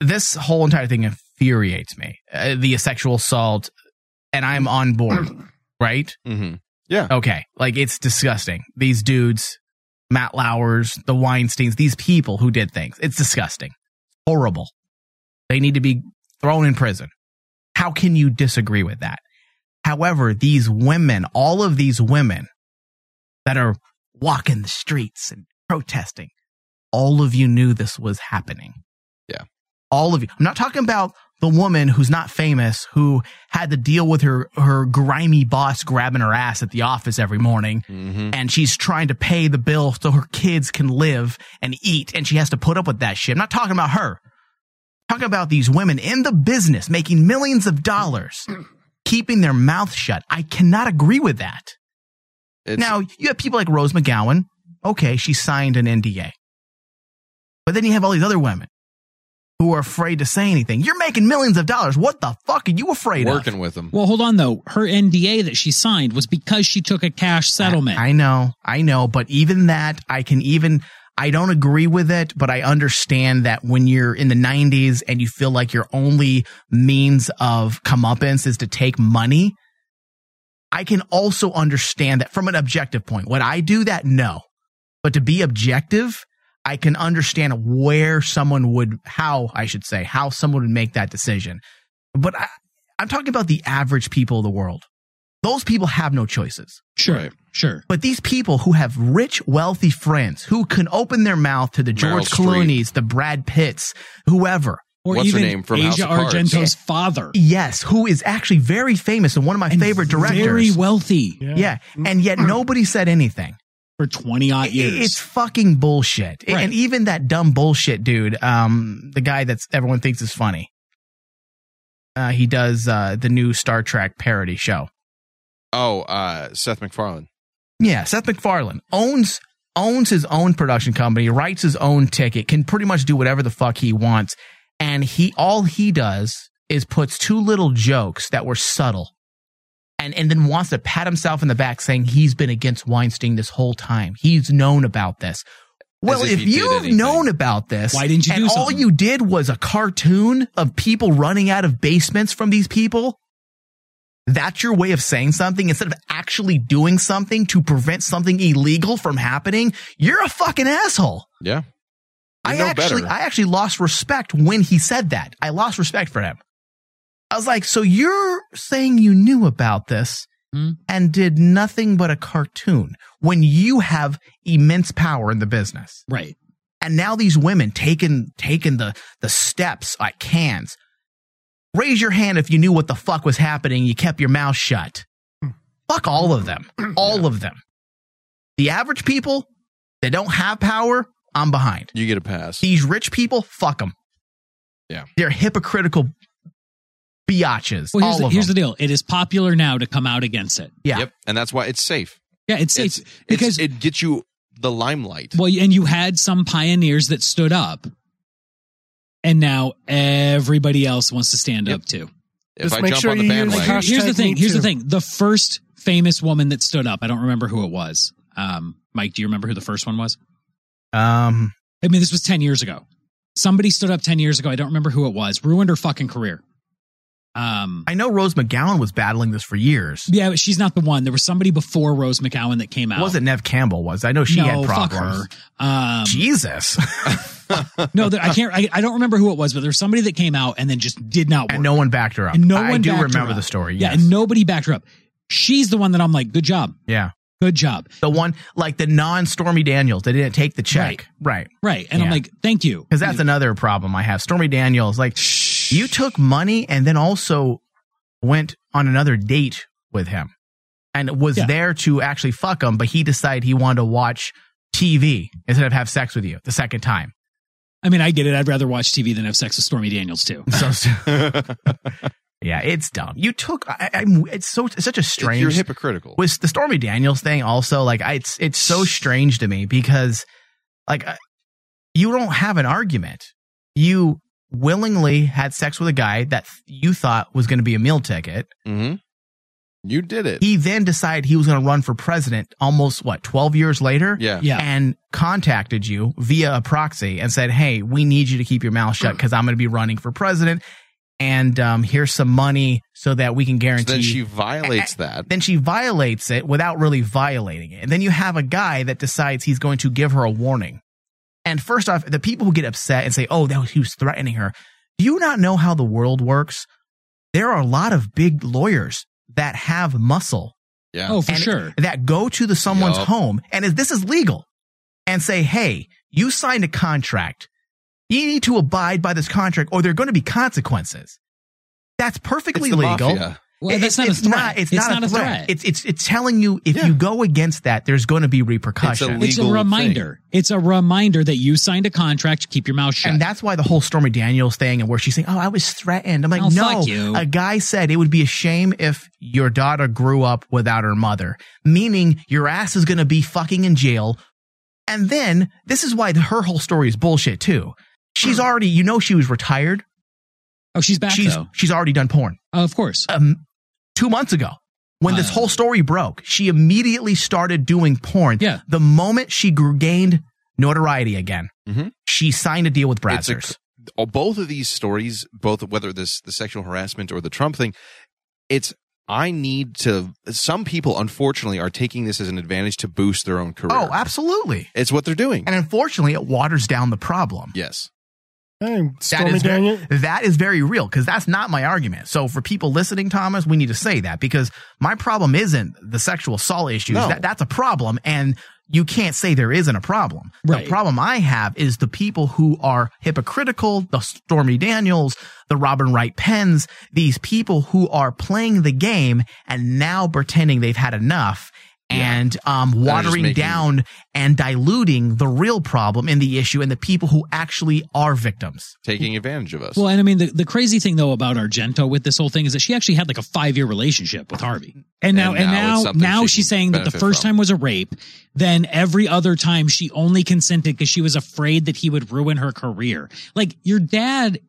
Speaker 7: This whole entire thing infuriates me. Uh, the sexual assault, and I'm on board, right?
Speaker 11: Mm-hmm. Yeah.
Speaker 7: Okay. Like, it's disgusting. These dudes, Matt Lauers, the Weinsteins, these people who did things. It's disgusting. Horrible. They need to be thrown in prison. How can you disagree with that? However, these women, all of these women that are walking the streets and protesting, all of you knew this was happening.
Speaker 11: Yeah.
Speaker 7: All of you. I'm not talking about the woman who's not famous who had to deal with her her grimy boss grabbing her ass at the office every morning and she's trying to pay the bill so her kids can live and eat and she has to put up with that shit. I'm not talking about her. Talk about these women in the business making millions of dollars, keeping their mouth shut. I cannot agree with that. now, you have people like Rose McGowan. Okay, she signed an NDA. But then you have all these other women who are afraid to say anything. You're making millions of dollars. What the fuck are you afraid of?
Speaker 11: Working with them.
Speaker 12: Well, hold on though. Her NDA that she signed was because she took a cash settlement.
Speaker 7: I know, I know, but even that, I can even, I don't agree with it, but I understand that when you're in the 90s and you feel like your only means of comeuppance is to take money, I can also understand that from an objective point. Would I do that? No. But to be objective, I can understand where someone would, how I should say, how someone would make that decision. But I, I'm talking about the average people of the world. Those people have no choices.
Speaker 12: Sure, sure.
Speaker 7: But these people who have rich, wealthy friends who can open their mouth to the
Speaker 11: Meryl
Speaker 7: George Clooney's, the Brad Pitts, whoever.
Speaker 12: Or
Speaker 11: What's her even name from House
Speaker 12: Asia
Speaker 11: of Cards?
Speaker 12: Argento's father.
Speaker 7: Yes, who is actually very famous and one of my favorite directors.
Speaker 12: Very wealthy. Mm-hmm.
Speaker 7: Yeah. And yet nobody said anything.
Speaker 12: for 20 odd years.
Speaker 7: It's fucking bullshit.
Speaker 12: Right.
Speaker 7: And even that dumb bullshit dude, um, the guy that's everyone thinks is funny. Uh, he does uh, the new Star Trek parody show.
Speaker 11: Oh, uh, Seth MacFarlane.
Speaker 7: Yeah, Seth MacFarlane owns owns his own production company, writes his own ticket, can pretty much do whatever the fuck he wants, and he all he does is puts two little jokes that were subtle, and and then wants to pat himself in the back saying he's been against Weinstein this whole time. He's known about this. Well,
Speaker 11: if
Speaker 7: if,
Speaker 11: he did
Speaker 7: you've
Speaker 11: anything.
Speaker 7: known about this,
Speaker 12: Why didn't you
Speaker 7: and
Speaker 12: do
Speaker 7: all
Speaker 12: something?
Speaker 7: you did was a cartoon of people running out of basements from these people, that's your way of saying something instead of actually doing something to prevent something illegal from happening, you're a fucking asshole.
Speaker 11: Yeah.
Speaker 7: I
Speaker 11: You know
Speaker 7: actually
Speaker 11: better.
Speaker 7: I actually lost respect when he said that. I lost respect for him. I was like, so you're saying you knew about this
Speaker 11: Hmm?
Speaker 7: and did nothing but a cartoon when you have immense power in the business.
Speaker 12: Right.
Speaker 7: And now these women taking taking the the steps like cans. Raise your hand if you knew what the fuck was happening, you kept your mouth shut. Fuck all of them. All of them. The average people, they don't have power, I'm behind.
Speaker 11: You get a pass.
Speaker 7: These rich people, fuck them.
Speaker 11: Yeah.
Speaker 7: They're hypocritical biatches.
Speaker 12: Well, here's,
Speaker 7: all
Speaker 12: the,
Speaker 7: of
Speaker 12: here's the
Speaker 7: them.
Speaker 12: deal. It is popular now to come out against it.
Speaker 7: Yeah.
Speaker 11: Yep. And that's why it's safe.
Speaker 12: Yeah, it's safe because
Speaker 11: it gets you the limelight.
Speaker 12: Well, and you had some pioneers that stood up, and now everybody else wants to stand up too.
Speaker 11: If Just I make jump sure on the you use bandwagon-
Speaker 12: Like, here's the
Speaker 11: hashtag
Speaker 12: thing.
Speaker 11: me
Speaker 12: Here's the
Speaker 11: too.
Speaker 12: thing. The first famous woman that stood up. I don't remember who it was. Um, Mike, do you remember who the first one was?
Speaker 7: Um,
Speaker 12: I mean, this was ten years ago. Somebody stood up ten years ago. I don't remember who it was. Ruined her fucking career. Um,
Speaker 7: I know Rose McGowan was battling this for years.
Speaker 12: Yeah, but she's not the one. There was somebody before Rose McGowan that came out.
Speaker 7: It wasn't Nev Campbell was. I know she
Speaker 12: no,
Speaker 7: had problems.
Speaker 12: Fuck her. Um,
Speaker 7: Jesus.
Speaker 12: no, there, I can't. I, I don't remember who it was, but there was somebody that came out and then just did not. Work.
Speaker 7: And no one backed her up.
Speaker 12: And no
Speaker 7: I
Speaker 12: one
Speaker 7: do
Speaker 12: backed her
Speaker 7: remember
Speaker 12: up.
Speaker 7: the story.
Speaker 12: Yeah,
Speaker 7: Yes.
Speaker 12: and nobody backed her up. She's the one that I'm like, good job,
Speaker 7: Yeah.
Speaker 12: good job.
Speaker 7: The one like the non Stormy Daniels. They didn't take the check. Right.
Speaker 12: right? And I'm
Speaker 7: Yeah.
Speaker 12: like, thank you.
Speaker 7: Because that's another problem I have. Stormy Daniels, like you took money and then also went on another date with him and was there to actually fuck him, but he decided he wanted to watch TV instead of have sex with you the second time.
Speaker 12: I mean, I get it. I'd rather watch TV than have sex with Stormy Daniels too.
Speaker 7: yeah, it's dumb. You took. I, I'm. It's so. It's such a strange.
Speaker 11: you're hypocritical.
Speaker 7: With the Stormy Daniels thing, also, like, I, it's it's so strange to me because, like, I- you don't have an argument. You willingly had sex with a guy that you thought was going to be a meal ticket.
Speaker 11: Mm-hmm. You did it.
Speaker 7: He then decided he was going to run for president almost what, 12 years later?
Speaker 11: Yeah. Yeah.
Speaker 7: And contacted you via a proxy and said, Hey, we need you to keep your mouth
Speaker 11: Hmm.
Speaker 7: shut because I'm going to be running for president. And um, here's some money so that we can
Speaker 11: So
Speaker 7: guarantee.
Speaker 11: then she violates that.
Speaker 7: Then she violates it without really violating it. And then you have a guy that decides he's going to give her a warning. And first off, the people who get upset and say, oh, that was, he was threatening her. Do you not know how the world works? There are a lot of big lawyers that have muscle.
Speaker 11: Yeah.
Speaker 12: Oh, for
Speaker 7: and
Speaker 12: sure.
Speaker 7: That go to the someone's
Speaker 12: Yup.
Speaker 7: home and is, this is legal and say, hey, you signed a contract. You need to abide by this contract or there are going to be consequences. That's perfectly
Speaker 12: the
Speaker 7: legal.
Speaker 12: mafia. Well,
Speaker 7: It- it's-
Speaker 12: that's not a
Speaker 7: it's
Speaker 12: threat.
Speaker 7: Not, it's,
Speaker 12: It's
Speaker 7: not, a threat.
Speaker 12: threat.
Speaker 7: It's, it's, it's telling you if you go against that, there's going to be repercussions.
Speaker 12: It's a reminder. It's a reminder that you signed a contract. Keep your mouth shut.
Speaker 7: And that's why the whole Stormy Daniels thing and where she's saying, Oh, I was threatened. I'm like,
Speaker 12: Oh,
Speaker 7: No,
Speaker 12: fuck you."
Speaker 7: a guy said it would be a shame if your daughter grew up without her mother, meaning your ass is going to be fucking in jail. And then this is why the- her whole story is bullshit, too. She's already, you know, she was retired.
Speaker 12: Hmm. Oh, she's back.
Speaker 7: She's,
Speaker 12: though. Oh,
Speaker 7: she's already done porn.
Speaker 12: of course. Oh.
Speaker 7: Um, two months ago. When this whole story broke, she immediately started doing porn. Yeah. The moment she gr- gained notoriety again, she signed a deal with
Speaker 11: Mm-hmm. It's a-
Speaker 7: Brazzers.
Speaker 11: oh, both of these stories, both whether this the sexual harassment or the Trump thing, it's I need to. Some people, unfortunately, are taking this as an advantage to boost their own career.
Speaker 7: Oh, absolutely.
Speaker 11: It's what they're doing.
Speaker 7: And unfortunately, it waters down the problem.
Speaker 11: Yes.
Speaker 7: That is, very, that is very real because that's not my argument. So, for people listening, Thomas, we need to say that because my problem isn't the sexual assault issues.
Speaker 11: No.
Speaker 7: That, that's a problem. And you can't say there isn't a problem.
Speaker 12: Right.
Speaker 7: The problem I have is the people who are hypocritical, the Stormy Daniels, the Robin Wright Pens, these people who are playing the game and now pretending they've had enough and um,
Speaker 11: just
Speaker 7: watering
Speaker 11: making-
Speaker 7: down and diluting the real problem and the issue and the people who actually are victims.
Speaker 11: taking advantage of us.
Speaker 12: Well, and I mean, the, the crazy thing though about Argento with this whole thing is that she actually had like a five year relationship with Harvey. And now,
Speaker 11: And
Speaker 12: and
Speaker 11: now it's
Speaker 12: now, now,
Speaker 11: something she
Speaker 12: she's saying that the
Speaker 11: benefit
Speaker 12: first
Speaker 11: from.
Speaker 12: time was a rape. Then every other time she only consented because she was afraid that he would ruin her career. Like your dad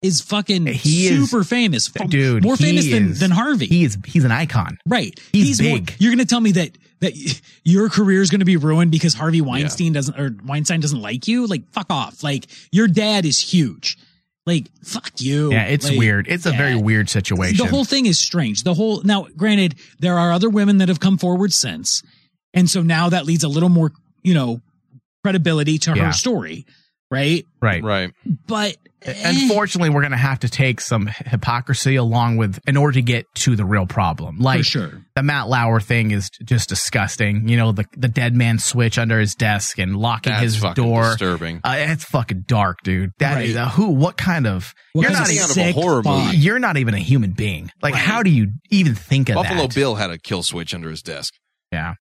Speaker 12: is fucking
Speaker 7: He is-
Speaker 12: super famous,
Speaker 7: Dude,
Speaker 12: more
Speaker 7: he
Speaker 12: famous than,
Speaker 7: is-
Speaker 12: than Harvey.
Speaker 7: He is he's an icon.
Speaker 12: Right.
Speaker 7: He's
Speaker 12: more-
Speaker 7: big.
Speaker 12: you're going to tell me that that your career is going to be ruined because Harvey Weinstein doesn't or Weinstein doesn't like you? Like fuck off. Like your dad is huge. Like fuck you.
Speaker 7: Yeah, it's
Speaker 12: Oh, Like,
Speaker 7: weird. It's a very
Speaker 12: yeah.
Speaker 7: weird situation.
Speaker 12: The whole thing is strange. The whole now, granted, there are other women that have come forward since, and so now that leads a little more, you know, credibility to
Speaker 7: Yeah.
Speaker 12: her story, right? Eh.
Speaker 7: right.
Speaker 11: Right.
Speaker 12: But
Speaker 7: Unfortunately, we're going to have to take some hypocrisy along with in order to get to the real problem. Like
Speaker 12: sure.
Speaker 7: the Matt Lauer thing is just disgusting. You know, the the dead man switch under his desk and locking
Speaker 11: That's
Speaker 7: his
Speaker 11: fucking
Speaker 7: door.
Speaker 11: disturbing.
Speaker 7: Uh, it's fucking dark, dude. That
Speaker 11: Right.
Speaker 7: is uh, who? What kind of?
Speaker 11: What kind of sick fuck.
Speaker 7: You're not even a human being. Like, how do you even think of
Speaker 11: Buffalo
Speaker 7: that?
Speaker 11: Bill had a kill switch under his desk.
Speaker 7: Yeah.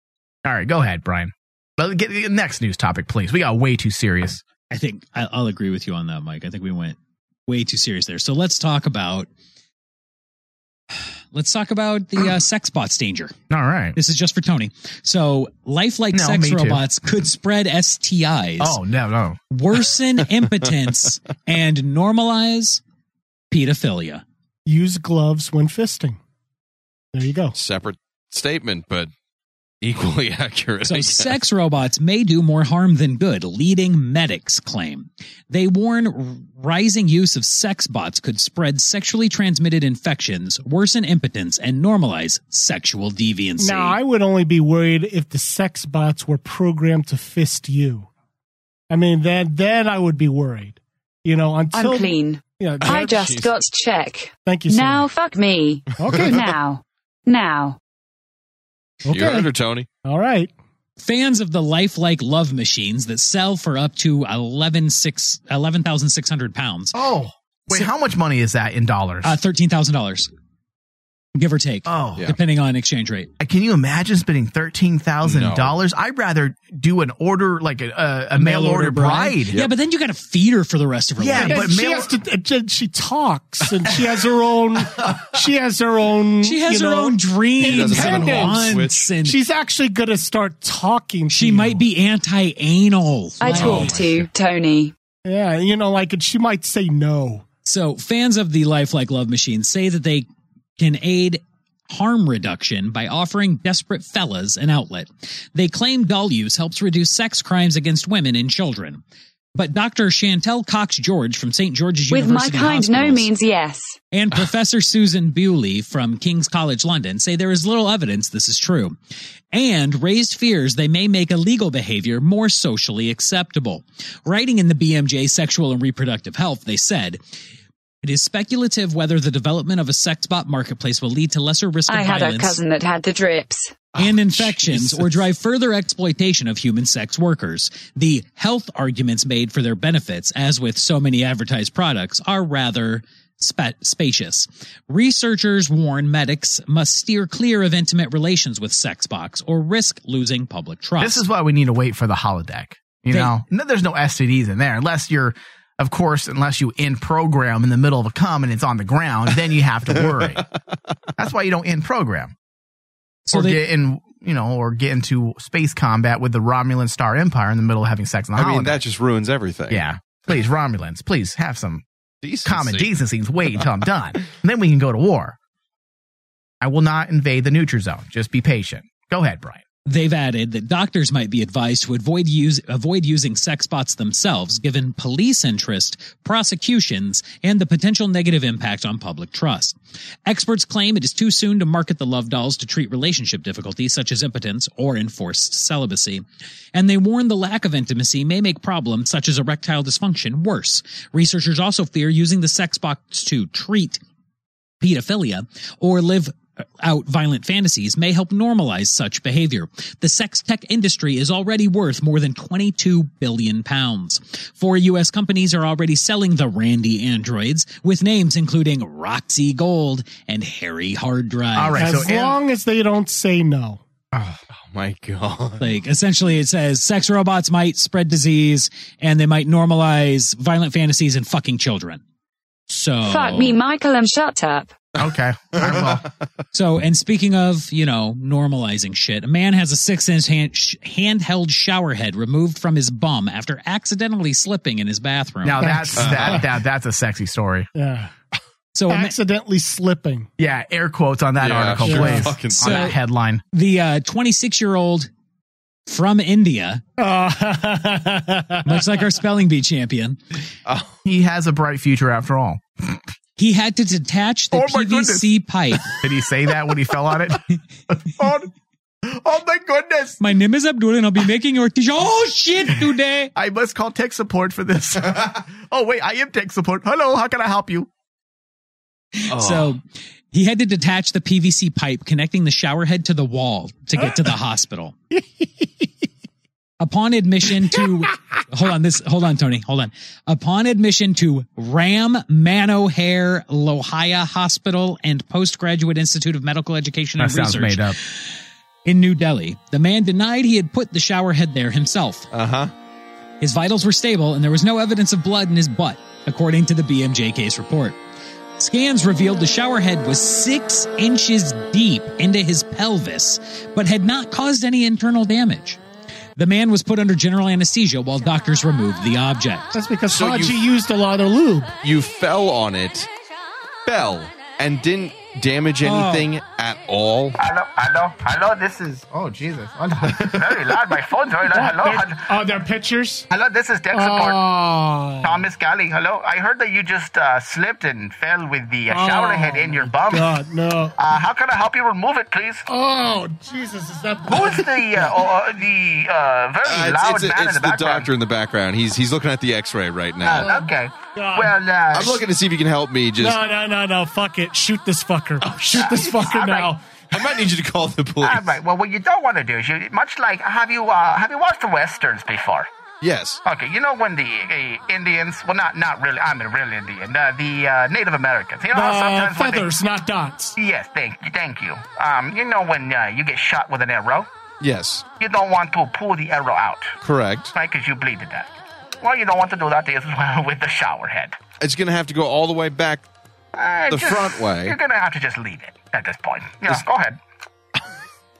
Speaker 7: All right, go ahead, Brian. But get, get next news topic, please. We got way too serious.
Speaker 12: I think I- I'll agree with you on that, Mike. I think we went way too serious there. So let's talk about let's talk about the uh, sex bots danger.
Speaker 7: All right,
Speaker 12: this is just for Tony. So lifelike
Speaker 7: No,
Speaker 12: sex
Speaker 7: me too.
Speaker 12: robots could spread STIs,
Speaker 7: Oh no, no.
Speaker 12: worsen impotence, and normalize pedophilia.
Speaker 2: Use gloves when fisting. There you go.
Speaker 11: Separate statement, but equally accurate. I
Speaker 12: So
Speaker 11: guess.
Speaker 12: sex robots may do more harm than good, leading medics claim. They warn r- rising use of sex bots could spread sexually transmitted infections, worsen impotence, and normalize sexual deviancy.
Speaker 2: Now, I would only be worried if the sex bots were programmed to fist you. I mean, then then I would be worried. You know, until
Speaker 4: I'm clean.
Speaker 2: Yeah,
Speaker 4: I
Speaker 2: that-
Speaker 4: just got check.
Speaker 2: Thank you.
Speaker 4: Now fuck me.
Speaker 2: Okay.
Speaker 4: Now. Now.
Speaker 11: You're under Tony.
Speaker 2: All right.
Speaker 12: Fans of the lifelike love machines that sell for up to 11, six- 11,600 pounds.
Speaker 7: Oh, Wait, how much money is that in dollars?
Speaker 12: Uh, $13,000, give or take.
Speaker 7: Oh, Uh,
Speaker 12: depending on exchange rate.
Speaker 7: Can you imagine spending thirteen thousand dollars? I'd rather do an order like a, a, a mail, order bride.
Speaker 12: Yeah, but then you got to feed her for the rest of her
Speaker 7: Yeah,
Speaker 12: life.
Speaker 7: but
Speaker 2: she
Speaker 7: mail-
Speaker 2: has to. uh, j- She talks, and she has her own. She has her own.
Speaker 12: She has
Speaker 2: you
Speaker 12: her
Speaker 2: know,
Speaker 12: own dreams and
Speaker 2: independence.
Speaker 12: wants, and
Speaker 2: She's actually going to start talking. She might
Speaker 12: be anti-anal.
Speaker 4: I talk to Tony.
Speaker 2: Yeah, you know, like and she might say no.
Speaker 12: So fans of the lifelike love machine say that they can aid harm reduction by offering desperate fellas an outlet. They claim doll use helps reduce sex crimes against women and children. But Dr. Chantel Cox George from St. George's
Speaker 4: With my
Speaker 12: University
Speaker 4: kind, no
Speaker 12: Hospitals-
Speaker 4: means yes.
Speaker 12: and Professor Susan Bewley from King's College London say there is little evidence this is true, and raised fears they may make illegal behavior more socially acceptable. Writing in the BMJ Sexual and Reproductive Health, they said, it is speculative whether the development of a sex bot marketplace will lead to lesser risk
Speaker 4: I
Speaker 12: of
Speaker 4: had a
Speaker 12: violence
Speaker 4: cousin that had the drips.
Speaker 7: Oh,
Speaker 12: and infections or drive further exploitation of human sex workers. The health arguments made for their benefits, as with so many advertised products, are rather spa- spacious. Researchers warn medics must steer clear of intimate relations with sex box or risk losing public trust.
Speaker 7: This is why we need to wait for the holodeck. You
Speaker 12: They-
Speaker 7: know, no, there's no STDs in there unless you're, of course, unless you end program in the middle of a cum and it's on the ground. Then you have to worry. That's why you don't end program.
Speaker 12: So
Speaker 7: or
Speaker 12: they-
Speaker 7: get in, you know, or get into space combat with the Romulan Star Empire in the middle of having sex. On the
Speaker 11: I mean,
Speaker 7: holodeck.
Speaker 11: that just ruins everything.
Speaker 7: Yeah. Please, Romulans, please have some common decencies. Wait until I'm done. And then we can go to war. I will not invade the neutral zone. Just be patient. Go ahead, Brian.
Speaker 12: They've added that doctors might be advised to avoid use avoid using sex bots themselves, given police interest, prosecutions, and the potential negative impact on public trust. Experts claim it is too soon to market the love dolls to treat relationship difficulties such as impotence or enforced celibacy, and they warn the lack of intimacy may make problems such as erectile dysfunction worse. Researchers also fear using the sex bots to treat pedophilia, or live out violent fantasies may help normalize such behavior. The sex tech industry is already worth more than 22 billion pounds. Four US companies are already selling the Randy androids with names including Roxy Gold and Harry Hard Drive.
Speaker 2: as long as they don't say no.
Speaker 11: Oh my god!
Speaker 12: Like essentially, it says sex robots might spread disease and they might normalize violent fantasies and fucking children. So
Speaker 4: Fuck me, Michael, and shut up.
Speaker 7: Okay.
Speaker 12: so, and speaking of, you know, normalizing shit, a man has a six inch hand, sh- handheld shower head removed from his bum after accidentally slipping in his bathroom.
Speaker 7: Now that's that, that that's a sexy story.
Speaker 2: Yeah.
Speaker 12: So
Speaker 2: accidentally slipping.
Speaker 7: Yeah, air quotes on that
Speaker 2: Yeah,
Speaker 7: article,
Speaker 2: sure.
Speaker 7: please.
Speaker 2: Fucking-
Speaker 7: on that headline.
Speaker 12: The 26 year old from India, much like our spelling bee champion,
Speaker 2: Oh.
Speaker 7: he has a bright future after all. Oh
Speaker 12: He had to detach the PVC pipe.
Speaker 7: Did he say that when he fell on it? Oh my goodness!
Speaker 12: My name is Abdul, and I'll be making your t Oh shit! Today
Speaker 7: I must call tech support for this. oh wait, I am tech support. Hello, how can I help you? Oh.
Speaker 12: So he had to detach the PVC pipe connecting the shower head to the wall to get to the hospital. Upon admission to hold on this hold on Tony hold on upon admission to Ram Manohar Lohia Hospital and Postgraduate Institute of Medical Education and
Speaker 7: That sounds
Speaker 12: Research
Speaker 7: made up.
Speaker 12: in New Delhi the man denied he had put the shower head there himself
Speaker 11: uh-huh
Speaker 12: his vitals were stable and there was no evidence of blood in his butt according to the BMJ case report Scans revealed the shower head was six inches deep into his pelvis, but had not caused any internal damage. The man was put under general anesthesia while doctors removed the object.
Speaker 2: That's because
Speaker 11: So
Speaker 2: Haji
Speaker 11: you-
Speaker 2: used a lot of lube.
Speaker 11: You fell on it, fell, and didn't damage
Speaker 2: Oh.
Speaker 11: anything at all.
Speaker 7: Hello, hello, hello. This is oh Jesus, very loud. My phone's very
Speaker 2: loud. Hello, Oh, their pictures. Oh.
Speaker 7: Hello, this is tech
Speaker 2: support.
Speaker 7: Thomas Galley. Hello, I heard that you just uh, slipped and fell with the
Speaker 2: uh, shower Oh, head
Speaker 7: in your bum.
Speaker 2: God, no.
Speaker 7: Uh, how can I help you remove it, please?
Speaker 2: Oh, Jesus, is that
Speaker 7: Who's the uh, uh, the uh, very
Speaker 11: Uh,
Speaker 7: loud
Speaker 11: it's it's,
Speaker 7: man in
Speaker 11: it's
Speaker 7: the
Speaker 11: the,
Speaker 7: background?
Speaker 11: doctor in the background. He's he's looking at the X-ray right now.
Speaker 7: Oh, okay. Well, uh,
Speaker 11: I'm looking to see if you can help me. Just Oh,
Speaker 2: No, no, no, no. Fuck it. Shoot this fucker. Shoot this fucker now.
Speaker 11: I might need you to call the police.
Speaker 6: All right. Well, what you don't want to do is you much like have you uh, have you watched the westerns before?
Speaker 11: Yes.
Speaker 6: Okay. You know when the uh, Indians? Well, not not really. I'm a real Indian. Uh, the uh, Native Americans. You know how
Speaker 2: Uh,
Speaker 6: sometimes when they-
Speaker 2: feathers, not dots.
Speaker 6: Yes, thank you, thank you. Um, you know when uh, you get shot with an arrow,
Speaker 11: Yes.
Speaker 6: you don't want to pull the arrow out,
Speaker 11: Correct.
Speaker 6: right? Because you bleed to death. Well, you don't want to do that as well with the shower head.
Speaker 11: It's gonna have to go all the way back.
Speaker 6: Uh,
Speaker 11: The
Speaker 6: just-
Speaker 11: front way.
Speaker 6: You're gonna have to just leave it at this point. Yeah, go ahead.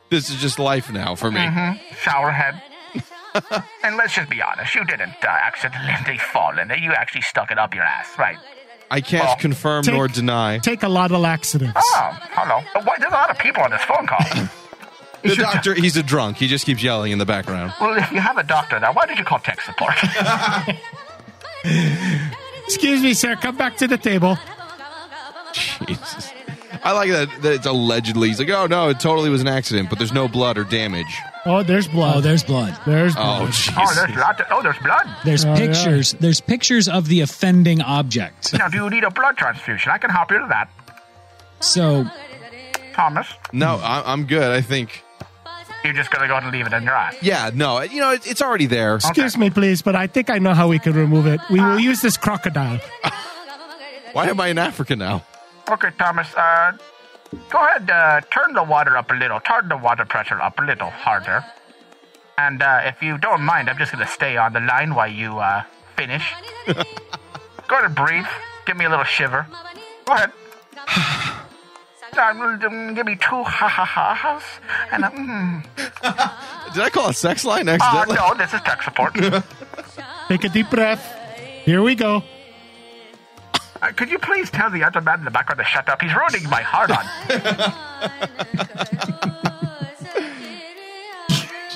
Speaker 11: This is just life now for me.
Speaker 6: Mm-hmm. Shower head. and let's just be honest, you didn't uh, accidentally fall in there. You actually stuck it up your ass, right?
Speaker 11: I can't confirm
Speaker 2: Take-
Speaker 11: nor deny.
Speaker 2: Take a lot of laxatives.
Speaker 6: Oh, hello. Uh, Why, there's a lot of people on this phone call.
Speaker 11: The doctor, he's a drunk. He just keeps yelling in the background.
Speaker 6: well, if you have a doctor now, why did you call tech support?
Speaker 2: Excuse me, sir. Come back to the table.
Speaker 11: Jesus. I like that, that it's allegedly. He's like, oh no, it totally was an accident, but there's no blood or damage.
Speaker 2: Oh, there's blood.
Speaker 12: Oh, there's blood.
Speaker 2: There's
Speaker 11: Oh,
Speaker 2: blood.
Speaker 11: jeez.
Speaker 6: oh, there's lot. oh, there's blood.
Speaker 12: There's pictures. There's pictures of the offending object.
Speaker 6: Now, do you need a blood transfusion? I can help you to that,
Speaker 12: So
Speaker 6: Thomas.
Speaker 11: No, I, I'm good. I think.
Speaker 6: Hmm. You're just gonna go and leave it in your eye.
Speaker 11: Yeah, no, you know, it, it's already there.
Speaker 2: Excuse me, please, but I think I know how we can remove it. We will use this crocodile.
Speaker 11: Why am I in Africa now?
Speaker 6: Okay, Thomas. Uh, go ahead. Uh, turn the water up a little. Turn the water pressure up a little harder. And uh, if you don't mind, I'm just gonna stay on the line while you uh, finish. go ahead and breathe. Give me a little shiver. Go ahead. Um, Give me two ha ha ha's and a mm.
Speaker 11: Did I call a sex line
Speaker 6: Oh
Speaker 11: accidentally?
Speaker 6: no, this is tech support. uh,
Speaker 2: Take a deep breath. Here we go.
Speaker 6: Uh, could you please tell the other man in the background to shut up? He's ruining my hard on.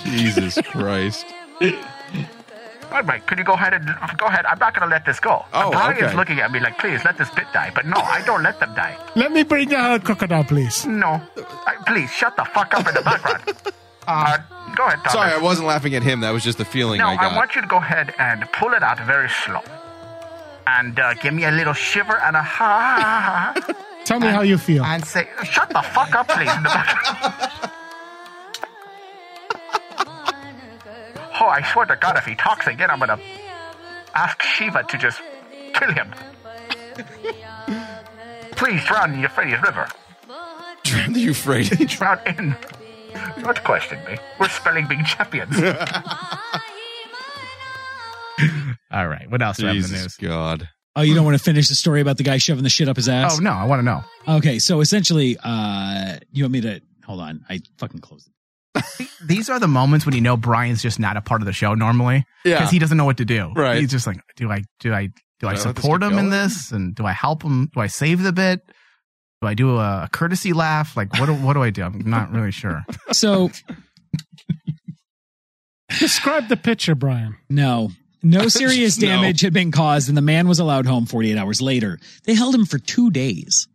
Speaker 11: Jesus Christ.
Speaker 6: All right, could you go ahead and go ahead? I'm not going to let this go.
Speaker 11: Oh,
Speaker 6: Brian's
Speaker 11: okay.
Speaker 6: looking at me like, please let this bit die. But no, I don't let them die.
Speaker 2: Let me bring down a crocodile, please.
Speaker 6: No, I, please shut the fuck up in the background. uh, go ahead, Thomas.
Speaker 11: Sorry, I wasn't laughing at him. That was just the feeling
Speaker 6: No,
Speaker 11: I
Speaker 6: I,
Speaker 11: got.
Speaker 6: want you to go ahead and pull it out very slow, and uh, give me a little shiver and a ha. ha, ha, ha.
Speaker 2: Tell me how you feel.
Speaker 6: and say, shut the fuck up, please. in the background. oh, I swear to God, if he talks again, I'm gonna ask Shiva to just kill him. please drown in your Euphrates River.
Speaker 11: Drown the Euphrates.
Speaker 6: drown in Don't question me. We're spelling big champions.
Speaker 7: All right. What else do we have in the
Speaker 11: Jesus God.
Speaker 12: Oh, you don't want to finish the story about the guy shoving the shit up his ass?
Speaker 7: Oh, no, I want to know.
Speaker 12: Okay, so essentially, uh, you want me to hold on? I fucking closed it.
Speaker 7: These are the moments when you know Brian's just not a part of the show normally.
Speaker 12: Yeah.
Speaker 7: Because he doesn't know what to do.
Speaker 12: Right.
Speaker 7: He's just like, do I do I do I
Speaker 12: let this
Speaker 7: support
Speaker 12: keep
Speaker 7: him in
Speaker 12: going?
Speaker 7: this? And do I help him? Do I save the bit? Do I do a courtesy laugh? Like what do, what do I do? I'm not really sure.
Speaker 12: So
Speaker 2: Describe the picture, Brian.
Speaker 12: No. No serious
Speaker 2: No.
Speaker 12: damage had been caused, and the man was allowed home 48 hours later. They held him for two days.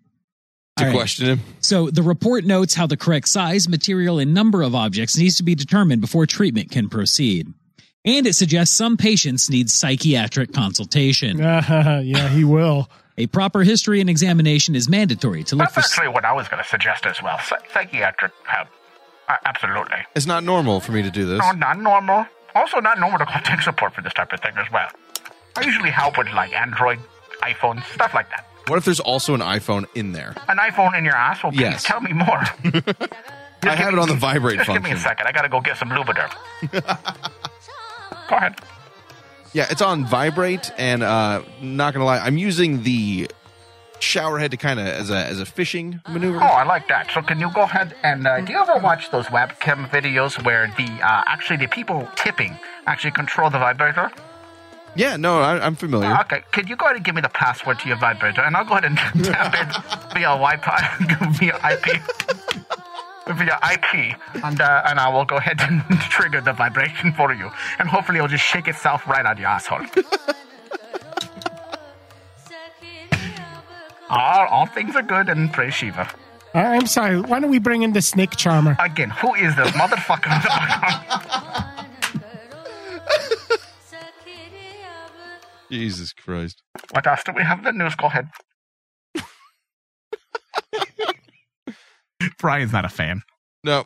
Speaker 11: To
Speaker 12: All right.
Speaker 11: question him.
Speaker 12: So the report notes how the correct size, material, and number of objects needs to be determined before treatment can proceed. And it suggests some patients need psychiatric consultation.
Speaker 2: yeah, he will.
Speaker 12: A proper history and examination is mandatory to look
Speaker 6: That's
Speaker 12: for.
Speaker 6: actually what I was going to suggest as well. Psy- psychiatric help. Uh, absolutely.
Speaker 11: It's not normal for me to do this.
Speaker 6: No, not normal. Also, not normal to call tech support for this type of thing as well. I usually help with like Android, iPhone, stuff like that.
Speaker 11: What if there's also an iPhone in there?
Speaker 6: An iPhone in your asshole? Please
Speaker 11: Yes.
Speaker 6: tell me more.
Speaker 11: I have it on the vibrate
Speaker 6: Just give me
Speaker 11: function.
Speaker 6: a second. I gotta go get some Lubiderm. go ahead.
Speaker 11: Yeah, it's on vibrate, and uh, not gonna lie, I'm using the shower head to kind of as a as a fishing maneuver.
Speaker 6: Oh, I like that. So can you go ahead and uh, do you ever watch those webcam videos where the uh, actually the people tipping actually control the vibrator?
Speaker 11: Yeah, no, I, I'm familiar.
Speaker 6: Oh, Okay, could you go ahead and give me the password to your vibrator, and I'll go ahead and tap it via Wi-Fi, via IP, via IP, and uh, and I will go ahead and trigger the vibration for you, and hopefully it'll just shake itself right out your asshole. all, all things are good, and praise Shiva.
Speaker 2: I- I'm sorry. Why don't we bring in the snake charmer?
Speaker 6: Again, who is the motherfucker in the background?
Speaker 11: Jesus Christ.
Speaker 6: What else do we have in the news? Go ahead.
Speaker 7: Brian's not a fan.
Speaker 11: No,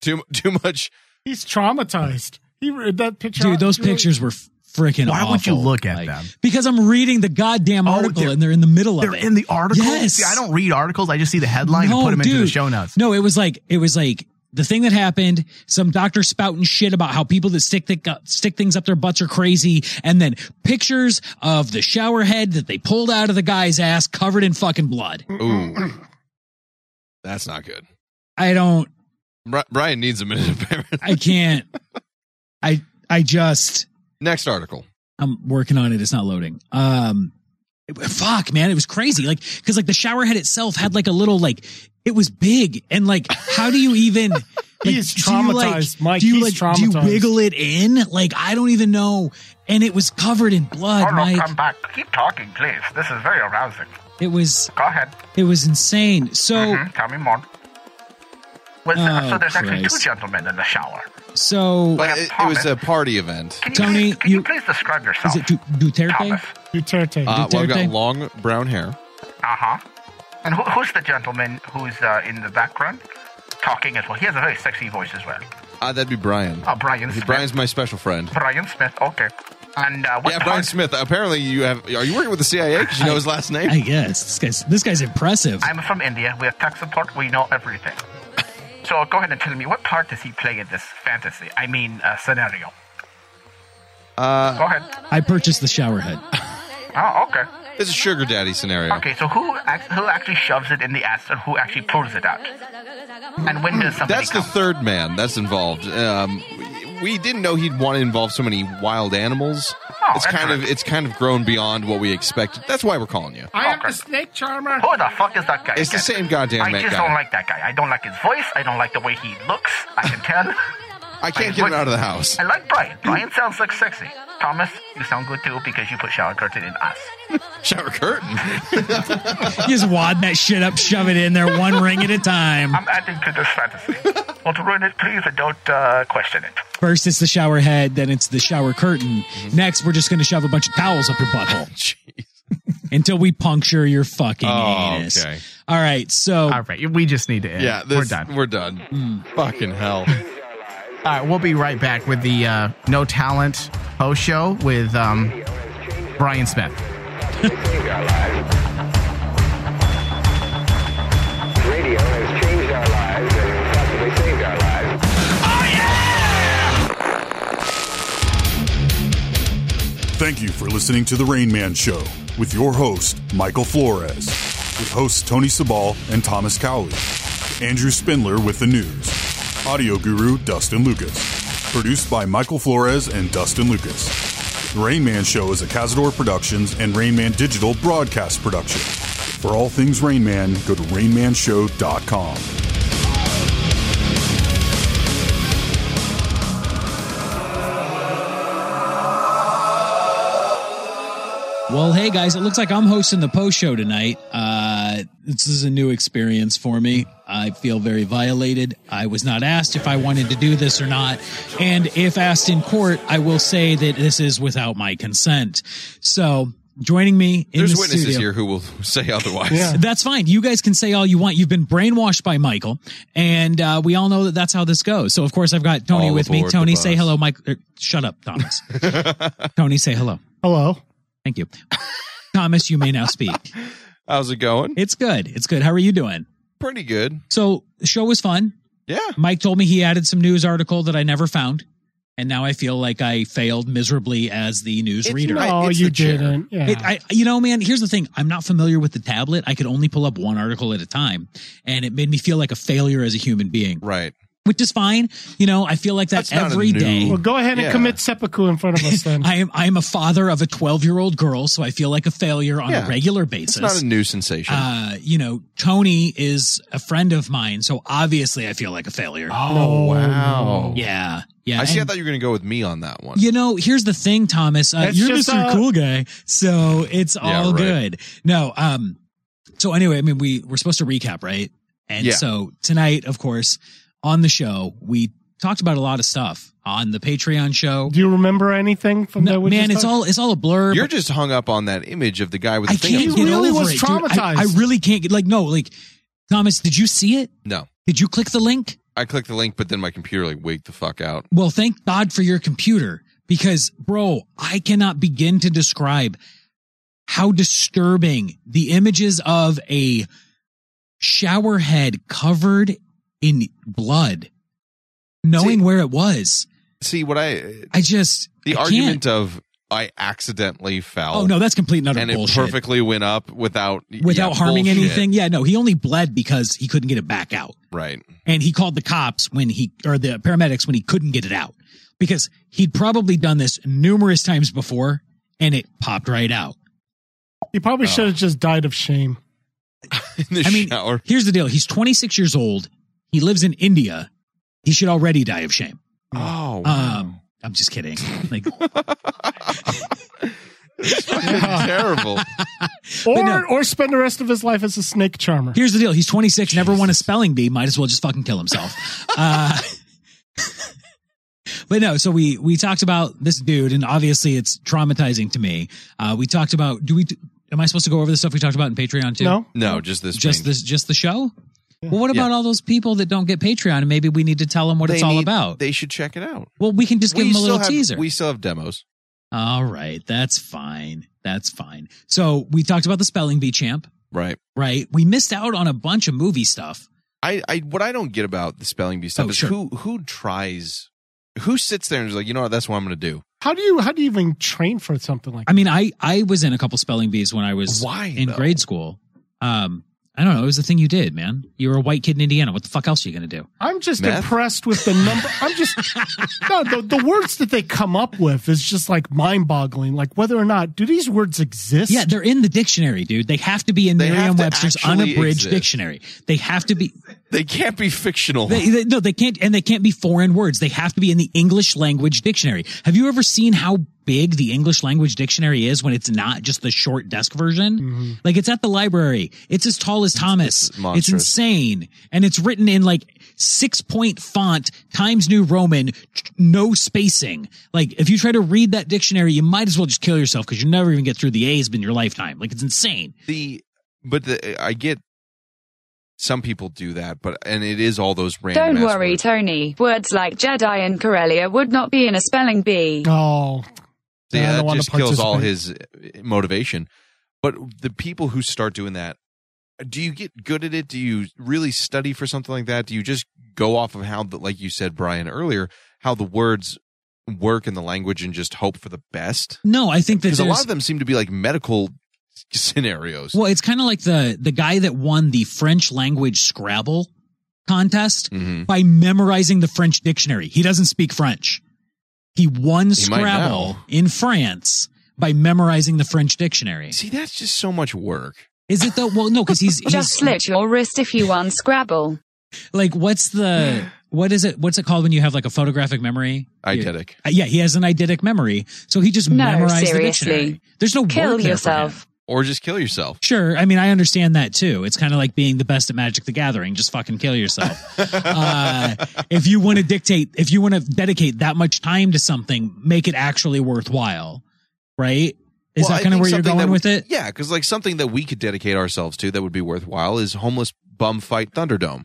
Speaker 11: too too much.
Speaker 2: He's traumatized. He re- that picture.
Speaker 12: Dude, those pictures were freaking
Speaker 7: Why would you
Speaker 12: awful.
Speaker 7: look at
Speaker 12: Like,
Speaker 7: them?
Speaker 12: Because I'm reading the goddamn article and they're in the middle of
Speaker 7: Oh, They're
Speaker 12: it.
Speaker 7: in the article.
Speaker 12: Yes.
Speaker 7: See, I don't read articles. I just see the headline and
Speaker 12: No,
Speaker 7: put them into the
Speaker 12: dude.
Speaker 7: show notes.
Speaker 12: No, it was like it was like the thing that happened. Some doctor spouting shit about how people that stick that stick things up their butts are crazy, and then pictures of the shower head that they pulled out of the guy's ass covered in fucking blood.
Speaker 11: Ooh, that's not good.
Speaker 12: I don't.
Speaker 11: Bri- Brian needs a minute. Apparently.
Speaker 12: I can't. I I just
Speaker 11: Next article.
Speaker 12: I'm working on it. It's not loading. Um, it- fuck, man, it was crazy. Like, cause like the shower head itself had like a little like it was big, and like, how do you even?
Speaker 2: He
Speaker 12: like,
Speaker 2: is
Speaker 12: do you, like-
Speaker 2: traumatized, Mike.
Speaker 12: Do you
Speaker 2: He's
Speaker 12: like do you
Speaker 2: traumatized.
Speaker 12: wiggle it in? Like, I don't even know. And it was covered in blood,
Speaker 6: Hold on,
Speaker 12: Mike.
Speaker 6: come back. Keep talking, please. This is very arousing.
Speaker 12: It was
Speaker 6: Go ahead.
Speaker 12: it was insane. So
Speaker 6: Tell me more. Was there-
Speaker 12: Oh,
Speaker 6: uh, so there's actually two
Speaker 12: Christ.
Speaker 6: gentlemen in the shower.
Speaker 12: so
Speaker 11: But it, it was a party event.
Speaker 6: Can you
Speaker 12: Tony,
Speaker 6: please, can you, please describe yourself?
Speaker 12: is it Du- Duterte?
Speaker 2: Duterte.
Speaker 11: Uh, well, I've got long brown hair.
Speaker 6: Uh huh. And who, who's the gentleman who's uh, in the background talking as well? He has a very sexy voice as well.
Speaker 11: Uh, that'd be Brian.
Speaker 6: Oh, Brian Smith.
Speaker 11: Brian's my special friend.
Speaker 6: Brian Smith. Okay. And uh, what
Speaker 11: Yeah, Brian Smith. Apparently, you have. Are you working with the CIA? Because you know his last name.
Speaker 12: I guess this guy's this guy's impressive.
Speaker 6: I'm from India. We have tech support. We know everything. So go ahead and tell me what part does he play in this fantasy? I mean, uh, scenario.
Speaker 11: Uh,
Speaker 6: Go ahead.
Speaker 12: I purchased the shower head.
Speaker 6: Oh, okay.
Speaker 11: It's a sugar daddy scenario.
Speaker 6: Okay, so who act- who actually shoves it in the ass, and who actually pulls it out? And when does somebody?
Speaker 11: That's the third man that's involved. Um, we- we didn't know he'd want to involve so many wild animals.
Speaker 6: Oh,
Speaker 11: it's kind of it's kind of grown beyond what we expected. That's why we're calling you.
Speaker 2: I am the snake charmer.
Speaker 6: Who the fuck is that guy?
Speaker 11: It's the
Speaker 6: again?
Speaker 11: same goddamn
Speaker 6: I
Speaker 11: man
Speaker 6: just
Speaker 11: guy.
Speaker 6: don't like that guy. I don't like his voice. I don't like the way he looks. I can tell.
Speaker 11: I can't get him out of the house.
Speaker 6: I like Brian. Brian sounds like sexy. Thomas, you sound good too because you put shower curtain in us.
Speaker 11: shower curtain.
Speaker 12: Just wadding that shit up, shove it in there, one ring at a time.
Speaker 6: I'm adding to this fantasy. Want to ruin it, please, and don't uh, question it.
Speaker 12: First, it's the shower head, then it's the shower curtain.
Speaker 11: Mm-hmm.
Speaker 12: Next, we're just going to shove a bunch of towels up your butthole. Until we puncture your fucking
Speaker 11: Oh,
Speaker 12: anus.
Speaker 11: okay.
Speaker 12: All right, so.
Speaker 7: All right, we just need to end.
Speaker 11: Yeah,
Speaker 7: we're
Speaker 11: this-
Speaker 7: done.
Speaker 11: We're done.
Speaker 12: Hmm.
Speaker 11: Fucking hell.
Speaker 7: All right, we'll be right back with the uh, No Talent post show with um, Brian Smith.
Speaker 8: Radio has changed our lives and possibly saved our lives.
Speaker 1: Thank you for listening to The Rain Man Show with your host, Michael Flores, with hosts Tony Sabal and Thomas Cowley, Andrew Spindler with the news, audio guru Dustin Lucas, produced by Michael Flores and Dustin Lucas. The Rain Man Show is a Cazador Productions and Rain Man Digital broadcast production. For all things Rain Man, go to rainmanshow.com.
Speaker 12: Well, hey guys, it looks like I'm hosting the post show tonight. Uh, this is a new experience for me. I feel very violated. I was not asked if I wanted to do this or not. And if asked in court, I will say that this is without my consent. So joining me in
Speaker 11: There's
Speaker 12: the
Speaker 11: witnesses
Speaker 12: studio-
Speaker 11: here who will say otherwise.
Speaker 12: That's fine. You guys can say all you want. You've been brainwashed by Michael, and uh, we all know that that's how this goes. So, of course, I've got Tony
Speaker 11: All
Speaker 12: with me.
Speaker 11: aboard the
Speaker 12: Tony, say
Speaker 11: bus.
Speaker 12: hello, Mike. er, shut up, Thomas. Tony, say hello.
Speaker 2: Hello.
Speaker 12: Thank you. Thomas, you may now speak.
Speaker 11: How's it going?
Speaker 12: It's good. It's good. How are you doing?
Speaker 11: Pretty good.
Speaker 12: So, the show was fun.
Speaker 11: Yeah.
Speaker 12: Mike told me he added some news article that I never found. And now I feel like I failed miserably as the news
Speaker 2: It's
Speaker 12: reader.
Speaker 2: not- No, it's Oh, you the chair. didn't. Yeah.
Speaker 12: It- I, you know, man, here's the thing. I'm not familiar with the tablet. I could only pull up one article at a time. And it made me feel like a failure as a human being.
Speaker 11: Right.
Speaker 12: Which is fine. You know, I feel like that every day.
Speaker 2: Well, go ahead and commit seppuku in front of us then.
Speaker 12: I am I am a father of a 12 year old girl, so I feel like a failure on
Speaker 11: Yeah.
Speaker 12: a regular basis.
Speaker 11: It's not a new sensation.
Speaker 12: Uh, you know, Tony is a friend of mine, so obviously I feel like a failure.
Speaker 11: oh, wow.
Speaker 12: Yeah. Yeah.
Speaker 11: I see. I
Speaker 12: and-
Speaker 11: thought you were going to go with me on that one.
Speaker 12: You know, here's the thing, Thomas. Uh,
Speaker 11: That's
Speaker 12: you're
Speaker 11: just
Speaker 12: Mr.
Speaker 11: a-
Speaker 12: cool Guy, so it's
Speaker 11: Yeah,
Speaker 12: all
Speaker 11: right.
Speaker 12: good. No, um, so anyway, I mean, we we're supposed to recap, right? And
Speaker 11: Yeah.
Speaker 12: so tonight, of course, on the show, we talked about a lot of stuff on the Patreon show.
Speaker 2: Do you remember anything from that? we
Speaker 12: man,
Speaker 2: just
Speaker 12: it's
Speaker 2: talked-
Speaker 12: all it's all a blur.
Speaker 11: You're
Speaker 12: but
Speaker 11: just hung up on that image of the guy with the
Speaker 12: I
Speaker 11: thing.
Speaker 12: can't
Speaker 11: up
Speaker 12: get
Speaker 11: his-
Speaker 2: really
Speaker 12: over
Speaker 2: was
Speaker 12: it, dude. I- I,
Speaker 2: traumatized.
Speaker 12: really can't get like no, like Thomas, did you see it?
Speaker 11: No.
Speaker 12: Did you click the link?
Speaker 11: I clicked the link, but then my computer like waked the fuck out.
Speaker 12: Well, thank God for your computer because, bro, I cannot begin to describe how disturbing the images of a shower head covered in blood, knowing where it was.
Speaker 11: See what I?
Speaker 12: I just
Speaker 11: The
Speaker 12: I
Speaker 11: argument
Speaker 12: can't.
Speaker 11: of I accidentally fell.
Speaker 12: Oh no, that's complete and utter
Speaker 11: and
Speaker 12: bullshit.
Speaker 11: it perfectly went up without
Speaker 12: Without
Speaker 11: yeah,
Speaker 12: harming
Speaker 11: bullshit.
Speaker 12: anything, yeah, no, he only bled because he couldn't get it back out.
Speaker 11: Right.
Speaker 12: and he called the cops when he or the paramedics when he couldn't get it out because he'd probably done this numerous times before and it popped right out.
Speaker 2: He probably
Speaker 11: Oh.
Speaker 2: should have just died of shame.
Speaker 12: I mean, here's the deal: he's 26 years old. He lives in India. He should already die of shame.
Speaker 11: Oh,
Speaker 12: um, I'm just kidding. Like,
Speaker 11: terrible.
Speaker 2: Or
Speaker 12: no.
Speaker 2: or spend the rest of his life as a snake charmer.
Speaker 12: here's the deal: he's 26, never won a spelling bee. Might as well just fucking kill himself. uh, but no, so we we talked about this dude, and obviously it's traumatizing to me. Uh, we talked about do we? Am I supposed to go over the stuff we talked about in Patreon too?
Speaker 2: No.
Speaker 11: No, just this.
Speaker 12: just
Speaker 11: thing.
Speaker 12: this just the show well what
Speaker 11: Yeah.
Speaker 12: about all those people that don't get patreon and maybe we need to tell them what
Speaker 11: They
Speaker 12: it's all
Speaker 11: need-
Speaker 12: about
Speaker 11: They should check it out.
Speaker 12: well we can just give
Speaker 11: We
Speaker 12: them a
Speaker 11: still
Speaker 12: little
Speaker 11: have-
Speaker 12: teaser
Speaker 11: We still have demos.
Speaker 12: all right that's fine that's fine so we talked about the spelling bee champ
Speaker 11: Right.
Speaker 12: right we missed out on a bunch of movie stuff
Speaker 11: I, I what I don't get about the spelling bee stuff
Speaker 12: Oh,
Speaker 11: is
Speaker 12: sure.
Speaker 11: who who tries who sits there and is like, you know what, that's what I'm gonna do.
Speaker 2: How do you how do you even train for something like
Speaker 12: i mean i i was in a couple spelling bees when i was
Speaker 11: Why,
Speaker 12: in
Speaker 11: though?
Speaker 12: grade school um i don't know it was the thing you did man you were a white kid in indiana what the fuck else are you gonna do
Speaker 2: I'm just
Speaker 12: Meth?
Speaker 2: impressed with the number. I'm just no the, the words that they come up with is just like mind boggling. Like whether or not do these words exist?
Speaker 12: yeah they're in the dictionary dude they have to be in
Speaker 11: They have to
Speaker 12: merriam-webster's
Speaker 11: actually
Speaker 12: unabridged
Speaker 11: exist.
Speaker 12: dictionary they have to be
Speaker 11: They can't be fictional.
Speaker 12: They, they, no, they can't, and they can't be foreign words. They have to be in the English language dictionary. Have you ever seen how big the English language dictionary is when it's not just the short desk version? Like it's at the library. It's as tall as Thomas. It's,
Speaker 11: Mm-hmm. monstrous.
Speaker 12: insane, and it's written in like six point font, Times New Roman, tr- no spacing. Like if you try to read that dictionary, you might as well just kill yourself because you never even get through the A's in your lifetime. Like it's insane.
Speaker 11: The but the I get some people do that, but and it is all those random
Speaker 4: Don't
Speaker 11: ass
Speaker 4: worry,
Speaker 11: words.
Speaker 4: Tony. Words like Jedi and Corellia would not be in a spelling bee.
Speaker 2: Oh,
Speaker 11: See,
Speaker 2: I don't
Speaker 11: that
Speaker 2: wanna
Speaker 11: just kills all his
Speaker 2: participate.
Speaker 11: uh, motivation. But the people who start doing that, do you get good at it? Do you really study for something like that? Do you just go off of how, the, like you said, Brian earlier, how the words work in the language and just hope for the best?
Speaker 12: No, I think that
Speaker 11: Because a lot
Speaker 12: there's-
Speaker 11: of them seem to be like medical scenarios.
Speaker 12: Well, it's kind of like the the guy that won the French language Scrabble contest
Speaker 11: Mm-hmm.
Speaker 12: by memorizing the French dictionary. He doesn't speak French. He won
Speaker 11: He might
Speaker 12: Scrabble
Speaker 11: now.
Speaker 12: in France by memorizing the French dictionary.
Speaker 11: See, that's just so much work.
Speaker 12: Is it though? Well, no, because he's, he's
Speaker 4: Just slit your wrist if you want Scrabble.
Speaker 12: like what's the what is it? What's it called when you have like a photographic memory?
Speaker 11: Eidetic.
Speaker 12: Uh, Yeah, he has an eidetic memory, so he just
Speaker 4: No,
Speaker 12: memorized the
Speaker 4: seriously.
Speaker 12: dictionary. There's no
Speaker 4: Kill
Speaker 12: word there for
Speaker 4: yourself.
Speaker 12: him.
Speaker 11: Or just kill yourself.
Speaker 12: Sure, I mean I understand that too. It's kind of like being the best at Magic the Gathering. Just fucking kill yourself. uh, if you want to dictate, if you want to dedicate that much time to something, make it actually worthwhile, right? Is
Speaker 11: Well, I
Speaker 12: that kind of
Speaker 11: think
Speaker 12: where you're
Speaker 11: something
Speaker 12: going
Speaker 11: that
Speaker 12: with
Speaker 11: would-
Speaker 12: it?
Speaker 11: Yeah, because like something that we could dedicate ourselves to that would be worthwhile is homeless bum fight Thunderdome.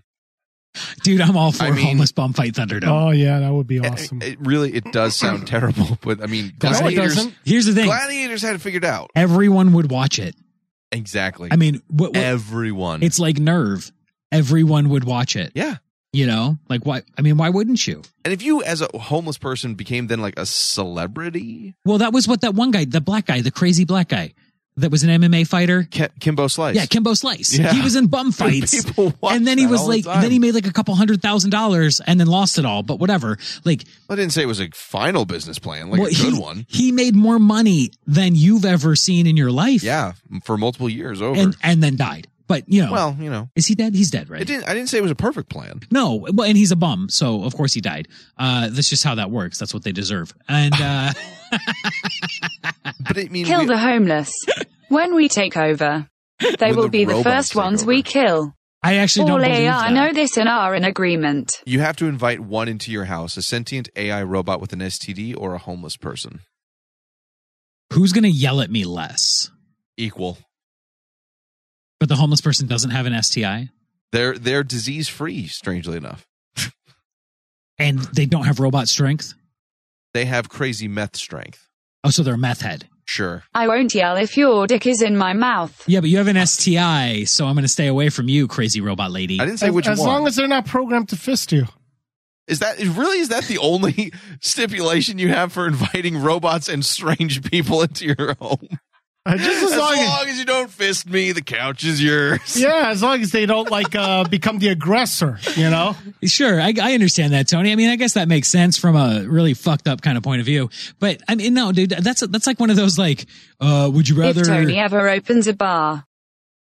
Speaker 12: Dude, I'm all for
Speaker 11: I mean-
Speaker 12: homeless bum fight Thunderdome. Eh,
Speaker 2: Oh yeah, that would be awesome.
Speaker 11: It really, it does sound terrible, but I mean,
Speaker 12: No, it
Speaker 11: gladiators.
Speaker 12: doesn't. Here's the thing.
Speaker 11: gladiators had it figured out.
Speaker 12: Everyone would watch it.
Speaker 11: Exactly.
Speaker 12: I mean, what, what-
Speaker 11: everyone.
Speaker 12: It's like Nerve. Everyone would watch it.
Speaker 11: Yeah.
Speaker 12: You know, like why? I mean, why wouldn't you?
Speaker 11: and if you, as a homeless person, became then like a celebrity,
Speaker 12: Well, that was what that one guy, the black guy, the crazy black guy, that was an MMA fighter.
Speaker 11: Ke- Kimbo Slice.
Speaker 12: Yeah, Kimbo Slice.
Speaker 11: Yeah.
Speaker 12: He was in bum fights,
Speaker 11: People watch
Speaker 12: and then he
Speaker 11: that
Speaker 12: was
Speaker 11: all the
Speaker 12: like,
Speaker 11: time.
Speaker 12: then he made like a couple hundred thousand dollars, and then lost it all. But whatever. Like,
Speaker 11: I didn't say it was a final business plan, like
Speaker 12: well,
Speaker 11: a good
Speaker 12: he,
Speaker 11: one.
Speaker 12: He made more money than you've ever seen in your life.
Speaker 11: Yeah, for multiple years over.
Speaker 12: and and then died. But you know,
Speaker 11: well, you know,
Speaker 12: is he dead? He's dead, right?
Speaker 11: it didn't. I didn't say it was a perfect plan.
Speaker 12: No, well, and he's a bum, so of course he died. Uh, that's just how that works. That's what they deserve. And uh,
Speaker 11: but it means
Speaker 4: Kill the homeless. when we take over, they
Speaker 11: When
Speaker 4: will
Speaker 11: the
Speaker 4: be the
Speaker 11: robots
Speaker 4: first
Speaker 11: take
Speaker 4: ones we kill.
Speaker 12: I actually
Speaker 4: All
Speaker 12: don't believe
Speaker 4: AI
Speaker 12: that.
Speaker 4: know this and are in agreement.
Speaker 11: You have to invite one into your house: a sentient AI robot with an STD or a homeless person.
Speaker 12: Who's gonna yell at me less?
Speaker 11: Equal.
Speaker 12: But the homeless person doesn't have an STI,
Speaker 11: They're they're disease free. Strangely enough,
Speaker 12: and they don't have robot strength.
Speaker 11: they have crazy meth strength.
Speaker 12: Oh, so they're a meth head.
Speaker 11: Sure.
Speaker 4: I won't yell if your dick is in my mouth.
Speaker 12: Yeah, but you have an STI, so I'm gonna stay away from you, crazy robot lady.
Speaker 11: I didn't say
Speaker 2: as,
Speaker 11: which
Speaker 2: as
Speaker 11: one.
Speaker 2: long as they're not programmed to fist you.
Speaker 11: is that is- really is that the only stipulation you have for inviting robots and strange people into your home?
Speaker 2: Uh, just as
Speaker 11: as
Speaker 2: long
Speaker 11: long
Speaker 2: as-
Speaker 11: as you don't fist me, the couch is yours.
Speaker 2: Yeah, as long as they don't like uh, become the aggressor, you know.
Speaker 12: Sure, I, I understand that, Tony. I mean, I guess that makes sense from a really fucked up kind of point of view. But I mean, no, dude, that's that's like one of those like, uh, would you rather?
Speaker 4: If Tony ever opens a bar,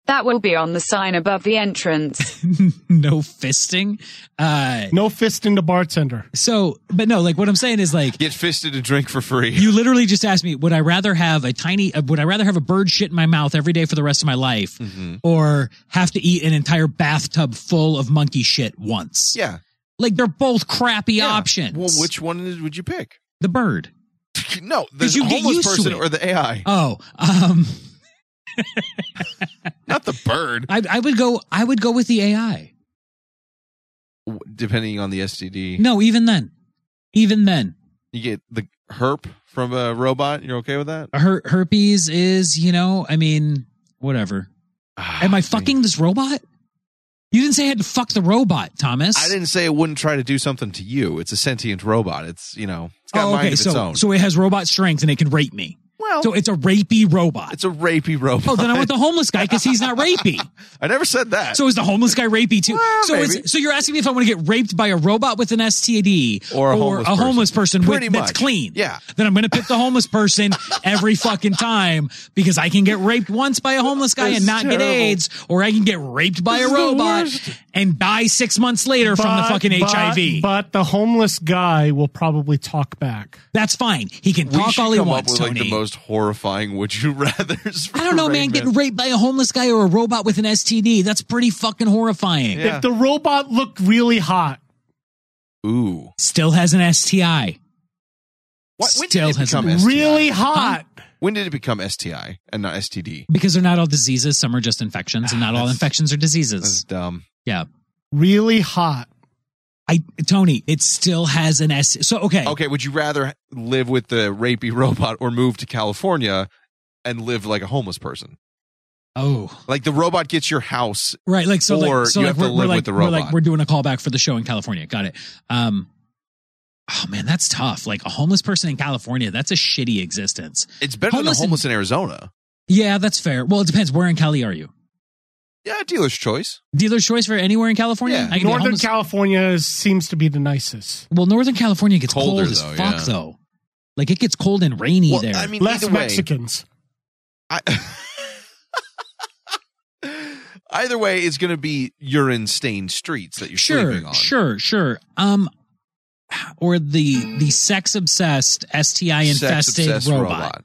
Speaker 4: that will be on the sign above the entrance.
Speaker 12: no fisting. Uh,
Speaker 2: no fisting the bartender.
Speaker 12: So, but no, like what I'm saying is like
Speaker 11: Get fisted and drink for free.
Speaker 12: you literally just asked me, would I rather have a tiny, uh, would I rather have a bird shit in my mouth every day for the rest of my life,
Speaker 11: Mm-hmm.
Speaker 12: or have to eat an entire bathtub full of monkey shit once?
Speaker 11: Yeah,
Speaker 12: like they're both crappy options.
Speaker 11: Well, which one is- would you pick?
Speaker 12: The bird.
Speaker 11: No, the
Speaker 12: 'Cause you get
Speaker 11: homeless
Speaker 12: used to
Speaker 11: person
Speaker 12: it.
Speaker 11: or the AI.
Speaker 12: Oh, um,
Speaker 11: Not the bird.
Speaker 12: I, I would go. I would go with the AI.
Speaker 11: W- Depending on the STD,
Speaker 12: No, even then, even then,
Speaker 11: you get the herp from a robot. You're okay with that?
Speaker 12: her herpes is you know. I mean, whatever.
Speaker 11: Ah,
Speaker 12: Am I fucking this robot? You didn't say I had to fuck the robot, Thomas.
Speaker 11: I didn't say it wouldn't try to do something to you. It's a sentient robot. It's you know, it's got a mind of
Speaker 12: Oh, so
Speaker 11: its own.
Speaker 12: so it has robot strength and it can rape me.
Speaker 11: Well,
Speaker 12: so it's a rapey robot.
Speaker 11: it's a rapey robot.
Speaker 12: Oh, then I want the homeless guy because he's not rapey.
Speaker 11: I never said that.
Speaker 12: So is the homeless guy rapey too?
Speaker 11: Well,
Speaker 12: so
Speaker 11: maybe.
Speaker 12: it's, so you're asking me if I want to get raped by a robot with an STD
Speaker 11: Or a homeless person.
Speaker 12: person,
Speaker 11: Pretty
Speaker 12: with, that's
Speaker 11: much.
Speaker 12: clean?
Speaker 11: Yeah.
Speaker 12: Then I'm going to pick the homeless person every fucking time because I can get raped once by a homeless guy
Speaker 11: That's
Speaker 12: and not
Speaker 11: terrible.
Speaker 12: get AIDS, or I can get raped by
Speaker 2: This
Speaker 12: a
Speaker 2: is the
Speaker 12: robot
Speaker 2: worst.
Speaker 12: and die six months later from the
Speaker 2: But-
Speaker 12: fucking
Speaker 2: but-
Speaker 12: HIV.
Speaker 2: But the homeless guy will probably talk back.
Speaker 12: that's fine. He can
Speaker 11: we
Speaker 12: talk
Speaker 11: should
Speaker 12: all he
Speaker 11: come up
Speaker 12: wants,
Speaker 11: with
Speaker 12: Tony.
Speaker 11: like the most horrifying "Would you rather"s.
Speaker 12: I don't know, man. Getting raped by a homeless guy or a robot with an STD. That's pretty fucking horrifying.
Speaker 11: Yeah.
Speaker 2: If the robot looked really hot,
Speaker 11: Ooh,
Speaker 12: Still has an STI.
Speaker 11: what, when
Speaker 12: Still
Speaker 11: did it
Speaker 12: has
Speaker 11: become
Speaker 12: an
Speaker 11: STI?
Speaker 2: really hot,
Speaker 11: When did it become STI and not STD?
Speaker 12: Because they're not all diseases. Some are just infections, and not all
Speaker 11: Ah, That's-
Speaker 12: infections are
Speaker 11: That's
Speaker 12: diseases.
Speaker 11: dumb.
Speaker 12: Yeah.
Speaker 2: really hot.
Speaker 12: I, Tony, it still has an S. So, okay.
Speaker 11: Okay, would you rather live with the rapey robot or move to California and live like a homeless person?
Speaker 12: Oh,
Speaker 11: Like the robot gets your house.
Speaker 12: right. Like, so,
Speaker 11: or
Speaker 12: like, so
Speaker 11: you
Speaker 12: like,
Speaker 11: have to
Speaker 12: we're,
Speaker 11: live
Speaker 12: we're like,
Speaker 11: with the
Speaker 12: we're like,
Speaker 11: robot.
Speaker 12: we're doing a callback for the show in California. Got it. Um, oh man, that's tough. Like a homeless person in California, that's a shitty existence. Oh,
Speaker 11: It's better
Speaker 12: Homeless
Speaker 11: than
Speaker 12: in-
Speaker 11: a homeless in Arizona.
Speaker 12: Yeah, that's fair. Well, it depends. Where in Cali are you?
Speaker 11: Yeah, dealer's choice.
Speaker 12: Dealer's choice for anywhere in California? I can be
Speaker 2: Northern
Speaker 12: homeless-
Speaker 2: California is- seems to be the nicest.
Speaker 12: Well, Northern California gets cold
Speaker 11: Colder,
Speaker 12: as
Speaker 11: though,
Speaker 12: fuck
Speaker 11: yeah.
Speaker 12: though. Like it gets cold and rainy
Speaker 11: Well,
Speaker 12: there.
Speaker 11: I mean,
Speaker 2: Less
Speaker 11: either way-
Speaker 2: Mexicans.
Speaker 11: Either way, it's going to be urine stained streets that you're sleeping
Speaker 12: sure,
Speaker 11: on.
Speaker 12: sure, sure. Um, or the the sex obsessed STI infested
Speaker 11: Sex-obsessed
Speaker 12: robot.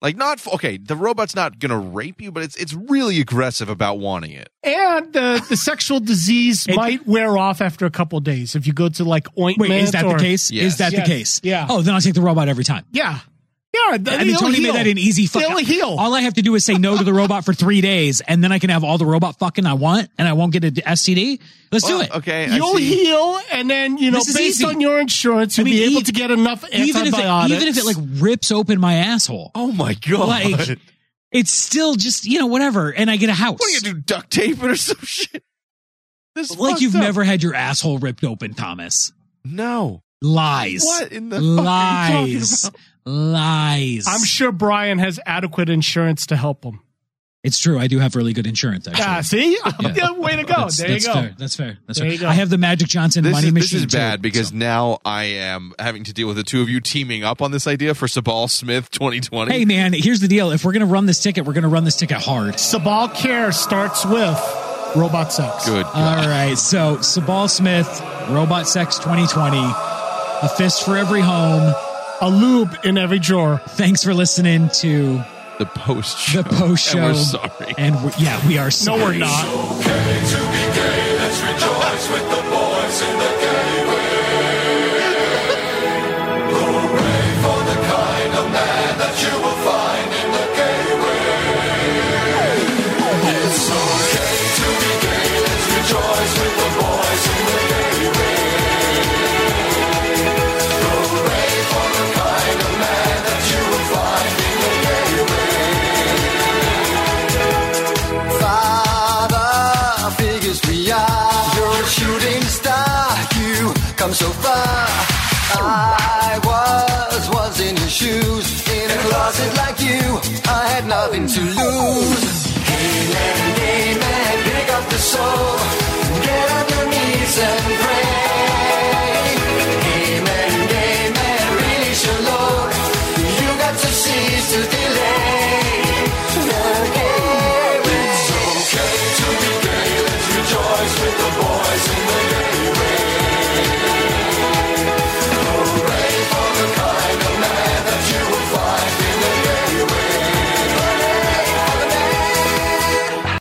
Speaker 11: Like not f- okay. The robot's not going to rape you, but it's it's really aggressive about wanting it.
Speaker 2: And uh, the, the sexual disease might wear off after a couple days if you go to like ointment.
Speaker 12: Wait, is that
Speaker 2: or-
Speaker 12: the case? Is that
Speaker 2: Yes.
Speaker 12: the case?
Speaker 2: Yeah.
Speaker 12: Oh, then I'll take the robot every time.
Speaker 2: Yeah. Yeah. th-
Speaker 12: I mean,
Speaker 2: they'll
Speaker 12: Tony
Speaker 2: heal.
Speaker 12: made that an easy fuck.
Speaker 2: They'll heal.
Speaker 12: All I have to do is say no to the robot for three days, and then I can have all the robot fucking I want, and I won't get a d- STD. Let's do it.
Speaker 11: Oh, Okay.
Speaker 2: You'll heal, and then you know,
Speaker 12: This is
Speaker 2: based
Speaker 12: easy.
Speaker 2: on your insurance,
Speaker 12: I
Speaker 2: you'll
Speaker 12: mean,
Speaker 2: be able
Speaker 12: ev-
Speaker 2: to get enough
Speaker 12: even if it,
Speaker 2: antibiotics.
Speaker 12: even if it like rips open my asshole.
Speaker 11: Oh my god!
Speaker 12: Like it's still just you know whatever, and I get a house.
Speaker 11: What do you do? Duct tape it or some shit? This is
Speaker 12: like
Speaker 11: fucked
Speaker 12: you've
Speaker 11: up.
Speaker 12: never had your asshole ripped open, Thomas.
Speaker 11: No
Speaker 12: lies.
Speaker 11: What in the fuck are you talking
Speaker 12: lies? Lies.
Speaker 2: I'm sure Brian has adequate insurance to help him.
Speaker 12: It's true. I do have really good insurance. Actually.
Speaker 2: Ah, see,
Speaker 12: Yeah.
Speaker 2: Yeah, way to go.
Speaker 12: That's-
Speaker 2: there you
Speaker 12: that's
Speaker 2: go.
Speaker 12: fair. That's fair. That's
Speaker 2: There
Speaker 12: fair.
Speaker 2: you go.
Speaker 12: I have the Magic Johnson
Speaker 11: This
Speaker 12: money
Speaker 11: is, this
Speaker 12: machine.
Speaker 11: is
Speaker 12: too.
Speaker 11: bad because now I am having to deal with the two of you teaming up on this idea for Sabal Smith 2020.
Speaker 12: Hey man, here's the deal. If we're gonna run this ticket, we're gonna run this ticket hard.
Speaker 2: Sabal care starts with robot sex.
Speaker 11: Good.
Speaker 12: All right. So Sabal Smith, Robot Sex 2020, a fist for every home,
Speaker 2: a lube in every drawer.
Speaker 12: Thanks for listening to
Speaker 11: The post show.
Speaker 12: The post show.
Speaker 11: And we're sorry.
Speaker 12: And we yeah, we are
Speaker 17: okay to
Speaker 12: sorry.
Speaker 17: be gay. Let's rejoice with the boys in the gay way. Hooray for the kind of man that you will find in the gay way. It's okay to be gay. Let's rejoice with the boys in the gay way. Hooray for the kind of man that you will find in the gay way. Father figures we are. You're a shooting star. You come so far. I was once in your shoes. In a closet like you, I had nothing to lose. Hey man, hey man, pick up the soul. Get on your knees and